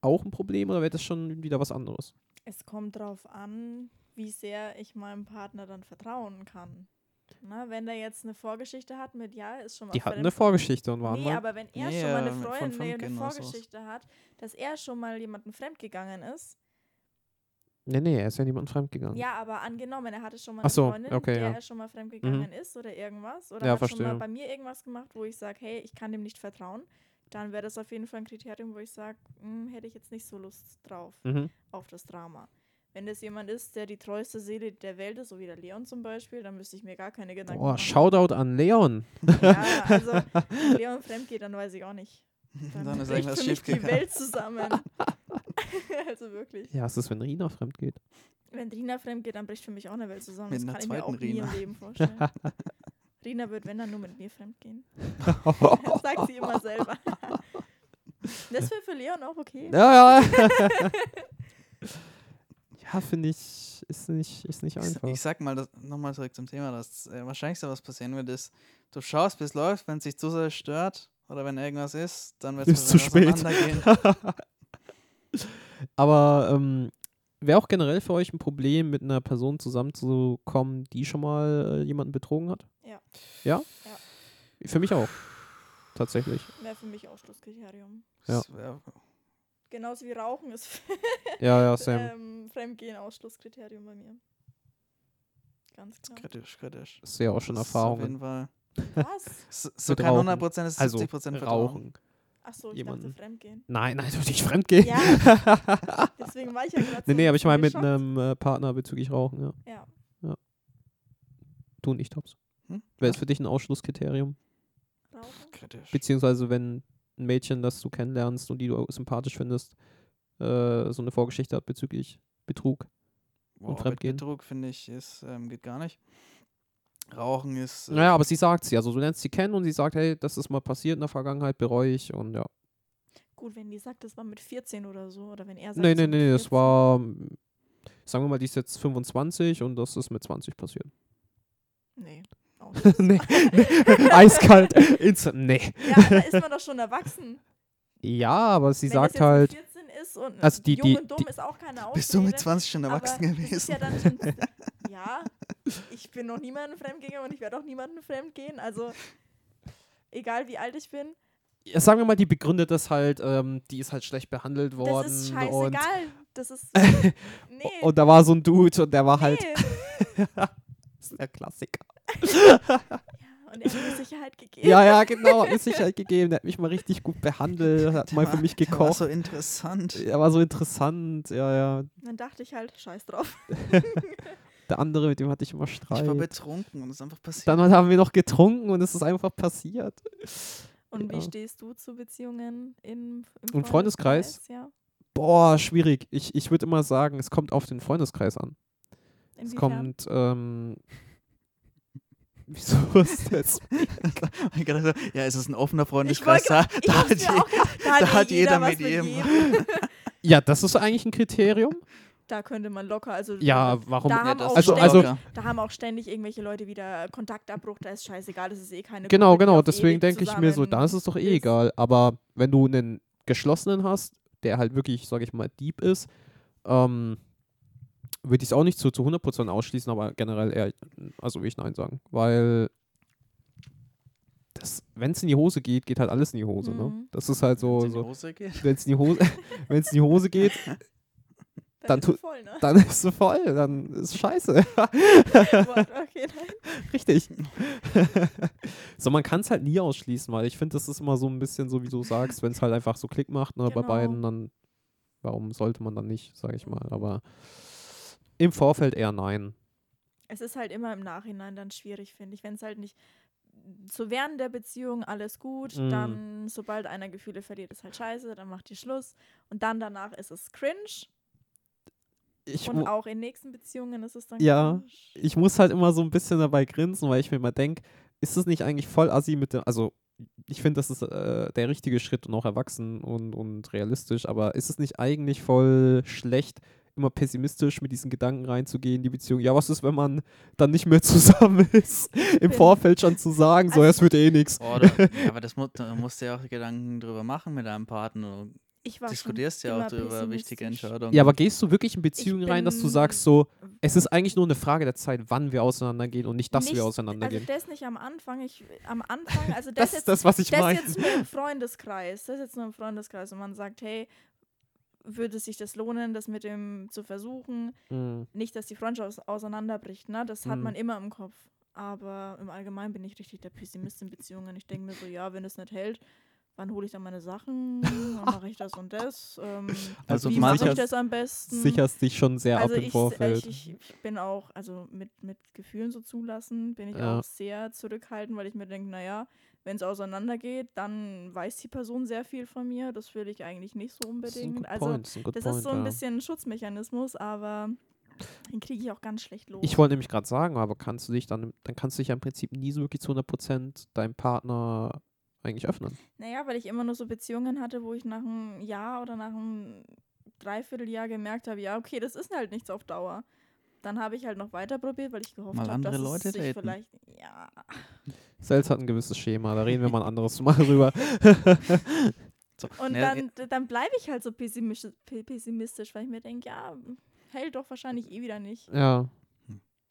[SPEAKER 1] auch ein Problem oder wäre das schon wieder was anderes?
[SPEAKER 3] Es kommt drauf an, wie sehr ich meinem Partner dann vertrauen kann. Na, wenn der jetzt eine Vorgeschichte hat mit, ja, ist schon mal
[SPEAKER 1] Die
[SPEAKER 3] auf
[SPEAKER 1] hatten
[SPEAKER 3] der-
[SPEAKER 1] eine Vorgeschichte und waren ähm,
[SPEAKER 3] Nee,
[SPEAKER 1] mal.
[SPEAKER 3] aber wenn er
[SPEAKER 2] Nee,
[SPEAKER 3] schon mal
[SPEAKER 2] äh,
[SPEAKER 3] eine
[SPEAKER 2] mit- von
[SPEAKER 3] Freundin die eine
[SPEAKER 2] Fremdgehen
[SPEAKER 1] genau
[SPEAKER 2] oder sowas.
[SPEAKER 3] Vorgeschichte hat, dass er schon mal jemanden fremdgegangen ist.
[SPEAKER 1] Nee, nee, er ist ja niemand fremdgegangen.
[SPEAKER 3] Ja, aber angenommen, er hatte schon mal
[SPEAKER 1] Ach
[SPEAKER 3] eine
[SPEAKER 1] so,
[SPEAKER 3] Freundin,
[SPEAKER 1] okay,
[SPEAKER 3] der
[SPEAKER 1] ja. Mhm.
[SPEAKER 3] er schon mal fremdgegangen ist oder irgendwas. Oder
[SPEAKER 1] Ja,
[SPEAKER 3] hat schon
[SPEAKER 1] verstehe.
[SPEAKER 3] mal bei mir irgendwas gemacht, wo ich sage, hey, ich kann dem nicht vertrauen. Dann wäre das auf jeden Fall ein Kriterium, wo ich sage, hm, hätte ich jetzt nicht so Lust drauf.
[SPEAKER 1] Mhm.
[SPEAKER 3] auf das Drama. Wenn das jemand ist, der die treueste Seele der Welt ist, so wie der Leon zum Beispiel, dann müsste ich mir gar keine Gedanken
[SPEAKER 1] Boah,
[SPEAKER 3] machen.
[SPEAKER 1] Shoutout an Leon.
[SPEAKER 3] Ja, also wenn Leon fremd geht, dann weiß ich auch nicht. Dann, (laughs)
[SPEAKER 2] Dann ist
[SPEAKER 3] bricht
[SPEAKER 2] irgendwas
[SPEAKER 3] für mich die
[SPEAKER 1] (laughs)
[SPEAKER 2] schiefgegangen.
[SPEAKER 3] Welt zusammen. (laughs) also wirklich.
[SPEAKER 1] Ja, was ist, wenn Rina fremd geht?
[SPEAKER 3] Wenn Rina fremd geht, dann bricht für mich auch eine Welt zusammen.
[SPEAKER 2] Mit
[SPEAKER 3] das
[SPEAKER 2] einer
[SPEAKER 3] kann ich mir auch
[SPEAKER 2] zweiten
[SPEAKER 3] nie im
[SPEAKER 2] (laughs) Rina.
[SPEAKER 3] Leben vorstellen. Rina wird, wenn dann nur mit
[SPEAKER 1] (laughs)
[SPEAKER 3] mir fremdgehen. Sagt sie immer selber. das wäre für Leon auch okay.
[SPEAKER 1] Ja, ja. (laughs) ja, finde ich, ist nicht, ist nicht
[SPEAKER 2] Ich, sa-
[SPEAKER 1] einfach.
[SPEAKER 2] ich sag mal nochmal zurück zum Thema, das äh, Wahrscheinlichste, was passieren wird, ist, du schaust, bis es läuft, wenn es dich zu sehr stört oder wenn irgendwas ist, dann wird
[SPEAKER 1] Ist zu spät. (laughs) Aber ähm, wäre auch generell für euch ein Problem, mit einer Person zusammenzukommen, die schon mal äh, jemanden betrogen hat?
[SPEAKER 3] Ja.
[SPEAKER 1] Ja?
[SPEAKER 3] Ja.
[SPEAKER 1] Für mich auch.
[SPEAKER 3] (laughs)
[SPEAKER 1] Tatsächlich.
[SPEAKER 3] Wäre für mich Ausschlusskriterium.
[SPEAKER 2] Das wär-
[SPEAKER 3] Genauso wie Rauchen ist
[SPEAKER 1] Ja, ja, same.
[SPEAKER 3] ähm, Fremdgehen Ausschlusskriterium bei mir. Ganz
[SPEAKER 2] ist
[SPEAKER 3] klar.
[SPEAKER 2] kritisch, kritisch.
[SPEAKER 1] Ist ja auch schon
[SPEAKER 2] Das ist Auf jeden
[SPEAKER 1] Erfahrungen.
[SPEAKER 2] Fall.
[SPEAKER 3] Was?
[SPEAKER 2] So, so
[SPEAKER 1] Mit
[SPEAKER 2] kein
[SPEAKER 1] Rauchen.
[SPEAKER 2] 100% ist 70%
[SPEAKER 1] Also,
[SPEAKER 2] Vertrauen.
[SPEAKER 1] Rauchen.
[SPEAKER 3] Achso, ich
[SPEAKER 1] Jemanden.
[SPEAKER 3] dachte Fremdgehen.
[SPEAKER 1] Nein, (laughs) nein, du nicht fremdgehen.
[SPEAKER 3] Ja. Deswegen war ich ja gerade
[SPEAKER 1] (laughs) nee,
[SPEAKER 3] so
[SPEAKER 1] nee, aber ich meine mit
[SPEAKER 3] geschockt.
[SPEAKER 1] einem äh, Partner bezüglich Rauchen, ja.
[SPEAKER 3] Ja.
[SPEAKER 1] Du und ich, Tops.
[SPEAKER 2] Hm?
[SPEAKER 1] Wäre es für dich ein Ausschlusskriterium?
[SPEAKER 3] Rauchen?
[SPEAKER 2] Kritisch.
[SPEAKER 1] Beziehungsweise, wenn ein Mädchen, das du kennenlernst und die du sympathisch findest, äh, so eine Vorgeschichte hat bezüglich Betrug.
[SPEAKER 2] Wow,
[SPEAKER 1] Fremdgehen.
[SPEAKER 2] Betrug, finde ich, ist, ähm, geht gar nicht. Rauchen ist. äh,
[SPEAKER 1] Naja, aber sie sagt sie. Also du lernst sie kennen und sie sagt, hey, das ist mal passiert in der Vergangenheit, bereue ich und ja.
[SPEAKER 3] Gut, wenn die sagt, das war mit 14 oder so, oder wenn er sagt,
[SPEAKER 1] Nee,
[SPEAKER 3] es
[SPEAKER 1] nee,
[SPEAKER 3] war
[SPEAKER 1] nee,
[SPEAKER 3] mit
[SPEAKER 1] das
[SPEAKER 3] 14.
[SPEAKER 1] war, mm, sagen wir mal, die ist jetzt 25 und das ist mit 20
[SPEAKER 3] (laughs)
[SPEAKER 1] passiert.
[SPEAKER 3] Nee. Oh, Ausschluss.
[SPEAKER 1] (laughs) nee, nee, eiskalt, instant, nee.
[SPEAKER 3] Ja, da ist man doch schon erwachsen.
[SPEAKER 1] Ja, aber sie
[SPEAKER 3] Wenn das
[SPEAKER 1] sagt
[SPEAKER 3] jetzt mit
[SPEAKER 1] halt,
[SPEAKER 3] 14 ist und
[SPEAKER 1] Also die-
[SPEAKER 3] jung
[SPEAKER 1] die-
[SPEAKER 3] und dumm
[SPEAKER 1] die-
[SPEAKER 3] ist auch
[SPEAKER 1] (laughs)
[SPEAKER 3] keine Ausrede.
[SPEAKER 2] Bist du mit 20 schon
[SPEAKER 3] aber
[SPEAKER 2] erwachsen
[SPEAKER 3] Das ist
[SPEAKER 2] gewesen?
[SPEAKER 3] ja, dann schon, (laughs) ja, ich bin noch niemanden fremdgegangen und ich werde auch niemanden
[SPEAKER 1] (laughs)
[SPEAKER 3] fremdgehen. Also, egal wie alt ich bin,
[SPEAKER 1] ja, sagen wir mal, die begründet das halt, ähm, die ist halt schlecht behandelt worden.
[SPEAKER 3] das ist
[SPEAKER 1] und,
[SPEAKER 3] scheißegal. das
[SPEAKER 1] (laughs)
[SPEAKER 3] ist. Nee.
[SPEAKER 1] und da war so ein Dude und der war halt,
[SPEAKER 3] nee.
[SPEAKER 1] das ist der Klassiker.
[SPEAKER 3] Und er hat mir Sicherheit gegeben.
[SPEAKER 1] Ja,
[SPEAKER 2] (laughs)
[SPEAKER 1] ja, genau, hat mir Sicherheit gegeben, der hat mich mal richtig gut behandelt, hat mal für
[SPEAKER 2] (laughs)
[SPEAKER 1] mich
[SPEAKER 2] der war
[SPEAKER 1] gekocht.
[SPEAKER 2] so interessant.
[SPEAKER 1] Er war so interessant, ja, ja.
[SPEAKER 3] Dann dachte ich halt, scheiß drauf.
[SPEAKER 1] Der andere, mit dem hatte ich immer
[SPEAKER 2] Ich war
[SPEAKER 1] Streit.
[SPEAKER 2] betrunken und es ist einfach passiert.
[SPEAKER 1] Dann halt haben wir noch getrunken und es ist einfach passiert.
[SPEAKER 3] Und
[SPEAKER 1] Ja.
[SPEAKER 3] wie stehst du zu Beziehungen im, im
[SPEAKER 1] Im Freundeskreis?
[SPEAKER 3] Ja.
[SPEAKER 1] Boah, schwierig. Ich, ich würde immer sagen, es kommt auf den Freundeskreis an. Es
[SPEAKER 3] Inwiefern?
[SPEAKER 1] kommt, ähm, (laughs) wieso ist das?
[SPEAKER 2] Ich dachte so, ja, es ist ein offener
[SPEAKER 3] Ich
[SPEAKER 2] Freundeskreis.
[SPEAKER 3] wollte
[SPEAKER 2] Da,
[SPEAKER 3] ich
[SPEAKER 2] da,
[SPEAKER 3] hab's mir
[SPEAKER 2] hat je,
[SPEAKER 3] auch gedacht,
[SPEAKER 1] (laughs)
[SPEAKER 3] da,
[SPEAKER 2] da hat jeder
[SPEAKER 3] was
[SPEAKER 2] mit jedem.
[SPEAKER 1] Ja, das ist eigentlich ein Kriterium.
[SPEAKER 3] Da könnte man locker, also
[SPEAKER 1] (laughs) Ja, warum?
[SPEAKER 3] Da haben auch
[SPEAKER 1] Also-
[SPEAKER 3] ständig,
[SPEAKER 1] also-
[SPEAKER 3] da haben auch ständig irgendwelche Leute wieder Kontaktabbruch, da ist scheißegal, das ist eh keine
[SPEAKER 1] Genau,
[SPEAKER 3] Gruppe, die
[SPEAKER 1] genau.
[SPEAKER 3] auf
[SPEAKER 1] Deswegen
[SPEAKER 3] ewig
[SPEAKER 1] denke ich mir so,
[SPEAKER 3] zusammen
[SPEAKER 1] da ist es doch eh
[SPEAKER 3] ist.
[SPEAKER 1] egal. Aber wenn du einen geschlossenen hast, der halt wirklich, sage ich mal, deep ist, ähm, würde ich es auch nicht zu, zu 100% ausschließen, aber generell eher, also würde ich nein sagen. Weil, wenn es in die Hose geht, geht halt alles in die Hose. Ne?
[SPEAKER 3] Mhm.
[SPEAKER 1] Das ist halt so,
[SPEAKER 2] Wenn's in die
[SPEAKER 1] so
[SPEAKER 2] Hose geht.
[SPEAKER 1] wenn es in, die Hose- (laughs) wenn's in die Hose geht, dann
[SPEAKER 3] ist
[SPEAKER 1] tu-
[SPEAKER 3] es voll, ne? (laughs)
[SPEAKER 1] dann ist es voll, dann ist es scheiße. (laughs)
[SPEAKER 3] okay, nein.
[SPEAKER 1] Richtig. (laughs) so, man kann es halt nie ausschließen, weil ich finde, das ist immer so ein bisschen so, wie du sagst, wenn es halt einfach so Klick macht ne, bei
[SPEAKER 3] Genau.
[SPEAKER 1] beiden, dann warum sollte man dann nicht, sage ich mal. Aber im Vorfeld eher nein.
[SPEAKER 3] Es ist halt immer im Nachhinein dann schwierig, finde ich, wenn es halt nicht so während der Beziehung alles gut,
[SPEAKER 1] Mm.
[SPEAKER 3] dann sobald einer Gefühle verliert, ist halt scheiße, dann macht die Schluss und dann danach ist es cringe
[SPEAKER 1] Ich,
[SPEAKER 3] und
[SPEAKER 1] mu
[SPEAKER 3] auch in nächsten Beziehungen ist es dann
[SPEAKER 1] Ja.
[SPEAKER 3] cringe.
[SPEAKER 1] ich muss halt immer so ein bisschen dabei grinsen, weil ich mir immer denke, ist es nicht eigentlich voll assi mit dem, also ich finde, das ist äh, der richtige Schritt und auch erwachsen und, und realistisch, aber ist es nicht eigentlich voll schlecht, immer pessimistisch mit diesen Gedanken reinzugehen, in die Beziehung, ja, was ist, wenn man dann nicht mehr (laughs) zusammen ist, im
[SPEAKER 3] bin-
[SPEAKER 1] Vorfeld schon zu sagen, so,
[SPEAKER 3] Also-
[SPEAKER 1] es wird eh nix.
[SPEAKER 2] Boah, da, (laughs) ja, aber das mu da musst du ja auch Gedanken drüber machen mit deinem Partner. Du
[SPEAKER 3] Ich war schon
[SPEAKER 2] diskutierst ja auch
[SPEAKER 3] immer
[SPEAKER 2] drüber wichtige
[SPEAKER 3] pessimistisch.
[SPEAKER 2] Entscheidungen.
[SPEAKER 1] Ja, aber gehst du wirklich in Beziehungen rein, dass du
[SPEAKER 3] bin-
[SPEAKER 1] sagst so,
[SPEAKER 3] Also
[SPEAKER 1] es ist eigentlich nur eine Frage der Zeit, wann wir auseinandergehen und nicht, dass
[SPEAKER 3] Nicht-
[SPEAKER 1] wir
[SPEAKER 3] Also
[SPEAKER 1] auseinandergehen.
[SPEAKER 3] das nicht am Anfang. Ich, am
[SPEAKER 1] (laughs)
[SPEAKER 3] Anfang, also
[SPEAKER 1] das
[SPEAKER 3] das, jetzt,
[SPEAKER 1] ist das, was ich
[SPEAKER 3] das
[SPEAKER 1] meine.
[SPEAKER 3] jetzt nur im Freundeskreis. Das ist jetzt nur im Freundeskreis. Und man sagt, hey, würde sich das lohnen, das mit dem zu versuchen?
[SPEAKER 1] Mm.
[SPEAKER 3] Nicht, dass die Freundschaft aus- auseinanderbricht, ne? Das hat
[SPEAKER 1] Mhm.
[SPEAKER 3] man immer im Kopf. Aber im Allgemeinen bin ich richtig der Pessimist in Beziehungen. Ich denke mir so, ja, wenn es nicht hält, wann hole ich dann meine Sachen? Wann mache ich das und das? Ähm,
[SPEAKER 1] Also
[SPEAKER 3] wie
[SPEAKER 1] du
[SPEAKER 3] mache ich
[SPEAKER 1] sicherst-
[SPEAKER 3] das am besten?
[SPEAKER 1] sicherst dich schon sehr
[SPEAKER 3] Mhm. also
[SPEAKER 1] ab im
[SPEAKER 3] ich,
[SPEAKER 1] Vorfeld.
[SPEAKER 3] Ich, ich bin auch, also mit, mit Gefühlen so zulassen, bin ich
[SPEAKER 1] Ja.
[SPEAKER 3] auch sehr zurückhaltend, weil ich mir denke, naja, wenn es auseinandergeht, dann weiß die Person sehr viel von mir. Das will ich eigentlich nicht so
[SPEAKER 1] Das ist ein
[SPEAKER 3] unbedingt.
[SPEAKER 1] good
[SPEAKER 3] Also
[SPEAKER 1] point, ist ein good
[SPEAKER 3] das
[SPEAKER 1] point,
[SPEAKER 3] ist so ein
[SPEAKER 1] ja.
[SPEAKER 3] bisschen ein Schutzmechanismus, aber Den kriege ich auch ganz schlecht los.
[SPEAKER 1] Ich wollte nämlich gerade sagen, aber kannst du dich dann, dann kannst du dich ja im Prinzip nie so wirklich zu 100% deinem Partner eigentlich öffnen.
[SPEAKER 3] Naja, weil ich immer nur so Beziehungen hatte, wo ich nach einem Jahr oder nach einem Dreivierteljahr gemerkt habe, ja, okay, das ist halt nichts auf Dauer. Dann habe ich halt noch weiter probiert, weil ich gehofft
[SPEAKER 2] Mal
[SPEAKER 3] habe,
[SPEAKER 2] andere
[SPEAKER 3] dass
[SPEAKER 2] Leute
[SPEAKER 3] es sich
[SPEAKER 2] daten.
[SPEAKER 3] vielleicht. Ja.
[SPEAKER 1] Sales hat ein gewisses Schema, da reden wir mal ein anderes Mal drüber.
[SPEAKER 2] So,
[SPEAKER 3] Und
[SPEAKER 2] ne,
[SPEAKER 3] dann, dann bleibe ich halt so pessimistisch, pe- pessimistisch, weil ich mir denke, ja, hält doch wahrscheinlich eh wieder nicht.
[SPEAKER 1] (laughs) Ja,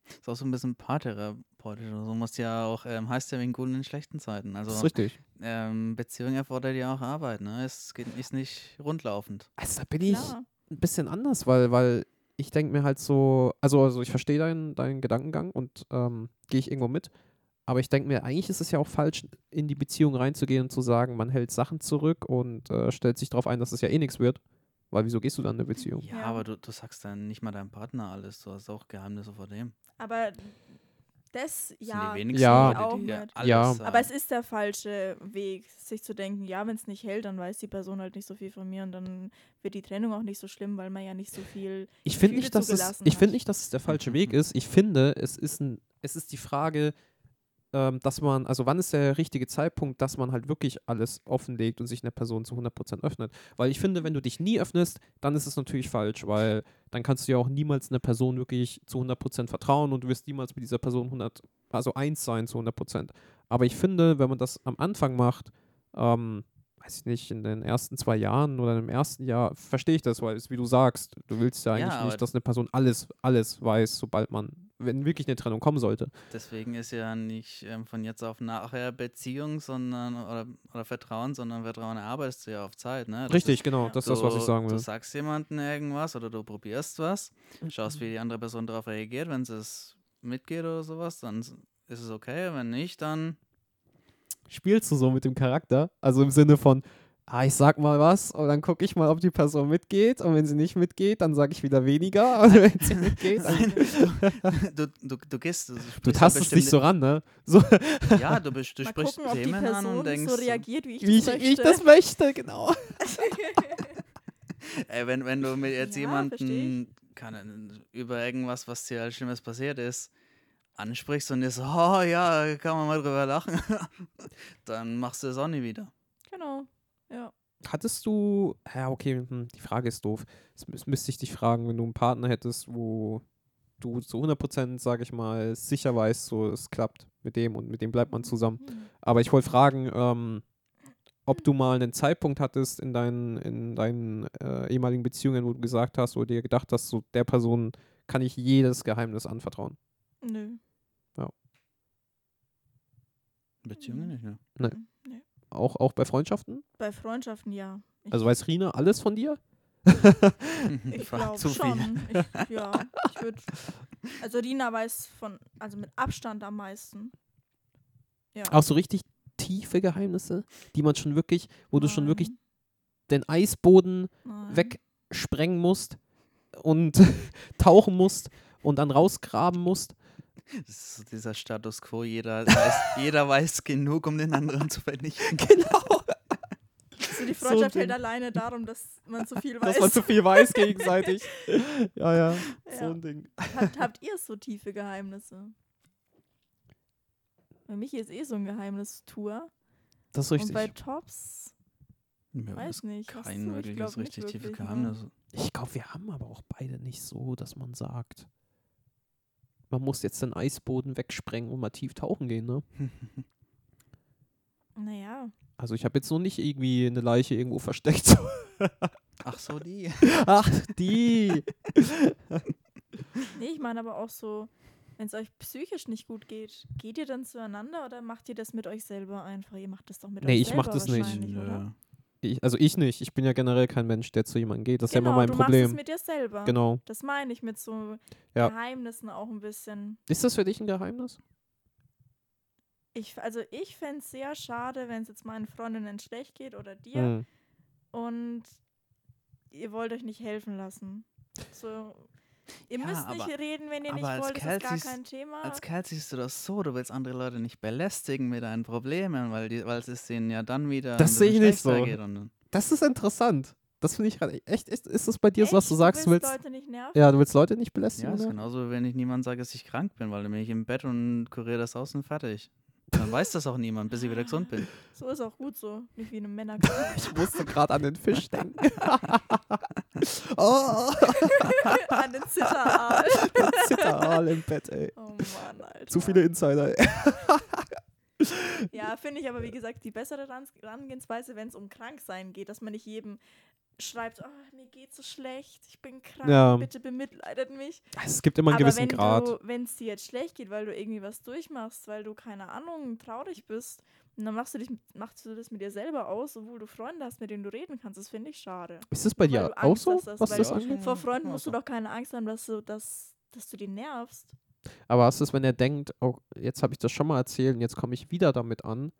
[SPEAKER 2] Ist auch so ein bisschen paartherapeutisch oder so. Muss ja auch, ähm, heißt ja wegen guten und schlechten Zeiten.
[SPEAKER 1] das ist
[SPEAKER 2] Also
[SPEAKER 1] richtig.
[SPEAKER 2] ähm, Beziehung erfordert ja auch Arbeit, ne? Es geht, ist nicht rundlaufend.
[SPEAKER 1] Also da bin ich
[SPEAKER 3] Klar.
[SPEAKER 1] ein bisschen anders, weil, weil ich denke mir halt so, also, also ich verstehe deinen, deinen Gedankengang und ähm, gehe ich irgendwo mit, aber ich denke mir, eigentlich ist es ja auch falsch, in die Beziehung reinzugehen und zu sagen, man hält Sachen zurück und äh, stellt sich darauf ein, dass es ja eh nichts wird, weil wieso gehst du dann in eine Beziehung?
[SPEAKER 2] Ja,
[SPEAKER 3] Ja.
[SPEAKER 2] aber du, du sagst dann nicht mal deinem Partner alles. Du hast auch Geheimnisse vor dem.
[SPEAKER 3] Aber das,
[SPEAKER 2] Das sind
[SPEAKER 3] ja.
[SPEAKER 2] die wenigsten
[SPEAKER 1] Ja.
[SPEAKER 2] Leute,
[SPEAKER 3] Auch
[SPEAKER 2] die dir
[SPEAKER 3] nicht.
[SPEAKER 2] alles
[SPEAKER 1] Ja.
[SPEAKER 2] sagen.
[SPEAKER 3] Aber es ist der falsche Weg, sich zu denken, ja, wenn es nicht hält, dann weiß die Person halt nicht so viel von mir und dann wird die Trennung auch nicht so schlimm, weil man ja nicht so viel.
[SPEAKER 1] Ich finde
[SPEAKER 3] Gefühle
[SPEAKER 1] nicht, dass es,
[SPEAKER 3] zugelassen
[SPEAKER 1] ich find
[SPEAKER 3] hat.
[SPEAKER 1] nicht, dass es der falsche Weg ist. Ich finde, es ist, ein, es ist die Frage, ähm, dass man, also wann ist der richtige Zeitpunkt, dass man halt wirklich alles offenlegt und sich einer Person zu 100% öffnet. Weil ich finde, wenn du dich nie öffnest, dann ist es natürlich falsch, weil dann kannst du ja auch niemals einer Person wirklich zu 100% vertrauen und du wirst niemals mit dieser Person 100, also eins sein zu 100%. Aber ich finde, wenn man das am Anfang macht, ähm, weiß ich nicht, in den ersten zwei Jahren oder im ersten Jahr, verstehe ich das, weil es, wie du sagst, du willst ja
[SPEAKER 2] Ja,
[SPEAKER 1] eigentlich
[SPEAKER 2] aber-
[SPEAKER 1] nicht, dass eine Person alles, alles weiß, sobald man, wenn wirklich eine Trennung kommen sollte.
[SPEAKER 2] Deswegen ist ja nicht ähm, von jetzt auf nachher Beziehung, sondern oder, oder Vertrauen, sondern Vertrauen erarbeitest du ja auf Zeit, ne? Das
[SPEAKER 1] Richtig, genau,
[SPEAKER 3] ja.
[SPEAKER 1] das ist das, was ich
[SPEAKER 2] Du-
[SPEAKER 1] sagen
[SPEAKER 2] Du
[SPEAKER 1] will.
[SPEAKER 2] sagst jemandem irgendwas oder du probierst was,
[SPEAKER 3] Mhm.
[SPEAKER 2] schaust, wie die andere Person darauf reagiert. Wenn sie es mitgeht oder sowas, dann s- ist es okay. Wenn nicht, dann (laughs)
[SPEAKER 1] Spielst du so mit dem Charakter? Also im Sinne von, ah, ich sag mal was und dann gucke ich mal, ob die Person mitgeht und wenn sie nicht mitgeht, dann sage ich wieder weniger (laughs) und wenn sie mitgeht,
[SPEAKER 2] Nein, du, du, du gehst. Du,
[SPEAKER 1] Du
[SPEAKER 2] sprichst ja
[SPEAKER 1] tastest dich so ran, ne? So,
[SPEAKER 2] bestimmte- Ja, du, bist- du
[SPEAKER 3] mal
[SPEAKER 2] sprichst
[SPEAKER 3] gucken, ob die
[SPEAKER 2] Themen an und
[SPEAKER 3] Person
[SPEAKER 2] denkst,
[SPEAKER 3] so reagiert, wie ich
[SPEAKER 1] wie ich,
[SPEAKER 3] das möchte.
[SPEAKER 1] wie ich (laughs) das möchte, genau.
[SPEAKER 2] ey, wenn, wenn du mit jetzt
[SPEAKER 3] Ja, versteh
[SPEAKER 2] jemanden keine Ahnung, über irgendwas, was dir halt Schlimmes passiert ist, ansprichst und ist, (laughs) oh ja, kann man mal drüber lachen, (laughs) dann machst du es auch nie wieder.
[SPEAKER 3] genau. Ja.
[SPEAKER 1] Hattest du, ja, okay, hm, die Frage ist doof. Das, mü- müsste ich dich fragen, wenn du einen Partner hättest, wo du zu 100%, sage ich mal, sicher weißt, so es klappt mit dem und mit dem bleibt man zusammen. Aber ich wollte fragen, ähm, ob du mal einen Zeitpunkt hattest in deinen, in deinen äh, ehemaligen Beziehungen, wo du gesagt hast, wo du dir gedacht hast, so der Person kann ich jedes Geheimnis anvertrauen.
[SPEAKER 3] Nö.
[SPEAKER 2] Beziehungen nicht, ne?
[SPEAKER 1] Auch, auch bei Freundschaften?
[SPEAKER 3] Bei Freundschaften ja. Ich,
[SPEAKER 1] Also weiß Rina alles von dir?
[SPEAKER 3] ich
[SPEAKER 2] (laughs) War
[SPEAKER 3] glaube
[SPEAKER 2] zu viel.
[SPEAKER 3] schon.
[SPEAKER 1] (laughs)
[SPEAKER 3] Ich, ja, ich würde. Also Rina weiß von, also mit Abstand am meisten. Ja.
[SPEAKER 1] Auch so richtig tiefe Geheimnisse, die man schon wirklich, wo du
[SPEAKER 3] Ähm,
[SPEAKER 1] schon wirklich den Eisboden
[SPEAKER 3] Nein, nein.
[SPEAKER 1] wegsprengen musst und (laughs) tauchen musst und dann rausgraben
[SPEAKER 3] (laughs)
[SPEAKER 1] musst.
[SPEAKER 2] Das ist so dieser Status quo, jeder weiß, (laughs) jeder weiß genug, um den anderen zu vernichten.
[SPEAKER 1] Genau.
[SPEAKER 3] Also die
[SPEAKER 1] So
[SPEAKER 3] Freundschaft
[SPEAKER 1] ein-
[SPEAKER 3] hält alleine darum, dass man zu viel weiß.
[SPEAKER 1] (laughs) Dass man zu viel weiß
[SPEAKER 3] (laughs)
[SPEAKER 1] gegenseitig. ja, ja, so
[SPEAKER 3] Ja.
[SPEAKER 1] ein Ding.
[SPEAKER 3] Habt, habt ihr so tiefe Geheimnisse? Bei Michi ist eh so ein Geheimnistour.
[SPEAKER 1] Das ist
[SPEAKER 3] Und bei
[SPEAKER 1] richtig.
[SPEAKER 3] Tops,
[SPEAKER 2] Mir
[SPEAKER 3] weiß
[SPEAKER 2] ist
[SPEAKER 3] nicht. hast du?
[SPEAKER 2] Kein
[SPEAKER 3] Ich
[SPEAKER 2] wirkliches,
[SPEAKER 3] glaub nicht
[SPEAKER 2] richtig tiefes
[SPEAKER 3] wirklich, ne?
[SPEAKER 2] Geheimnis.
[SPEAKER 1] Ich glaube, wir haben aber auch beide nicht so, dass man sagt, man muss jetzt den Eisboden wegsprengen und mal tief tauchen gehen, ne?
[SPEAKER 3] Naja,
[SPEAKER 1] Also ich habe jetzt noch nicht irgendwie eine Leiche irgendwo
[SPEAKER 3] (laughs)
[SPEAKER 1] versteckt.
[SPEAKER 2] Ach so, die.
[SPEAKER 1] Ach, die.
[SPEAKER 3] nee, ich meine aber auch so, wenn es euch psychisch nicht gut geht, geht ihr dann zueinander oder macht ihr das mit euch selber einfach? Ihr macht das doch mit
[SPEAKER 1] Nee,
[SPEAKER 3] euch
[SPEAKER 1] ich mach
[SPEAKER 3] selber
[SPEAKER 1] das nicht.
[SPEAKER 3] wahrscheinlich, Oder?
[SPEAKER 2] Nö.
[SPEAKER 1] (laughs) Ich, also ich nicht. Ich bin ja generell kein Mensch, der zu jemandem geht. Das ist ja
[SPEAKER 3] genau,
[SPEAKER 1] immer mein
[SPEAKER 3] du machst es
[SPEAKER 1] Problem.
[SPEAKER 3] mit dir selber.
[SPEAKER 1] Genau.
[SPEAKER 3] Das meine ich mit so
[SPEAKER 1] Ja.
[SPEAKER 3] Geheimnissen auch ein bisschen.
[SPEAKER 1] Ist das für dich ein Geheimnis?
[SPEAKER 3] Ich, also ich fände es sehr schade, wenn es jetzt meinen Freundinnen schlecht geht oder dir.
[SPEAKER 1] Hm.
[SPEAKER 3] und ihr wollt euch nicht helfen lassen. So, ihr
[SPEAKER 2] Ja,
[SPEAKER 3] müsst
[SPEAKER 2] aber-
[SPEAKER 3] nicht reden, wenn ihr
[SPEAKER 2] aber
[SPEAKER 3] nicht
[SPEAKER 2] als
[SPEAKER 3] wollt, das ist gar
[SPEAKER 2] Kerl siehst-
[SPEAKER 3] kein Thema.
[SPEAKER 2] Als Kerl siehst du das so, du willst andere Leute nicht belästigen mit deinen Problemen, weil, die, weil es ist denen ja dann wieder.
[SPEAKER 1] Das
[SPEAKER 2] ein
[SPEAKER 1] sehe ich
[SPEAKER 2] bisschen
[SPEAKER 1] nicht
[SPEAKER 2] schlechter
[SPEAKER 1] so.
[SPEAKER 2] Geht und dann,
[SPEAKER 1] Das ist interessant. Das finde ich gerade e-, echt, echt, ist das bei dir so, was
[SPEAKER 3] Echt?
[SPEAKER 1] du sagst, du
[SPEAKER 3] willst
[SPEAKER 1] willst,
[SPEAKER 3] Leute nicht nerven?
[SPEAKER 1] ja, genau. du willst Leute nicht belästigen?
[SPEAKER 2] Ja, ist
[SPEAKER 1] oder?
[SPEAKER 2] genauso, wenn ich niemand sage, dass ich krank bin, weil dann bin ich im Bett und kuriere das aus und fertig. Dann weiß das auch niemand, bis ich wieder gesund bin.
[SPEAKER 3] So ist auch gut so. Nicht wie eine Männer.
[SPEAKER 1] (laughs) Ich musste gerade
[SPEAKER 3] (laughs)
[SPEAKER 1] an den Fisch denken. (laughs) oh,
[SPEAKER 3] An den Zitterarsch.
[SPEAKER 1] Zitteral im Bett, ey.
[SPEAKER 3] Oh Mann, Alter.
[SPEAKER 1] Zu viele Insider, ey.
[SPEAKER 3] Ja, finde ich aber, wie gesagt, die bessere Rans- Herangehensweise, wenn es um Kranksein geht, dass man nicht jedem schreibt, oh, mir geht so schlecht, ich bin krank,
[SPEAKER 1] Ja.
[SPEAKER 3] bitte bemitleidet mich.
[SPEAKER 1] Es gibt immer einen
[SPEAKER 3] aber
[SPEAKER 1] gewissen
[SPEAKER 3] wenn
[SPEAKER 1] Grad.
[SPEAKER 3] du, wenn es dir jetzt schlecht geht, weil du irgendwie was durchmachst, weil du, keine Ahnung, traurig bist, und dann machst du, dich, machst du das mit dir selber aus, obwohl du Freunde hast, mit denen du reden kannst, das finde ich schade.
[SPEAKER 1] Ist das bei
[SPEAKER 3] Weil
[SPEAKER 1] dir
[SPEAKER 3] du
[SPEAKER 1] auch
[SPEAKER 3] Angst
[SPEAKER 1] so,
[SPEAKER 3] hast, dass-
[SPEAKER 1] was
[SPEAKER 3] weil
[SPEAKER 1] das
[SPEAKER 2] du-
[SPEAKER 1] angeht?
[SPEAKER 3] Vor
[SPEAKER 2] Ja,
[SPEAKER 3] Freunden
[SPEAKER 2] ja,
[SPEAKER 3] musst du
[SPEAKER 2] so.
[SPEAKER 3] doch keine Angst haben, dass du, dass, dass du die nervst.
[SPEAKER 1] Aber hast du es, wenn er denkt, oh, jetzt habe ich das schon mal erzählt und jetzt komme ich wieder damit an?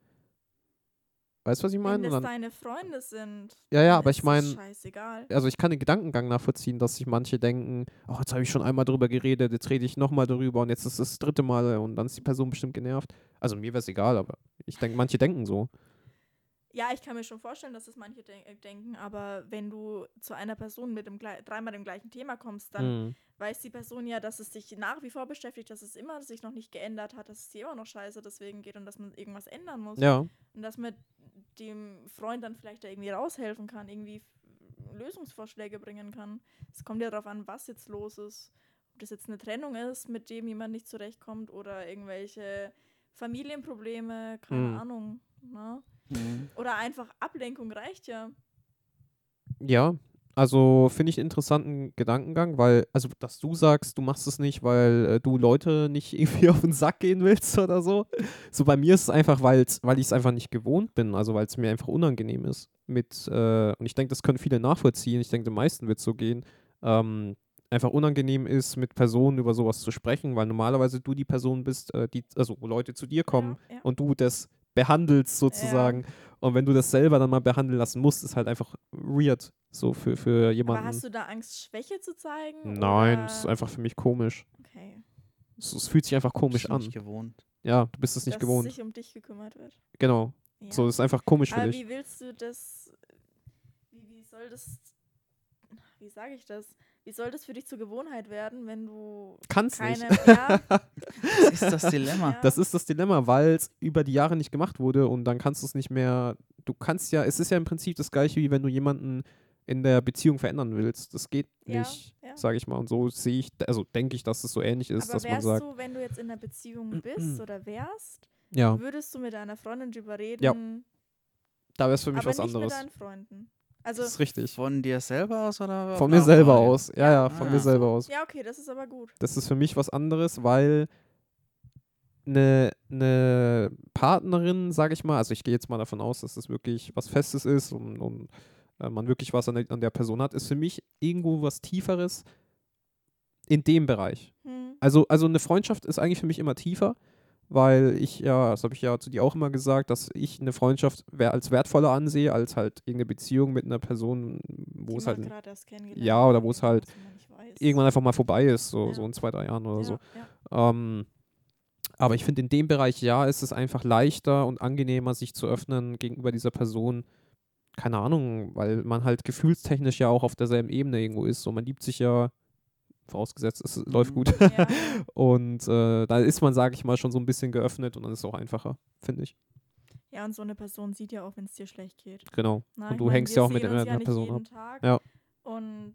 [SPEAKER 1] Weißt du, was ich meine?
[SPEAKER 3] wenn
[SPEAKER 1] Und
[SPEAKER 3] das
[SPEAKER 1] Dann,
[SPEAKER 3] deine Freunde sind.
[SPEAKER 1] Ja, ja,
[SPEAKER 3] dann
[SPEAKER 1] aber
[SPEAKER 3] ist
[SPEAKER 1] ich
[SPEAKER 3] das
[SPEAKER 1] mein-
[SPEAKER 3] Scheißegal.
[SPEAKER 1] also ich kann den Gedankengang nachvollziehen, dass sich manche denken, oh, jetzt habe ich schon einmal drüber geredet, jetzt rede ich nochmal drüber und jetzt ist es das dritte Mal und dann ist die Person bestimmt genervt. Also mir wäre es egal, aber ich denke, manche denken so.
[SPEAKER 3] Ja, ich kann mir schon vorstellen, dass das manche denk- äh, denken, aber wenn du zu einer Person mit dem glei- dreimal dem gleichen Thema kommst, dann
[SPEAKER 1] Mm.
[SPEAKER 3] weiß die Person ja, dass es dich nach wie vor beschäftigt, dass es immer sich noch nicht geändert hat, dass es dir immer noch scheiße deswegen geht und dass man irgendwas ändern muss.
[SPEAKER 1] Ja.
[SPEAKER 3] Und dass man dem Freund dann vielleicht da irgendwie raushelfen kann, irgendwie f- Lösungsvorschläge bringen kann. Es kommt ja darauf an, was jetzt los ist. Ob das jetzt eine Trennung ist, mit dem jemand nicht zurechtkommt oder irgendwelche Familienprobleme, keine
[SPEAKER 1] Mhm.
[SPEAKER 3] Ahnung. Ne? Oder einfach Ablenkung reicht ja.
[SPEAKER 1] Ja, also finde ich einen interessanten Gedankengang, weil, also, dass du sagst, du machst es nicht, weil äh, du Leute nicht (laughs) irgendwie auf den Sack gehen willst oder so. So bei mir ist es einfach, weil's, weil ich es einfach nicht gewohnt bin, also weil es mir einfach unangenehm ist. Mit, äh, und ich denke, das können viele nachvollziehen. Ich denke, den meisten wird es so gehen. Ähm, einfach unangenehm ist, mit Personen über sowas zu sprechen, weil normalerweise du die Person bist, äh, die, also wo Leute zu dir kommen
[SPEAKER 3] Ja, ja.
[SPEAKER 1] und du das behandelst sozusagen. Und wenn du das selber dann mal behandeln lassen musst, ist halt einfach weird so für, für
[SPEAKER 3] Aber
[SPEAKER 1] jemanden.
[SPEAKER 3] hast du da Angst, Schwäche zu zeigen?
[SPEAKER 1] Nein,
[SPEAKER 3] oder-
[SPEAKER 1] es ist einfach für mich komisch.
[SPEAKER 3] okay.
[SPEAKER 1] Es, es fühlt sich einfach komisch
[SPEAKER 2] Bist du
[SPEAKER 1] an.
[SPEAKER 2] Nicht gewohnt.
[SPEAKER 1] Ja, du bist es nicht
[SPEAKER 3] dass
[SPEAKER 1] gewohnt.
[SPEAKER 3] sich um dich gekümmert wird.
[SPEAKER 1] Genau.
[SPEAKER 3] Ja.
[SPEAKER 1] So, es ist einfach komisch für
[SPEAKER 3] Aber
[SPEAKER 1] dich.
[SPEAKER 3] wie willst du das, wie, wie soll das, wie sage ich das, wie soll das für dich zur Gewohnheit werden, wenn du
[SPEAKER 1] Kannst nicht.
[SPEAKER 3] keine, ja,
[SPEAKER 2] Das ist das Dilemma.
[SPEAKER 3] ja,
[SPEAKER 1] (laughs) Das ist das Dilemma, weil es über die Jahre nicht gemacht wurde und dann kannst du es nicht mehr. Du kannst ja, es ist ja im Prinzip das gleiche, wie wenn du jemanden in der Beziehung verändern willst. Das geht
[SPEAKER 3] Ja,
[SPEAKER 1] nicht,
[SPEAKER 3] ja.
[SPEAKER 1] sage ich mal. Und so sehe ich, also denke ich, dass es so ähnlich ist,
[SPEAKER 3] aber
[SPEAKER 1] dass man
[SPEAKER 3] wärst
[SPEAKER 1] sagt,
[SPEAKER 3] du, wenn du jetzt in
[SPEAKER 1] (clears throat)
[SPEAKER 3] einer Beziehung bist oder wärst,
[SPEAKER 1] ja,
[SPEAKER 3] würdest du mit deiner Freundin drüber reden,
[SPEAKER 1] Ja, da wäre es für mich
[SPEAKER 3] aber
[SPEAKER 1] was
[SPEAKER 3] nicht mit
[SPEAKER 1] anderes.
[SPEAKER 3] deinen Freunden. Also,
[SPEAKER 1] das ist richtig.
[SPEAKER 2] Von dir selber aus oder? auf
[SPEAKER 1] Von
[SPEAKER 2] einer
[SPEAKER 1] mir selber
[SPEAKER 2] Frage?
[SPEAKER 1] aus. Ja, ja, von
[SPEAKER 2] Ah.
[SPEAKER 1] mir selber aus.
[SPEAKER 3] ja, okay, das ist aber gut.
[SPEAKER 1] Das ist für mich was anderes, weil eine ne Partnerin, sage ich mal, also ich gehe jetzt mal davon aus, dass es wirklich was Festes ist und, und äh, man wirklich was an der, an der Person hat, ist für mich irgendwo was Tieferes in dem Bereich.
[SPEAKER 3] Hm.
[SPEAKER 1] Also, also eine Freundschaft ist eigentlich für mich immer tiefer, weil ich ja, das habe ich ja zu dir auch immer gesagt, dass ich eine Freundschaft wer- als wertvoller ansehe, als halt irgendeine Beziehung mit einer Person, wo
[SPEAKER 3] Die
[SPEAKER 1] es
[SPEAKER 3] man
[SPEAKER 1] halt
[SPEAKER 3] gerade erst kennengelernt
[SPEAKER 1] Ja, oder
[SPEAKER 3] hat,
[SPEAKER 1] wo es halt
[SPEAKER 3] was man nicht weiß.
[SPEAKER 1] irgendwann einfach mal vorbei ist, so,
[SPEAKER 3] Ja.
[SPEAKER 1] so in zwei, drei Jahren oder
[SPEAKER 3] ja,
[SPEAKER 1] so.
[SPEAKER 3] Ja.
[SPEAKER 1] Ähm, aber ich finde, in dem Bereich ja, ist es einfach leichter und angenehmer, sich zu öffnen gegenüber dieser Person. Keine Ahnung, weil man halt gefühlstechnisch ja auch auf derselben Ebene irgendwo ist. So, man liebt sich ja, vorausgesetzt, es läuft
[SPEAKER 2] Mhm.
[SPEAKER 1] gut.
[SPEAKER 3] Ja, ja.
[SPEAKER 1] Und äh, da ist man, sage ich mal, schon so ein bisschen geöffnet und dann ist es auch einfacher, finde ich.
[SPEAKER 3] ja, und so eine Person sieht ja auch, wenn es dir schlecht geht.
[SPEAKER 1] Genau.
[SPEAKER 3] Na,
[SPEAKER 1] und
[SPEAKER 3] ich
[SPEAKER 1] du
[SPEAKER 3] mein,
[SPEAKER 1] hängst
[SPEAKER 3] wir
[SPEAKER 1] ja auch mit
[SPEAKER 3] sehen uns ja
[SPEAKER 1] einer
[SPEAKER 3] nicht
[SPEAKER 1] Person ab.
[SPEAKER 3] jeden Tag.
[SPEAKER 1] Ja. Hm,
[SPEAKER 3] Und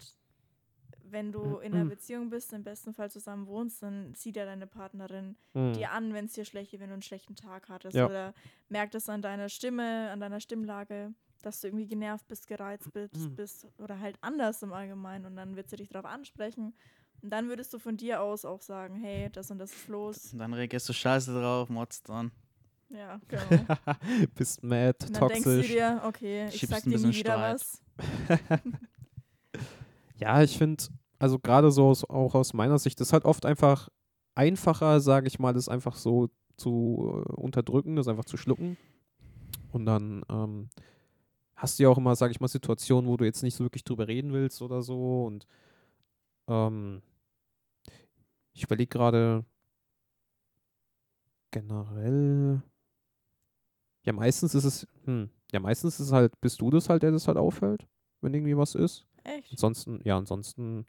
[SPEAKER 3] wenn du in einer Beziehung bist, im besten Fall zusammen wohnst, dann sieht ja deine Partnerin
[SPEAKER 1] Mhm.
[SPEAKER 3] dir an, wenn es dir schlecht geht, wenn du einen schlechten Tag hattest.
[SPEAKER 1] Ja.
[SPEAKER 3] Oder merkt es an deiner Stimme, an deiner Stimmlage, dass du irgendwie genervt bist, gereizt bist,
[SPEAKER 1] Mhm.
[SPEAKER 3] bist oder halt anders im Allgemeinen. Und dann wird sie dich darauf ansprechen. Und dann würdest du von dir aus auch sagen, hey, das und das ist los.
[SPEAKER 2] Und dann reagierst du scheiße drauf, motzt an.
[SPEAKER 3] Ja,
[SPEAKER 1] (laughs)
[SPEAKER 3] genau.
[SPEAKER 1] Bist mad,
[SPEAKER 3] Und dann denkst du
[SPEAKER 1] toxisch.
[SPEAKER 3] dir, okay, ich
[SPEAKER 2] Schiebst
[SPEAKER 3] sag
[SPEAKER 2] ein
[SPEAKER 3] dir nie
[SPEAKER 2] bisschen
[SPEAKER 3] wieder
[SPEAKER 2] Streit.
[SPEAKER 3] was.
[SPEAKER 1] Ja, ich finde, also gerade so aus, auch aus meiner Sicht, ist halt oft einfach einfacher, sage ich mal, das einfach so zu äh, unterdrücken, das einfach zu schlucken. Und dann ähm, hast du ja auch immer, sage ich mal, Situationen, wo du jetzt nicht so wirklich drüber reden willst oder so. Und ähm, ich überlege gerade generell. Ja, meistens ist es, hm, ja, meistens ist es halt, bist du das halt, der das halt auffällt. wenn irgendwie was ist.
[SPEAKER 3] Echt?
[SPEAKER 1] Ansonsten, ja, ansonsten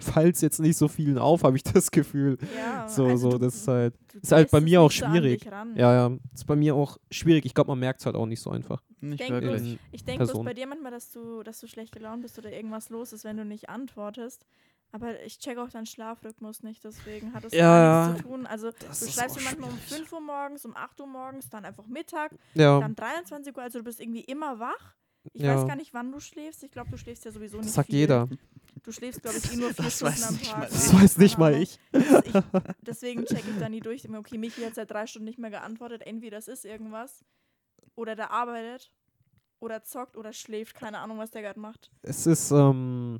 [SPEAKER 1] fällt es jetzt nicht so vielen auf, habe ich (laughs) das Gefühl.
[SPEAKER 3] Ja.
[SPEAKER 1] So,
[SPEAKER 3] also
[SPEAKER 1] so,
[SPEAKER 3] du-
[SPEAKER 1] das ist halt,
[SPEAKER 3] du
[SPEAKER 1] ist halt bei
[SPEAKER 3] lässt es
[SPEAKER 1] mir auch
[SPEAKER 3] nicht so an dich
[SPEAKER 1] schwierig.
[SPEAKER 3] ran.
[SPEAKER 1] ja, ja, ist bei mir auch schwierig. Ich glaube, man merkt es halt auch nicht so einfach.
[SPEAKER 2] Nicht
[SPEAKER 3] denk bloß-
[SPEAKER 2] wirklich.
[SPEAKER 1] Ähm,
[SPEAKER 3] Ich denke bloß
[SPEAKER 1] Person.
[SPEAKER 3] bei dir manchmal, dass du, dass du schlecht gelaunt bist oder irgendwas los ist, wenn du nicht antwortest. Aber ich check auch deinen Schlafrhythmus nicht, deswegen hat es
[SPEAKER 1] Ja,
[SPEAKER 3] gar nichts zu tun. Also
[SPEAKER 1] das
[SPEAKER 3] du
[SPEAKER 1] ist
[SPEAKER 3] schreibst
[SPEAKER 1] auch
[SPEAKER 3] mir manchmal um
[SPEAKER 1] schwierig.
[SPEAKER 3] 5 Uhr morgens, um 8 Uhr morgens, dann einfach Mittag,
[SPEAKER 1] Ja,
[SPEAKER 3] dann 23 Uhr, also du bist irgendwie immer wach. Ich
[SPEAKER 1] Ja.
[SPEAKER 3] weiß gar nicht, wann du schläfst. Ich glaube, du schläfst ja sowieso nicht
[SPEAKER 1] das sagt
[SPEAKER 3] viel.
[SPEAKER 1] jeder.
[SPEAKER 3] Du schläfst, glaube
[SPEAKER 2] (laughs)
[SPEAKER 3] ich, eh nur vier
[SPEAKER 2] Das
[SPEAKER 3] Stunden
[SPEAKER 2] weiß
[SPEAKER 3] am
[SPEAKER 2] nicht
[SPEAKER 3] Tag.
[SPEAKER 2] mal
[SPEAKER 3] ne?
[SPEAKER 1] Das weiß nicht
[SPEAKER 3] Keine
[SPEAKER 1] mal
[SPEAKER 3] Ahnung.
[SPEAKER 1] ich.
[SPEAKER 3] Das- ich deswegen checke ich da nie durch. Ich denk mir, Okay, Michi hat seit drei Stunden nicht mehr geantwortet. Entweder das ist irgendwas oder der arbeitet oder zockt oder schläft. Keine Ahnung, was der gerade macht.
[SPEAKER 1] Es ist, ähm,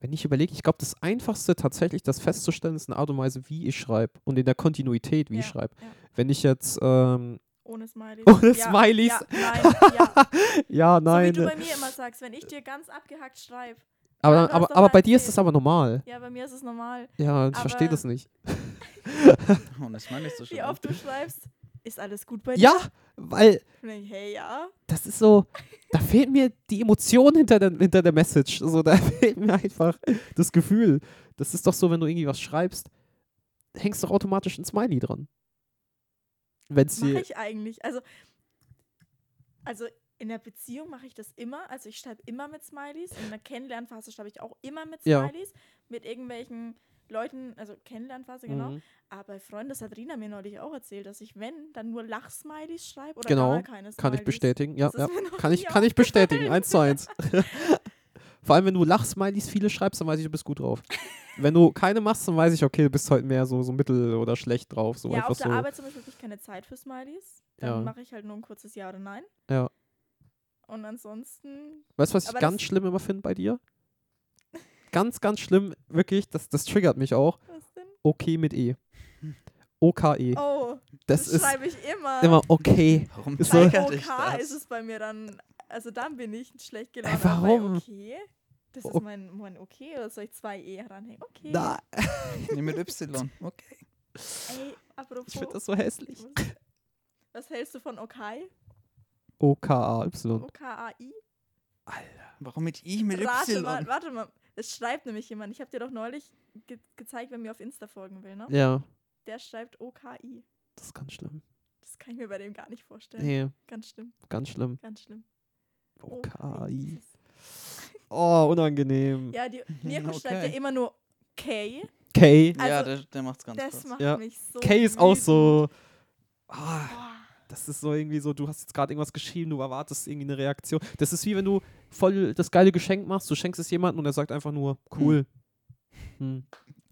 [SPEAKER 1] wenn ich überlege, ich glaube, das Einfachste tatsächlich, das festzustellen, ist eine Art und Weise, wie ich schreibe und in der Kontinuität, wie ich
[SPEAKER 3] Ja,
[SPEAKER 1] schreibe.
[SPEAKER 3] ja.
[SPEAKER 1] Wenn ich jetzt, ähm,
[SPEAKER 3] Ohne Smileys.
[SPEAKER 1] Ohne
[SPEAKER 3] ja,
[SPEAKER 1] Smileys.
[SPEAKER 3] Ja, nein,
[SPEAKER 1] (laughs)
[SPEAKER 3] ja.
[SPEAKER 1] ja,
[SPEAKER 3] Nein.
[SPEAKER 1] nein,
[SPEAKER 3] So wie du
[SPEAKER 1] äh,
[SPEAKER 3] bei mir halt immer sagst, wenn ich dir ganz abgehackt schreibe.
[SPEAKER 1] aber,
[SPEAKER 3] Ja, du hast
[SPEAKER 1] aber,
[SPEAKER 3] doch
[SPEAKER 1] aber
[SPEAKER 3] mal
[SPEAKER 1] bei dir ist
[SPEAKER 3] erzählt.
[SPEAKER 1] das aber normal.
[SPEAKER 3] Ja, bei mir ist es normal.
[SPEAKER 1] Ja, ich verstehe
[SPEAKER 3] Aber-
[SPEAKER 1] das nicht.
[SPEAKER 2] Und das meine ich so ne? schön.
[SPEAKER 3] Wie oft du schreibst, ist alles gut bei
[SPEAKER 1] Ja,
[SPEAKER 3] dir?
[SPEAKER 1] weil
[SPEAKER 3] Und denk ich, hey, ja.
[SPEAKER 1] das ist so, da fehlt mir die Emotion hinter der, hinter der Message. So, da (laughs) fehlt mir einfach das Gefühl. Das ist doch so, wenn du irgendwie was schreibst, hängst doch automatisch ein Smiley dran. Wenn's
[SPEAKER 3] Mache
[SPEAKER 1] dir,
[SPEAKER 3] ich eigentlich. Also, also in der Beziehung mache ich das immer. Also ich schreibe immer mit Smileys. In der Kennenlernphase schreibe ich auch immer mit
[SPEAKER 1] Ja.
[SPEAKER 3] Smileys. Mit irgendwelchen Leuten, also Kennenlernphase, genau.
[SPEAKER 1] Mhm.
[SPEAKER 3] Aber bei Freunden, das hat Rina mir neulich auch erzählt, dass ich, wenn, dann nur Lach-Smileys schreibe oder
[SPEAKER 1] Genau,
[SPEAKER 3] gar keine Smileys.
[SPEAKER 1] Kann ich bestätigen, ja.
[SPEAKER 3] Das ist (laughs)
[SPEAKER 1] ja.
[SPEAKER 3] mir noch
[SPEAKER 1] Kann, ich,
[SPEAKER 3] nie
[SPEAKER 1] kann ich
[SPEAKER 3] (laughs)
[SPEAKER 1] bestätigen, eins zu eins. (laughs) Vor allem, wenn du Lachsmilies viele schreibst, dann weiß ich, du bist gut
[SPEAKER 3] (laughs)
[SPEAKER 1] drauf. Wenn du keine machst, dann weiß ich, okay, du bist heute mehr so, so mittel oder schlecht drauf. So
[SPEAKER 3] ja,
[SPEAKER 1] einfach
[SPEAKER 3] auf der
[SPEAKER 1] so.
[SPEAKER 3] Arbeit zum Beispiel habe ich keine Zeit für Smileys. Dann
[SPEAKER 1] Ja.
[SPEAKER 3] mache ich halt nur ein kurzes Ja oder Nein.
[SPEAKER 1] Ja.
[SPEAKER 3] Und ansonsten,
[SPEAKER 1] Weißt du, was ich
[SPEAKER 3] Aber
[SPEAKER 1] ganz
[SPEAKER 3] das-
[SPEAKER 1] schlimm immer finde bei dir? Ganz, ganz schlimm, wirklich, das, das triggert mich auch.
[SPEAKER 3] was denn?
[SPEAKER 1] Okay mit E. OKE.
[SPEAKER 3] Oh,
[SPEAKER 1] das
[SPEAKER 3] das
[SPEAKER 1] ist
[SPEAKER 3] schreibe ich immer.
[SPEAKER 1] immer okay.
[SPEAKER 2] Warum
[SPEAKER 1] Ist so-
[SPEAKER 3] Bei
[SPEAKER 2] triggert dich
[SPEAKER 3] OK
[SPEAKER 2] das?
[SPEAKER 3] ist es bei mir dann, also dann bin ich schlecht gelaunt.
[SPEAKER 1] Äh,
[SPEAKER 3] aber bei
[SPEAKER 1] warum?
[SPEAKER 3] Okay, das ist
[SPEAKER 1] Oh.
[SPEAKER 3] mein, mein Okay, oder soll ich zwei E ranhängen? Okay.
[SPEAKER 1] Na,
[SPEAKER 2] Nee, mit Y. Okay.
[SPEAKER 3] Ey, apropos.
[SPEAKER 1] ich finde das so hässlich.
[SPEAKER 3] was, was hältst du von Okay?
[SPEAKER 1] OKAY.
[SPEAKER 3] OKAI?
[SPEAKER 2] Warum mit I, mit
[SPEAKER 3] Warte
[SPEAKER 2] Y?
[SPEAKER 3] mal, warte mal. Es schreibt nämlich jemand. Ich habe dir doch neulich ge gezeigt, wer mir auf Insta folgen will, ne?
[SPEAKER 1] Ja,
[SPEAKER 3] Der schreibt OKI.
[SPEAKER 1] das ist ganz schlimm.
[SPEAKER 3] Das kann ich mir bei dem gar nicht vorstellen.
[SPEAKER 1] Nee,
[SPEAKER 3] Ganz schlimm,
[SPEAKER 1] ganz schlimm.
[SPEAKER 3] ganz schlimm. Oh,
[SPEAKER 1] OKI.
[SPEAKER 3] das ist-
[SPEAKER 1] Oh, unangenehm.
[SPEAKER 3] E.
[SPEAKER 1] (laughs)
[SPEAKER 3] Ja, die Mirko schreibt
[SPEAKER 2] Okay.
[SPEAKER 3] ja immer nur K.
[SPEAKER 1] K.
[SPEAKER 2] ja,
[SPEAKER 3] also,
[SPEAKER 2] der, der macht's ganz
[SPEAKER 3] Das
[SPEAKER 2] kurz.
[SPEAKER 3] macht
[SPEAKER 1] Ja.
[SPEAKER 3] mich so.
[SPEAKER 1] K ist auch
[SPEAKER 3] wütend.
[SPEAKER 1] so. Ah,
[SPEAKER 3] Boah.
[SPEAKER 1] das ist so irgendwie so, du hast jetzt gerade irgendwas geschrieben, du erwartest irgendwie eine Reaktion. Das ist wie wenn du voll das geile Geschenk machst, du schenkst es jemandem und er sagt einfach nur, cool. Hm.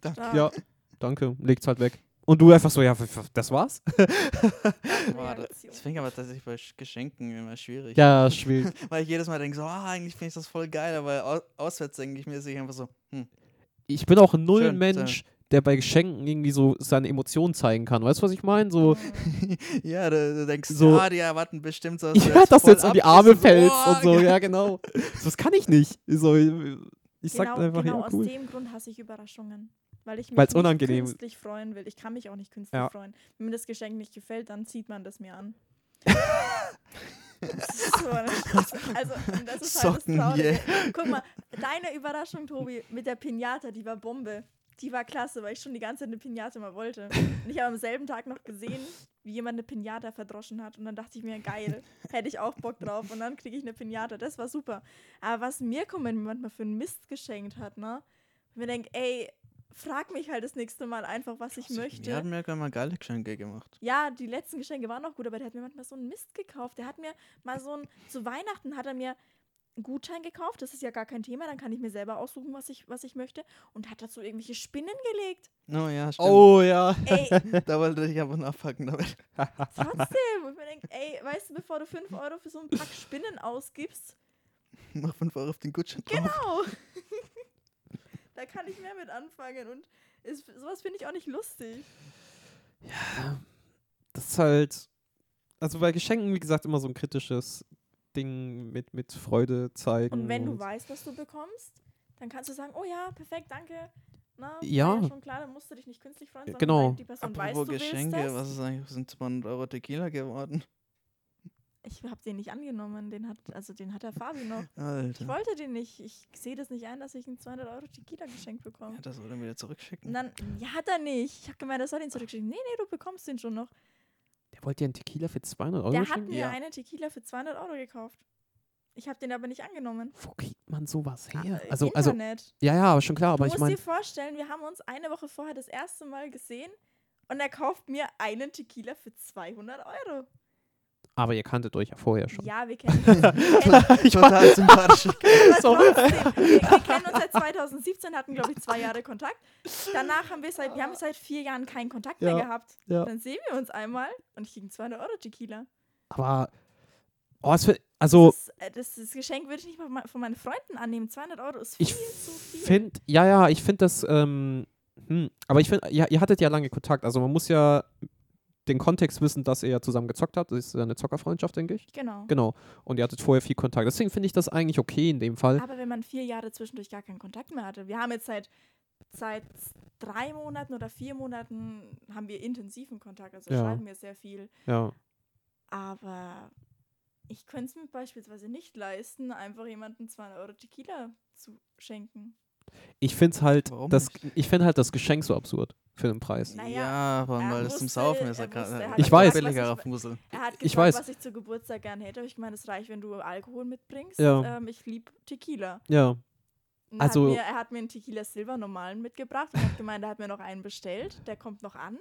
[SPEAKER 2] Danke.
[SPEAKER 3] Ja.
[SPEAKER 1] Ja, danke, legt's halt weg. Und du einfach so, ja, w- w- das war's?
[SPEAKER 2] Boah, das,
[SPEAKER 3] Reaktion. Äh,
[SPEAKER 2] das finde ich aber tatsächlich bei Sch- Geschenken immer schwierig.
[SPEAKER 1] Ja, schwierig.
[SPEAKER 2] Weil ich jedes Mal denke, so, ah, eigentlich finde ich das voll geil, aber au auswärts denke ich mir, sehe ich einfach so, hm.
[SPEAKER 1] Ich bin auch null
[SPEAKER 2] Schön,
[SPEAKER 1] Mensch, der bei Geschenken irgendwie so seine Emotionen zeigen kann. Weißt du, was ich meine? So, (laughs)
[SPEAKER 2] ja, du, du denkst,
[SPEAKER 1] So-
[SPEAKER 2] so, ah, die erwarten bestimmt so.
[SPEAKER 1] ja, dass du jetzt in die Arme fällst und so,
[SPEAKER 2] Ja.
[SPEAKER 1] ja,
[SPEAKER 3] (laughs)
[SPEAKER 1] genau. So, das kann ich nicht. So, ich sag
[SPEAKER 3] genau,
[SPEAKER 1] einfach,
[SPEAKER 3] genau
[SPEAKER 1] ja, cool.
[SPEAKER 3] aus dem Grund hasse ich Überraschungen. Weil ich mich
[SPEAKER 1] Weil's
[SPEAKER 3] nicht
[SPEAKER 1] unangenehm-
[SPEAKER 3] künstlich freuen will. Ich kann mich auch nicht künstlich
[SPEAKER 1] Ja.
[SPEAKER 3] freuen. Wenn mir das Geschenk nicht gefällt, dann zieht man das mir
[SPEAKER 1] (laughs)
[SPEAKER 3] an. Das ist so eine Scheiße. also, und das ist halt das
[SPEAKER 2] Socken
[SPEAKER 3] Traurige.
[SPEAKER 2] hier.
[SPEAKER 3] Guck mal, deine Überraschung, Tobi, mit der Pinata, die war Bombe. Die war klasse, weil ich schon die ganze Zeit eine Pinata mal wollte. Und ich habe am selben Tag noch gesehen, wie jemand eine Pinata verdroschen hat. Und dann dachte ich mir, geil, hätte ich auch Bock drauf. Und dann kriege ich eine Pinata. Das war super. Aber was mir kommen manchmal für einen Mist geschenkt hat, ne? Und mir denke, ey, frag mich halt das nächste Mal einfach, was ich möchte.
[SPEAKER 2] Mir hat mir immer geile Geschenke gemacht.
[SPEAKER 3] Ja, die letzten Geschenke waren auch gut, aber der hat mir manchmal so einen Mist gekauft. Der hat mir mal so ein, zu Weihnachten hat er mir einen Gutschein gekauft, das ist ja gar kein Thema, dann kann ich mir selber aussuchen, was ich, was ich möchte. Und hat dazu irgendwelche Spinnen gelegt.
[SPEAKER 2] Oh ja, stimmt.
[SPEAKER 1] Oh ja.
[SPEAKER 3] Ey,
[SPEAKER 2] (laughs) Da wollte ich aber nachpacken damit.
[SPEAKER 3] trotzdem. Und ich mir denke, ey, weißt du, bevor du 5 Euro für so ein Pack Spinnen ausgibst,
[SPEAKER 2] Mach 5 Euro auf den Gutschein. drauf.
[SPEAKER 3] genau. (laughs) da kann ich mehr mit anfangen. Und ist, sowas finde ich auch nicht lustig.
[SPEAKER 1] das ist halt, also bei Geschenken, wie gesagt, immer so ein kritisches Ding mit, mit Freude zeigen.
[SPEAKER 3] Und wenn du weißt, was du bekommst, dann kannst du sagen, oh ja, perfekt, danke. Na, war
[SPEAKER 1] Ja.
[SPEAKER 3] ja schon klar, dann musst du dich nicht künstlich freuen, sondern
[SPEAKER 1] genau.
[SPEAKER 3] weil die Person weiß, du
[SPEAKER 2] Apropos
[SPEAKER 3] willst
[SPEAKER 2] Geschenke,
[SPEAKER 3] das.
[SPEAKER 2] was ist eigentlich, sind 200 Euro Tequila geworden?
[SPEAKER 3] Ich habe den nicht angenommen. Den hat, also den hat der Fabi noch. Ich
[SPEAKER 2] Alter.
[SPEAKER 3] wollte den nicht. Ich sehe das nicht ein, dass ich einen 200 Euro Tequila geschenkt bekomme.
[SPEAKER 2] Ja, das würde er wieder
[SPEAKER 3] Und
[SPEAKER 1] (laughs)
[SPEAKER 2] zurückschicken.
[SPEAKER 3] dann, ja, hat er nicht. Ich habe gemeint, er soll den zurückschicken. Nee, nee, du bekommst den schon noch.
[SPEAKER 1] Der wollte dir einen Tequila für 200 Euro
[SPEAKER 3] der hat
[SPEAKER 1] schenken?
[SPEAKER 3] mir
[SPEAKER 2] Ja.
[SPEAKER 3] eine Tequila für 200 Euro gekauft. Ich habe den aber nicht angenommen.
[SPEAKER 1] Wo kriegt man sowas her?
[SPEAKER 3] Äh,
[SPEAKER 1] Also, also,
[SPEAKER 3] Internet.
[SPEAKER 1] ja, ja, aber schon klar, aber
[SPEAKER 3] du
[SPEAKER 1] ich
[SPEAKER 3] musst
[SPEAKER 1] meine,
[SPEAKER 3] dir vorstellen, wir haben uns eine Woche vorher das erste Mal gesehen und er kauft mir einen Tequila für 200 Euro.
[SPEAKER 1] aber ihr kanntet euch ja vorher
[SPEAKER 3] (laughs)
[SPEAKER 1] schon. (laughs)
[SPEAKER 3] Ja, wir kennen uns. wir kennen uns,
[SPEAKER 1] Ich war,
[SPEAKER 2] Total sympathisch.
[SPEAKER 1] (laughs)
[SPEAKER 3] aber
[SPEAKER 1] So.
[SPEAKER 3] trotzdem. Wir, wir kennen uns seit 2017, hatten, glaube ich, zwei Jahre Kontakt. Danach haben wir seit, wir haben seit vier Jahren keinen Kontakt
[SPEAKER 1] Ja,
[SPEAKER 3] mehr gehabt.
[SPEAKER 1] ja.
[SPEAKER 3] Dann sehen wir uns einmal und ich kriege 200 Euro Tequila.
[SPEAKER 1] aber, oh, was für, also,
[SPEAKER 3] Das, äh, das, das Geschenk würde ich nicht mal me- von meinen Freunden annehmen. 200 Euro ist viel
[SPEAKER 1] ich
[SPEAKER 3] zu viel.
[SPEAKER 1] finde, ja, ja, ich finde das, ähm, hm, aber ich finde, ja, ihr hattet ja lange Kontakt, also man muss ja den Kontext wissen, dass ihr ja zusammen gezockt habt, das ist ja eine Zockerfreundschaft, denke ich.
[SPEAKER 3] genau.
[SPEAKER 1] Genau, und ihr hattet vorher viel Kontakt, deswegen finde ich das eigentlich okay in dem Fall.
[SPEAKER 3] Aber wenn man vier Jahre zwischendurch gar keinen Kontakt mehr hatte, wir haben jetzt seit, seit drei Monaten oder vier Monaten haben wir intensiven Kontakt, also
[SPEAKER 1] Ja.
[SPEAKER 3] schreiben wir sehr viel.
[SPEAKER 1] Ja,
[SPEAKER 3] Aber ich könnte es mir beispielsweise nicht leisten, einfach jemandem 200 Euro Tequila zu schenken.
[SPEAKER 1] ich finde halt,
[SPEAKER 2] Warum
[SPEAKER 1] das,
[SPEAKER 2] nicht?
[SPEAKER 1] ich finde halt das Geschenk so absurd für den Preis.
[SPEAKER 3] Naja,
[SPEAKER 2] ja, vor allem,
[SPEAKER 3] er
[SPEAKER 2] weil das zum
[SPEAKER 3] wusste-
[SPEAKER 2] Saufen ist.
[SPEAKER 3] er
[SPEAKER 2] Er kann,
[SPEAKER 3] wusste, er hat
[SPEAKER 1] Ich weiß.
[SPEAKER 2] Billigerer
[SPEAKER 3] was ich-
[SPEAKER 2] Fusel.
[SPEAKER 3] Er hat gesagt,
[SPEAKER 1] Ich weiß.
[SPEAKER 3] was ich zu Geburtstag gerne hätte. Aber ich meine, es reicht, wenn du Alkohol mitbringst.
[SPEAKER 1] Ja.
[SPEAKER 3] Ähm, ich liebe Tequila.
[SPEAKER 1] Ja,
[SPEAKER 3] Und
[SPEAKER 1] Also-
[SPEAKER 3] hat mir, er hat mir einen Tequila Silver normalen mitgebracht und hat gemeint, er hat mir noch einen bestellt. Der kommt
[SPEAKER 1] (laughs)
[SPEAKER 3] noch an.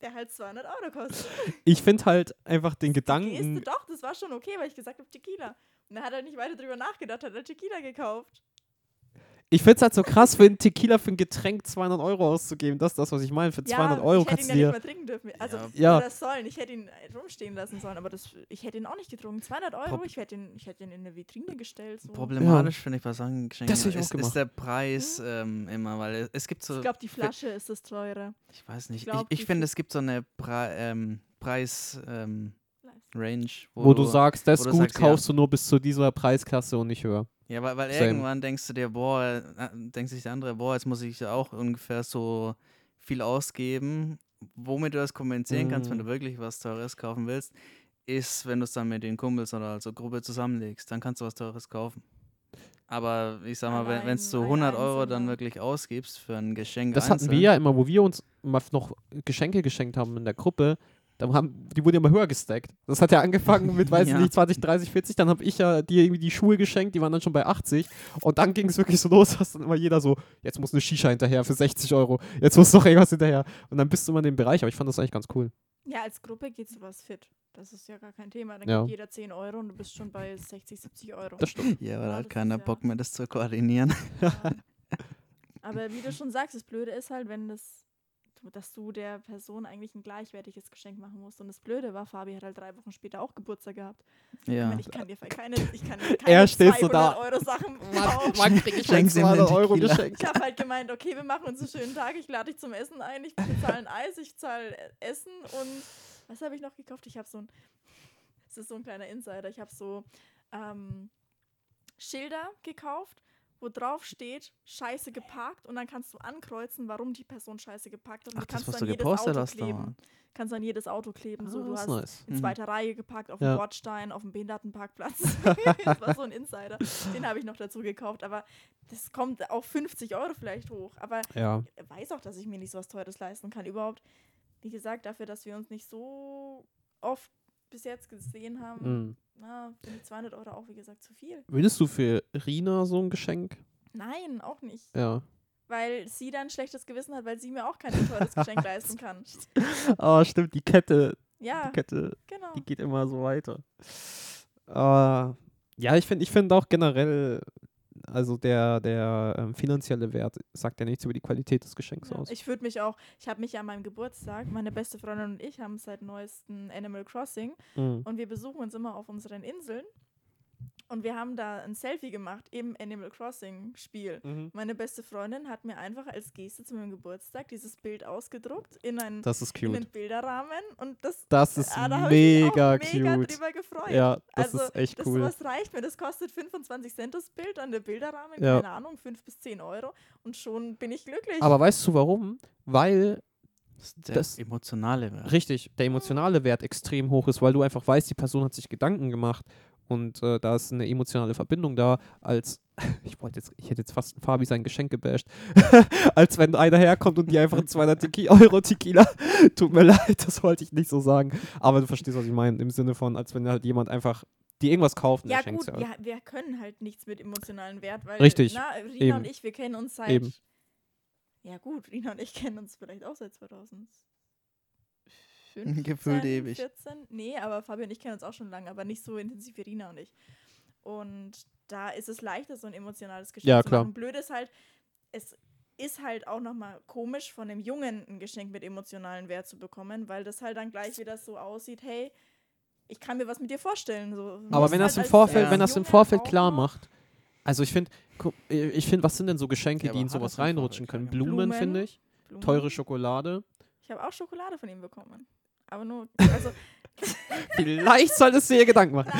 [SPEAKER 3] Der halt 200 Euro kostet.
[SPEAKER 1] ich finde halt einfach den
[SPEAKER 3] Geste,
[SPEAKER 1] Gedanken,
[SPEAKER 3] doch, das war schon okay, weil ich gesagt habe Tequila. Und dann hat er nicht weiter drüber nachgedacht, hat er Tequila gekauft.
[SPEAKER 1] ich finde es halt so krass, für einen Tequila für ein Getränk 200 Euro auszugeben, das ist das, was ich meine, für 200
[SPEAKER 3] ja,
[SPEAKER 1] Euro
[SPEAKER 3] ich hätte ihn
[SPEAKER 1] kannst du
[SPEAKER 3] ja nicht
[SPEAKER 1] dir,
[SPEAKER 3] mehr trinken dürfen. Also,
[SPEAKER 2] Ja.
[SPEAKER 1] Ja.
[SPEAKER 3] oder sollen. Ich hätte ihn äh, rumstehen lassen sollen, aber das, ich hätte ihn auch nicht getrunken. 200 Euro,
[SPEAKER 2] Prob-
[SPEAKER 3] ich hätte ihn, ich hätte ihn in eine Vitrine gestellt. So.
[SPEAKER 2] Problematisch finde ich bei solchen Geschenken
[SPEAKER 1] Das hab ich auch
[SPEAKER 2] ist, ist
[SPEAKER 1] gemacht.
[SPEAKER 2] der Preis ähm, immer, weil es, es gibt so.
[SPEAKER 3] Mhm. Ich glaube, die Flasche ist das teure.
[SPEAKER 2] Ich weiß nicht.
[SPEAKER 3] Ich
[SPEAKER 2] Ich,
[SPEAKER 3] glaub,
[SPEAKER 2] ich,
[SPEAKER 3] die
[SPEAKER 2] finde,
[SPEAKER 3] Fu-
[SPEAKER 2] es gibt so eine Pre ähm, Preis-Range, wo,
[SPEAKER 1] wo du sagst, das
[SPEAKER 2] wo
[SPEAKER 1] ist
[SPEAKER 2] du
[SPEAKER 1] gut,
[SPEAKER 2] sagst, ja.
[SPEAKER 1] kaufst du nur bis zu dieser Preisklasse und nicht höher.
[SPEAKER 2] Ja, weil, weil
[SPEAKER 1] Same.
[SPEAKER 2] irgendwann denkst du dir, boah, äh, denkt sich der andere, boah, jetzt muss ich ja auch ungefähr so viel ausgeben. Womit du das kompensieren kannst, wenn
[SPEAKER 1] Mm.
[SPEAKER 2] du wirklich was Teures kaufen willst, ist, wenn du es dann mit den Kumpels oder also Gruppe zusammenlegst, dann kannst du was Teures kaufen. Aber ich sag mal, wenn wenn es
[SPEAKER 3] Allein-
[SPEAKER 2] so 100
[SPEAKER 3] allein
[SPEAKER 2] Euro dann
[SPEAKER 3] einzeln. ne?
[SPEAKER 2] wirklich ausgibst für ein Geschenk
[SPEAKER 1] Das hatten
[SPEAKER 2] einzeln,
[SPEAKER 1] wir ja immer, wo wir uns mal noch Geschenke geschenkt haben in der Gruppe. Da haben, die wurden ja immer höher gestackt. Das hat ja angefangen (laughs) mit, weiß ich
[SPEAKER 2] Ja.
[SPEAKER 1] nicht, 20, 30, 40. Dann habe ich ja dir irgendwie die Schuhe geschenkt, die waren dann schon bei 80. Und dann ging es wirklich so los, (laughs) dass dann immer jeder so, jetzt muss eine Shisha hinterher für 60 Euro. Jetzt muss noch irgendwas hinterher. Und dann bist du immer in dem Bereich. Aber ich fand das eigentlich ganz cool.
[SPEAKER 3] Ja, als Gruppe geht sowas fit. Das ist ja gar kein Thema. Dann
[SPEAKER 1] Ja.
[SPEAKER 3] gibt jeder 10 Euro und du bist schon bei 60, 70 Euro.
[SPEAKER 1] Das stimmt.
[SPEAKER 2] Ja, weil
[SPEAKER 3] Ja,
[SPEAKER 2] halt
[SPEAKER 3] das ist
[SPEAKER 2] keiner
[SPEAKER 3] ja-
[SPEAKER 2] Bock mehr, das zu koordinieren.
[SPEAKER 3] Ja. (laughs) Aber wie du schon sagst, das Blöde ist halt, wenn das, dass du der Person eigentlich ein gleichwertiges Geschenk machen musst. Und das Blöde war, Fabi hat halt drei Wochen später auch Geburtstag gehabt. (laughs) Ich,
[SPEAKER 2] Ja.
[SPEAKER 3] meine, ich kann dir keine, ich kann dir
[SPEAKER 1] Er
[SPEAKER 3] keine
[SPEAKER 1] steht so da.
[SPEAKER 3] 200 Euro Sachen
[SPEAKER 1] (laughs)
[SPEAKER 3] kaufen.
[SPEAKER 1] Oh, krieg ich
[SPEAKER 2] Schenk's ihm den
[SPEAKER 1] 200 Euro (laughs)
[SPEAKER 2] Tequila.
[SPEAKER 1] geschenkt.
[SPEAKER 3] Ich habe halt gemeint, okay, wir machen uns einen schönen Tag, ich lade dich zum Essen ein, ich bezahle ein Eis, ich zahle Essen und was habe ich noch gekauft? Ich habe so ein, es ist so ein kleiner Insider, ich habe so ähm, Schilder gekauft, wo drauf steht, scheiße geparkt und dann kannst du ankreuzen, warum die Person scheiße geparkt hat. Und
[SPEAKER 2] Ach, das,
[SPEAKER 3] kannst
[SPEAKER 2] was
[SPEAKER 3] an
[SPEAKER 2] du
[SPEAKER 3] jedes
[SPEAKER 2] gepostet
[SPEAKER 3] Auto
[SPEAKER 2] hast, da.
[SPEAKER 3] kleben. Kannst du an jedes Auto kleben, so du
[SPEAKER 1] das
[SPEAKER 3] hast
[SPEAKER 1] Ah, ist nice.
[SPEAKER 3] in
[SPEAKER 2] Mhm.
[SPEAKER 3] zweiter Reihe geparkt, auf
[SPEAKER 1] Ja.
[SPEAKER 3] dem Bordstein, auf dem Behindertenparkplatz.
[SPEAKER 1] (laughs)
[SPEAKER 3] (laughs) das war so ein Insider. Den habe ich noch dazu gekauft, aber das kommt auf 50 Euro vielleicht hoch. Aber
[SPEAKER 1] Ja.
[SPEAKER 3] er weiß auch, dass ich mir nicht so was Teures leisten kann. Überhaupt, wie gesagt, dafür, dass wir uns nicht so oft bis jetzt gesehen haben,
[SPEAKER 1] Mhm.
[SPEAKER 3] na, finde ich 200 Euro auch, wie gesagt, zu viel.
[SPEAKER 1] Würdest du für Rina so ein Geschenk?
[SPEAKER 3] Nein, auch nicht.
[SPEAKER 1] Ja.
[SPEAKER 3] Weil sie dann ein schlechtes Gewissen hat, weil sie mir auch kein teures
[SPEAKER 1] (laughs)
[SPEAKER 3] Geschenk leisten kann.
[SPEAKER 1] Oh, stimmt, die Kette,
[SPEAKER 3] Ja,
[SPEAKER 1] Kette
[SPEAKER 3] genau.
[SPEAKER 1] die geht immer so weiter. Äh, ja, ich finde ich find auch generell, also der, der ähm, finanzielle Wert sagt ja nichts über die Qualität des Geschenks
[SPEAKER 3] Ja,
[SPEAKER 1] aus.
[SPEAKER 3] Ich würde mich auch, ich habe mich ja an meinem Geburtstag, meine beste Freundin und ich haben seit neuesten Animal Crossing
[SPEAKER 1] Mhm.
[SPEAKER 3] und wir besuchen uns immer auf unseren Inseln und wir haben da ein Selfie gemacht im Animal Crossing Spiel. Meine beste Freundin hat mir einfach als Geste zu meinem Geburtstag dieses Bild ausgedruckt in einen,
[SPEAKER 1] Das ist
[SPEAKER 3] in einen
[SPEAKER 1] cute.
[SPEAKER 3] Bilderrahmen und das,
[SPEAKER 1] Das ist
[SPEAKER 3] ah, da hab ich mich
[SPEAKER 1] mega
[SPEAKER 3] auch mega
[SPEAKER 1] cute.
[SPEAKER 3] drüber gefreut.
[SPEAKER 1] Ja, das
[SPEAKER 3] also,
[SPEAKER 1] ist echt
[SPEAKER 3] Das
[SPEAKER 1] cool.
[SPEAKER 3] sowas reicht mir. Das kostet 25 Cent das Bild an der Bilderrahmen,
[SPEAKER 1] Ja.
[SPEAKER 3] keine Ahnung, 5 bis 10 Euro und schon bin ich glücklich.
[SPEAKER 1] Aber weißt du warum? Weil
[SPEAKER 2] Das ist der
[SPEAKER 1] Das-
[SPEAKER 2] emotionale Wert.
[SPEAKER 1] Richtig, der emotionale Wert extrem hoch ist, weil du einfach weißt, die Person hat sich Gedanken gemacht und äh, da ist eine emotionale Verbindung da, als (laughs) ich wollte jetzt, ich hätte jetzt fast Fabi sein Geschenk gebasht, (laughs) als wenn einer herkommt und dir einfach
[SPEAKER 2] (laughs)
[SPEAKER 1] einen 200 Teki Euro Tequila, (laughs) tut mir leid, das wollte ich nicht so sagen, aber du verstehst, was ich meine, im Sinne von, als wenn halt jemand einfach dir irgendwas kauft und
[SPEAKER 3] Ja,
[SPEAKER 1] er schenkt
[SPEAKER 3] gut,
[SPEAKER 1] dir.
[SPEAKER 3] wir, wir können halt nichts mit emotionalen Wert, weil
[SPEAKER 1] Richtig,
[SPEAKER 3] Na, Rina
[SPEAKER 1] eben.
[SPEAKER 3] und ich, wir kennen uns seit.
[SPEAKER 1] Eben.
[SPEAKER 3] Ja, gut, Rina und ich kennen uns vielleicht auch seit 2000.
[SPEAKER 2] (laughs) Gefühlt ewig.
[SPEAKER 3] 14? Nee, aber Fabi und ich kennen uns auch schon lange, aber nicht so intensiv wie Rina und ich. Und da ist es leichter, so ein emotionales Geschenk
[SPEAKER 1] Ja,
[SPEAKER 3] zu
[SPEAKER 1] klar.
[SPEAKER 3] machen. Blöd ist halt, es ist halt auch nochmal komisch, von einem Jungen ein Geschenk mit emotionalen Wert zu bekommen, weil das halt dann gleich wieder so aussieht, hey, ich kann mir was mit dir vorstellen. So,
[SPEAKER 1] Aber
[SPEAKER 3] musst
[SPEAKER 1] wenn
[SPEAKER 3] halt
[SPEAKER 1] das im
[SPEAKER 3] als-
[SPEAKER 1] Vorfeld,
[SPEAKER 2] Ja.
[SPEAKER 1] wenn
[SPEAKER 3] als
[SPEAKER 1] das im
[SPEAKER 3] Junge
[SPEAKER 1] Vorfeld
[SPEAKER 3] auch
[SPEAKER 1] klar
[SPEAKER 3] noch-
[SPEAKER 1] macht, also ich finde, ich finde, was sind denn so Geschenke,
[SPEAKER 2] Ja,
[SPEAKER 1] die
[SPEAKER 2] aber
[SPEAKER 1] in
[SPEAKER 2] hat
[SPEAKER 1] sowas
[SPEAKER 2] das im Vorfeld
[SPEAKER 1] reinrutschen können?
[SPEAKER 2] klar
[SPEAKER 1] Blumen,
[SPEAKER 3] Blumen?
[SPEAKER 1] finde ich,
[SPEAKER 3] Blumen.
[SPEAKER 1] teure Schokolade.
[SPEAKER 3] Ich habe auch Schokolade von ihm bekommen.
[SPEAKER 1] (laughs)
[SPEAKER 3] Aber nur, also,
[SPEAKER 1] Vielleicht solltest du dir Gedanken machen.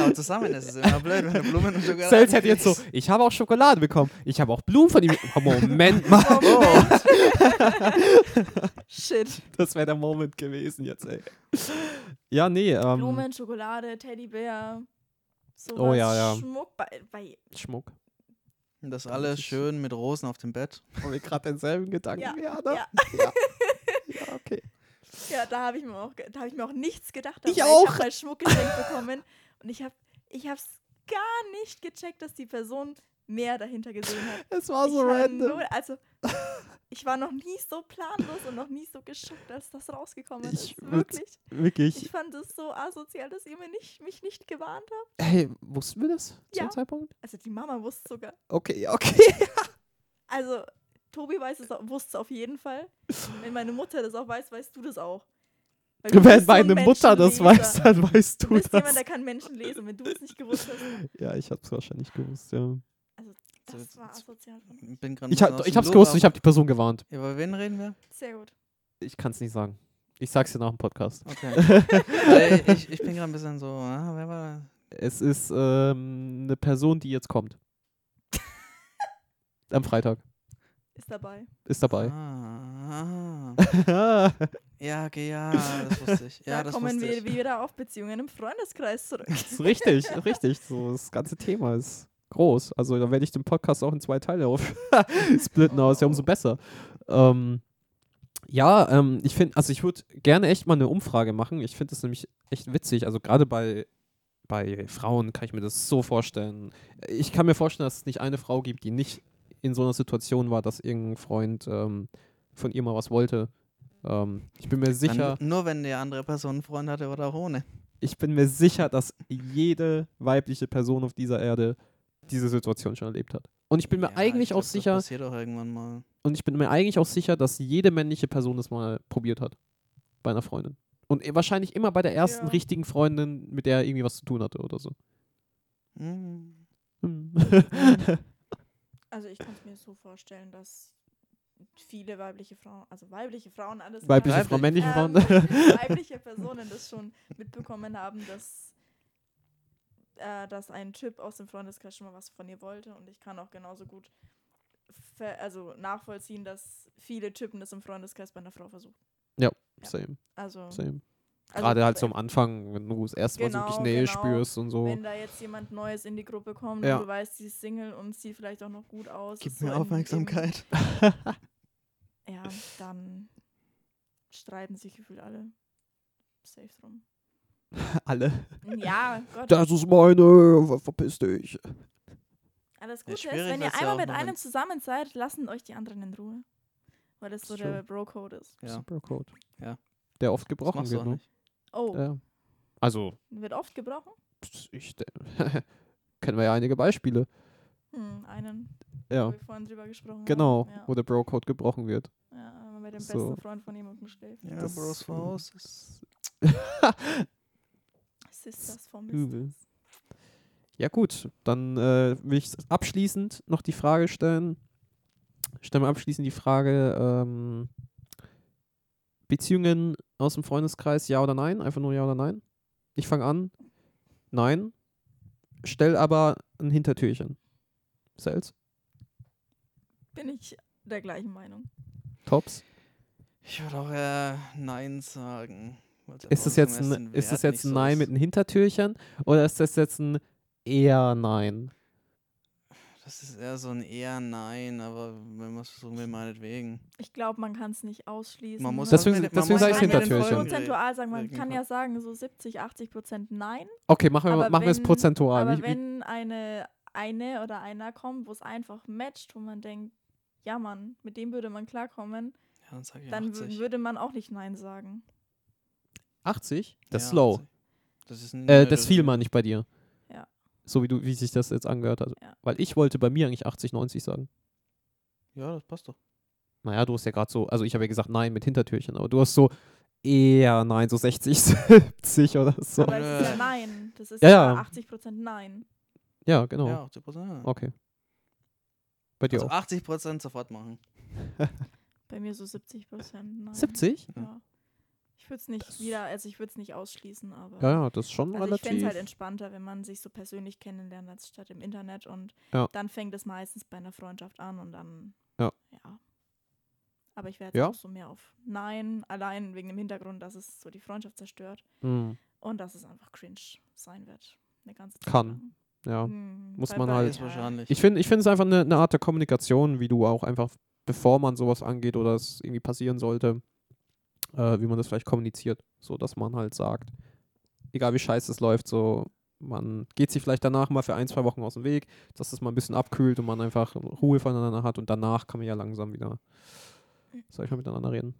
[SPEAKER 2] Aber zusammen ist es
[SPEAKER 1] (laughs)
[SPEAKER 2] immer blöd, wenn du Blumen und Schokolade
[SPEAKER 1] Sales hätte jetzt so,
[SPEAKER 2] kriegst.
[SPEAKER 1] ich habe auch Schokolade bekommen, ich habe auch Blumen von ihm. Oh,
[SPEAKER 3] (laughs)
[SPEAKER 1] Moment mal,
[SPEAKER 2] Oh,
[SPEAKER 1] Oh. (laughs)
[SPEAKER 3] shit.
[SPEAKER 1] das wäre der Moment gewesen jetzt, ey. Ja, nee, ähm,
[SPEAKER 3] Blumen, Schokolade, Teddybär, sowas.
[SPEAKER 1] Oh ja, ja.
[SPEAKER 3] Schmuck bei, bei
[SPEAKER 1] Schmuck.
[SPEAKER 2] Und das alles schön mit Rosen auf dem Bett.
[SPEAKER 1] Haben wir gerade denselben Gedanken?
[SPEAKER 3] Ja,
[SPEAKER 1] ne?
[SPEAKER 3] ja.
[SPEAKER 1] ja. Ja, okay.
[SPEAKER 3] Ja, da habe ich mir auch, ge- da habe ich mir auch nichts gedacht.
[SPEAKER 1] Ich
[SPEAKER 3] dabei. Ich
[SPEAKER 1] auch.
[SPEAKER 3] habe halt Schmuck geschenkt bekommen und ich habe, ich habe es gar nicht gecheckt, dass die Person mehr dahinter gesehen
[SPEAKER 1] (laughs)
[SPEAKER 3] hat.
[SPEAKER 1] Es war so
[SPEAKER 3] ich war
[SPEAKER 1] random.
[SPEAKER 3] null- also ich war noch nie so planlos und noch nie so geschockt, als das rausgekommen
[SPEAKER 1] Ich
[SPEAKER 3] ist.
[SPEAKER 1] würd's-
[SPEAKER 3] Wirklich.
[SPEAKER 1] Wirklich.
[SPEAKER 3] Ich fand es so asozial, dass ihr mir nicht, mich nicht gewarnt habt.
[SPEAKER 1] Hey, wussten wir das
[SPEAKER 3] Ja.
[SPEAKER 1] zum Zeitpunkt?
[SPEAKER 3] Also die Mama wusste sogar.
[SPEAKER 1] Okay, okay.
[SPEAKER 3] Also Tobi weiß es, au- wusste es auf jeden Fall. Wenn meine Mutter das auch weiß, weißt du das auch. Weil du
[SPEAKER 1] Wenn
[SPEAKER 3] bist so ein
[SPEAKER 1] meine Mutter das
[SPEAKER 3] Menschenleser.
[SPEAKER 1] weiß, dann weißt
[SPEAKER 3] Du
[SPEAKER 1] du
[SPEAKER 3] bist
[SPEAKER 1] das.
[SPEAKER 3] jemand, der kann Menschen lesen. Wenn du es nicht gewusst hast,
[SPEAKER 1] Ja, ich hab's wahrscheinlich gewusst, ja.
[SPEAKER 3] das war asozial. von mir.
[SPEAKER 2] Ich bin gerade ein
[SPEAKER 1] Ich,
[SPEAKER 2] bisschen
[SPEAKER 1] hab,
[SPEAKER 2] aus
[SPEAKER 1] ich
[SPEAKER 2] dem
[SPEAKER 1] hab's
[SPEAKER 2] Lot
[SPEAKER 1] gewusst und
[SPEAKER 2] raus.
[SPEAKER 1] ich habe die Person gewarnt.
[SPEAKER 2] Über wen reden wir?
[SPEAKER 3] Sehr gut.
[SPEAKER 1] Ich kann's nicht sagen. Ich sag's dir nach dem Podcast. (laughs)
[SPEAKER 2] Okay. Weil ich, ich bin gerade ein bisschen so, ah, wer war da?
[SPEAKER 1] Es ist ähm, eine Person, die jetzt kommt. Am Freitag.
[SPEAKER 3] Ist dabei.
[SPEAKER 1] Ist dabei.
[SPEAKER 2] Ah, ah.
[SPEAKER 1] (laughs) ja,
[SPEAKER 2] Ja, okay, ja, das
[SPEAKER 1] (laughs)
[SPEAKER 2] wusste ich. Ja,
[SPEAKER 3] da
[SPEAKER 2] das
[SPEAKER 3] kommen
[SPEAKER 2] wusste
[SPEAKER 3] wir
[SPEAKER 2] ich.
[SPEAKER 3] wieder auf Beziehungen im Freundeskreis zurück.
[SPEAKER 1] ist richtig, ist richtig. So, das ganze Thema ist groß. Also da werde ich den Podcast auch in zwei Teile auf (laughs) splitten, aber ist ja umso besser. Ähm, ja, ähm, ich finde, also ich würde gerne echt mal eine Umfrage machen. Ich finde das nämlich echt witzig. Also gerade bei, bei Frauen kann ich mir das so vorstellen. Ich kann mir vorstellen, dass es nicht eine Frau gibt, die nicht in so einer Situation war, dass irgendein Freund ähm, von ihr mal was wollte. Ähm, ich bin mir sicher.
[SPEAKER 2] Dann, nur wenn die andere Person einen Freund hatte oder auch ohne.
[SPEAKER 1] ich bin mir sicher, dass jede weibliche Person auf dieser Erde diese Situation schon erlebt hat. Und ich bin mir
[SPEAKER 2] ja,
[SPEAKER 1] eigentlich
[SPEAKER 2] ich
[SPEAKER 1] auch
[SPEAKER 2] glaub,
[SPEAKER 1] sicher,
[SPEAKER 2] Das passiert auch irgendwann mal.
[SPEAKER 1] und ich bin mir eigentlich auch sicher, dass jede männliche Person das mal probiert hat. Bei einer Freundin. Und eh- wahrscheinlich immer bei der ersten
[SPEAKER 3] Ja.
[SPEAKER 1] richtigen Freundin, mit der er irgendwie was zu tun hatte oder so.
[SPEAKER 2] Hm.
[SPEAKER 1] Hm.
[SPEAKER 3] Also ich kann es mir so vorstellen, dass viele weibliche Frauen, also weibliche Frauen
[SPEAKER 1] (laughs)
[SPEAKER 3] alles
[SPEAKER 1] weibliche
[SPEAKER 2] Weiblich.
[SPEAKER 1] Frauen, männliche ne? Frauen.
[SPEAKER 3] ähm,
[SPEAKER 1] (laughs)
[SPEAKER 3] weibliche Personen das schon mitbekommen haben, dass, äh, dass ein Typ aus dem Freundeskreis schon mal was von ihr wollte. Und ich kann auch genauso gut ver also nachvollziehen, dass viele Typen das im Freundeskreis bei einer Frau versuchen.
[SPEAKER 1] same,
[SPEAKER 3] Also,
[SPEAKER 1] same.
[SPEAKER 3] also
[SPEAKER 1] Gerade halt so am Anfang, wenn du das erste Mal so wirklich
[SPEAKER 3] Genau,
[SPEAKER 1] Nähe
[SPEAKER 3] genau.
[SPEAKER 1] spürst und so.
[SPEAKER 3] Wenn da jetzt jemand Neues in die Gruppe kommt
[SPEAKER 1] Ja.
[SPEAKER 3] und du weißt, sie ist Single und sieht vielleicht auch noch gut aus.
[SPEAKER 2] Gib
[SPEAKER 3] ist so
[SPEAKER 2] mir
[SPEAKER 3] in-
[SPEAKER 2] Aufmerksamkeit.
[SPEAKER 3] Im, ja, dann streiten sich gefühlt alle safe
[SPEAKER 1] (laughs)
[SPEAKER 3] drum.
[SPEAKER 1] (laughs) Alle.
[SPEAKER 3] Ja, Gott.
[SPEAKER 1] Das ist meine, ver- verpiss dich.
[SPEAKER 3] Alles
[SPEAKER 2] Ja,
[SPEAKER 3] Gute ist,
[SPEAKER 2] schwierig
[SPEAKER 3] wenn ihr
[SPEAKER 2] wird's ja
[SPEAKER 3] einmal
[SPEAKER 2] auch
[SPEAKER 3] mit
[SPEAKER 2] noch,
[SPEAKER 3] einem
[SPEAKER 2] wenn's-
[SPEAKER 3] zusammen seid, lassen euch die anderen in Ruhe. Weil das so
[SPEAKER 1] Ist true.
[SPEAKER 3] der Bro-Code ist.
[SPEAKER 2] Ja,
[SPEAKER 1] Supercode.
[SPEAKER 2] Ja.
[SPEAKER 1] Der oft
[SPEAKER 2] das
[SPEAKER 1] gebrochen
[SPEAKER 2] machst du
[SPEAKER 1] wird,
[SPEAKER 2] auch
[SPEAKER 1] ne?
[SPEAKER 2] nicht.
[SPEAKER 3] Oh,
[SPEAKER 1] Ja. Also,
[SPEAKER 3] wird oft gebrochen?
[SPEAKER 1] pss, ich de- (laughs) kennen wir ja einige Beispiele.
[SPEAKER 3] Hm, einen, wo
[SPEAKER 1] Ja,
[SPEAKER 3] wir vorhin drüber gesprochen haben.
[SPEAKER 1] genau,
[SPEAKER 3] Mhm, Ja,
[SPEAKER 1] wo der Bro-Code gebrochen wird.
[SPEAKER 3] ja wenn man mit dem
[SPEAKER 1] So.
[SPEAKER 3] besten Freund von jemandem schläft.
[SPEAKER 2] Ja,
[SPEAKER 1] Das-
[SPEAKER 2] Bros for Houses.
[SPEAKER 3] Sisters vom
[SPEAKER 1] Übel.
[SPEAKER 3] Misters.
[SPEAKER 1] Ja gut, dann äh, will ich abschließend noch die Frage stellen. Stellen wir abschließend die Frage, ähm, Beziehungen aus dem Freundeskreis, ja oder nein? Einfach nur ja oder nein? Ich fange an. Nein. Stell aber ein Hintertürchen. Sales?
[SPEAKER 3] Bin ich der gleichen Meinung.
[SPEAKER 1] Tops?
[SPEAKER 2] Ich würde auch eher Nein sagen. weil's einfach
[SPEAKER 1] Ist das
[SPEAKER 2] so
[SPEAKER 1] jetzt
[SPEAKER 2] ein
[SPEAKER 1] ein,
[SPEAKER 2] bisschen
[SPEAKER 1] ist das
[SPEAKER 2] Wert
[SPEAKER 1] jetzt
[SPEAKER 2] nicht
[SPEAKER 1] ein
[SPEAKER 2] so
[SPEAKER 1] Nein
[SPEAKER 2] ist.
[SPEAKER 1] mit einem Hintertürchen oder ist das jetzt ein eher Nein?
[SPEAKER 2] Das ist eher so ein eher Nein, aber wenn man es versuchen will, meinetwegen.
[SPEAKER 3] Ich glaube, man kann es nicht ausschließen.
[SPEAKER 2] Man muss
[SPEAKER 1] Deswegen-
[SPEAKER 2] man
[SPEAKER 1] deswegen
[SPEAKER 2] muss
[SPEAKER 1] sag
[SPEAKER 3] man
[SPEAKER 1] ich's
[SPEAKER 2] halt mit den
[SPEAKER 3] kann ja
[SPEAKER 1] Hintertürchen.
[SPEAKER 2] Folgen reden.
[SPEAKER 3] prozentual sagen, man
[SPEAKER 2] Reden
[SPEAKER 3] kann
[SPEAKER 2] kann.
[SPEAKER 3] ja sagen, so 70, 80 Prozent nein.
[SPEAKER 1] Okay, machen wir,
[SPEAKER 3] Aber
[SPEAKER 1] machen wir es
[SPEAKER 3] wenn-
[SPEAKER 1] prozentual.
[SPEAKER 3] aber
[SPEAKER 1] Wie- wie-
[SPEAKER 3] wenn eine, eine oder einer kommt, wo es einfach matcht, wo man denkt, ja Mann, mit dem würde man klarkommen,
[SPEAKER 2] Ja, dann sag ich
[SPEAKER 3] dann wü-
[SPEAKER 2] 80.
[SPEAKER 3] würde man auch nicht nein sagen.
[SPEAKER 1] 80? Das ist
[SPEAKER 2] Ja,
[SPEAKER 1] low.
[SPEAKER 2] 80. Das ist
[SPEAKER 1] Äh, das fiel mal nicht bei dir.
[SPEAKER 3] Ja.
[SPEAKER 1] So wie du, wie sich das jetzt angehört hat.
[SPEAKER 3] Ja.
[SPEAKER 1] Weil ich wollte bei mir eigentlich 80, 90 sagen.
[SPEAKER 2] Ja, das passt doch.
[SPEAKER 1] Naja, du hast ja gerade so, also ich habe ja gesagt nein mit Hintertürchen, aber du hast so eher nein, so 60, (laughs) 70 oder so.
[SPEAKER 3] Aber es ist ja
[SPEAKER 2] Nö.
[SPEAKER 3] nein. Das ist
[SPEAKER 1] Ja,
[SPEAKER 3] ja,
[SPEAKER 1] ja.
[SPEAKER 3] 80 Prozent nein.
[SPEAKER 1] Ja, genau.
[SPEAKER 2] Ja, 80 Prozent.
[SPEAKER 1] Okay. Bei dir
[SPEAKER 2] Also
[SPEAKER 1] auch.
[SPEAKER 2] 80 Prozent sofort machen.
[SPEAKER 3] Bei mir so 70 Prozent nein.
[SPEAKER 1] 70?
[SPEAKER 3] Ja. Ich würde es nicht wieder, also ich würde es nicht ausschließen, aber.
[SPEAKER 1] Ja, ja, das ist schon
[SPEAKER 3] Also ich fände es
[SPEAKER 1] relativ.
[SPEAKER 3] halt entspannter, wenn man sich so persönlich kennenlernt, als statt im Internet. Und
[SPEAKER 1] Ja.
[SPEAKER 3] dann fängt es meistens bei einer Freundschaft an und dann.
[SPEAKER 1] Ja.
[SPEAKER 3] ja. Aber ich wäre jetzt
[SPEAKER 1] Ja.
[SPEAKER 3] auch so mehr auf Nein, allein wegen dem Hintergrund, dass es so die Freundschaft zerstört
[SPEAKER 1] Hm,
[SPEAKER 3] und dass es einfach cringe sein wird. Eine ganze Zeit
[SPEAKER 1] Kann.
[SPEAKER 3] lang.
[SPEAKER 1] ja.
[SPEAKER 3] Hm,
[SPEAKER 1] Muss
[SPEAKER 3] weil
[SPEAKER 1] man
[SPEAKER 3] bei-
[SPEAKER 1] halt-
[SPEAKER 2] Ist wahrscheinlich.
[SPEAKER 1] Ich finde, ich finde es einfach eine eine Art der Kommunikation, wie du auch einfach, bevor man sowas angeht oder es irgendwie passieren sollte, äh, wie man das vielleicht kommuniziert, so dass man halt sagt, egal wie scheiße es läuft, so man geht sich vielleicht danach mal für ein, zwei Wochen aus dem Weg, dass das mal ein bisschen abkühlt und man einfach Ruhe voneinander hat und danach kann man ja langsam wieder, sag ich mal, miteinander reden.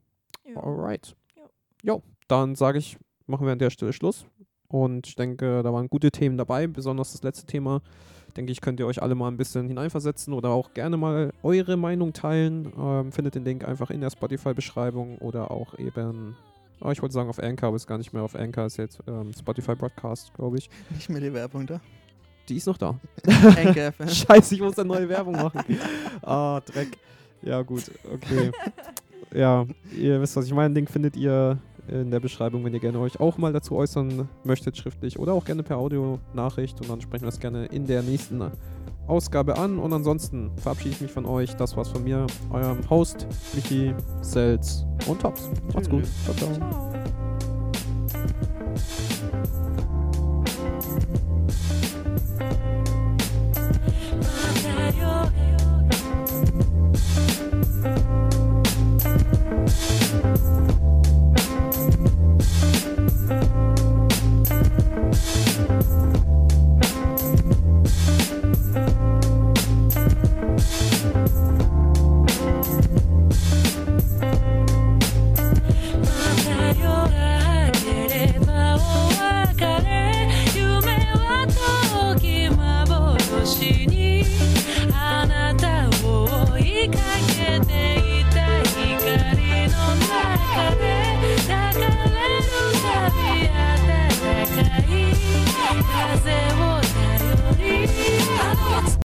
[SPEAKER 3] Ja.
[SPEAKER 1] Alright.
[SPEAKER 3] Jo.
[SPEAKER 1] Jo, dann sage ich, machen wir an der Stelle Schluss. Und ich denke, da waren gute Themen dabei, besonders das letzte Thema. Denke ich, könnt ihr euch alle mal ein bisschen hineinversetzen oder auch gerne mal eure Meinung teilen. Ähm, findet den Link einfach in der Spotify-Beschreibung oder auch eben, oh, ich wollte sagen auf Anchor, aber ist gar nicht mehr auf Anchor, ist jetzt ähm, Spotify Broadcast, glaube ich.
[SPEAKER 2] Nicht mehr die
[SPEAKER 1] (laughs)
[SPEAKER 2] Werbung da.
[SPEAKER 1] Die ist noch da. (laughs)
[SPEAKER 2] Anchor FM.
[SPEAKER 1] Scheiße, ich muss da neue Werbung machen. Ah, Dreck. Ja, gut, okay. Ja, ihr wisst, was ich meine. Link findet ihr in der Beschreibung, wenn ihr gerne euch auch mal dazu äußern möchtet, schriftlich oder auch gerne per Audio-Nachricht. Und dann sprechen wir das gerne in der nächsten Ausgabe an. Und ansonsten verabschiede ich mich von euch. Das war's von mir, eurem Host, Michi, Selz und Tops. Macht's gut. Ciao, ciao.
[SPEAKER 3] Ciao.
[SPEAKER 4] 「夜が明ければお別れ」「夢は遠き幻の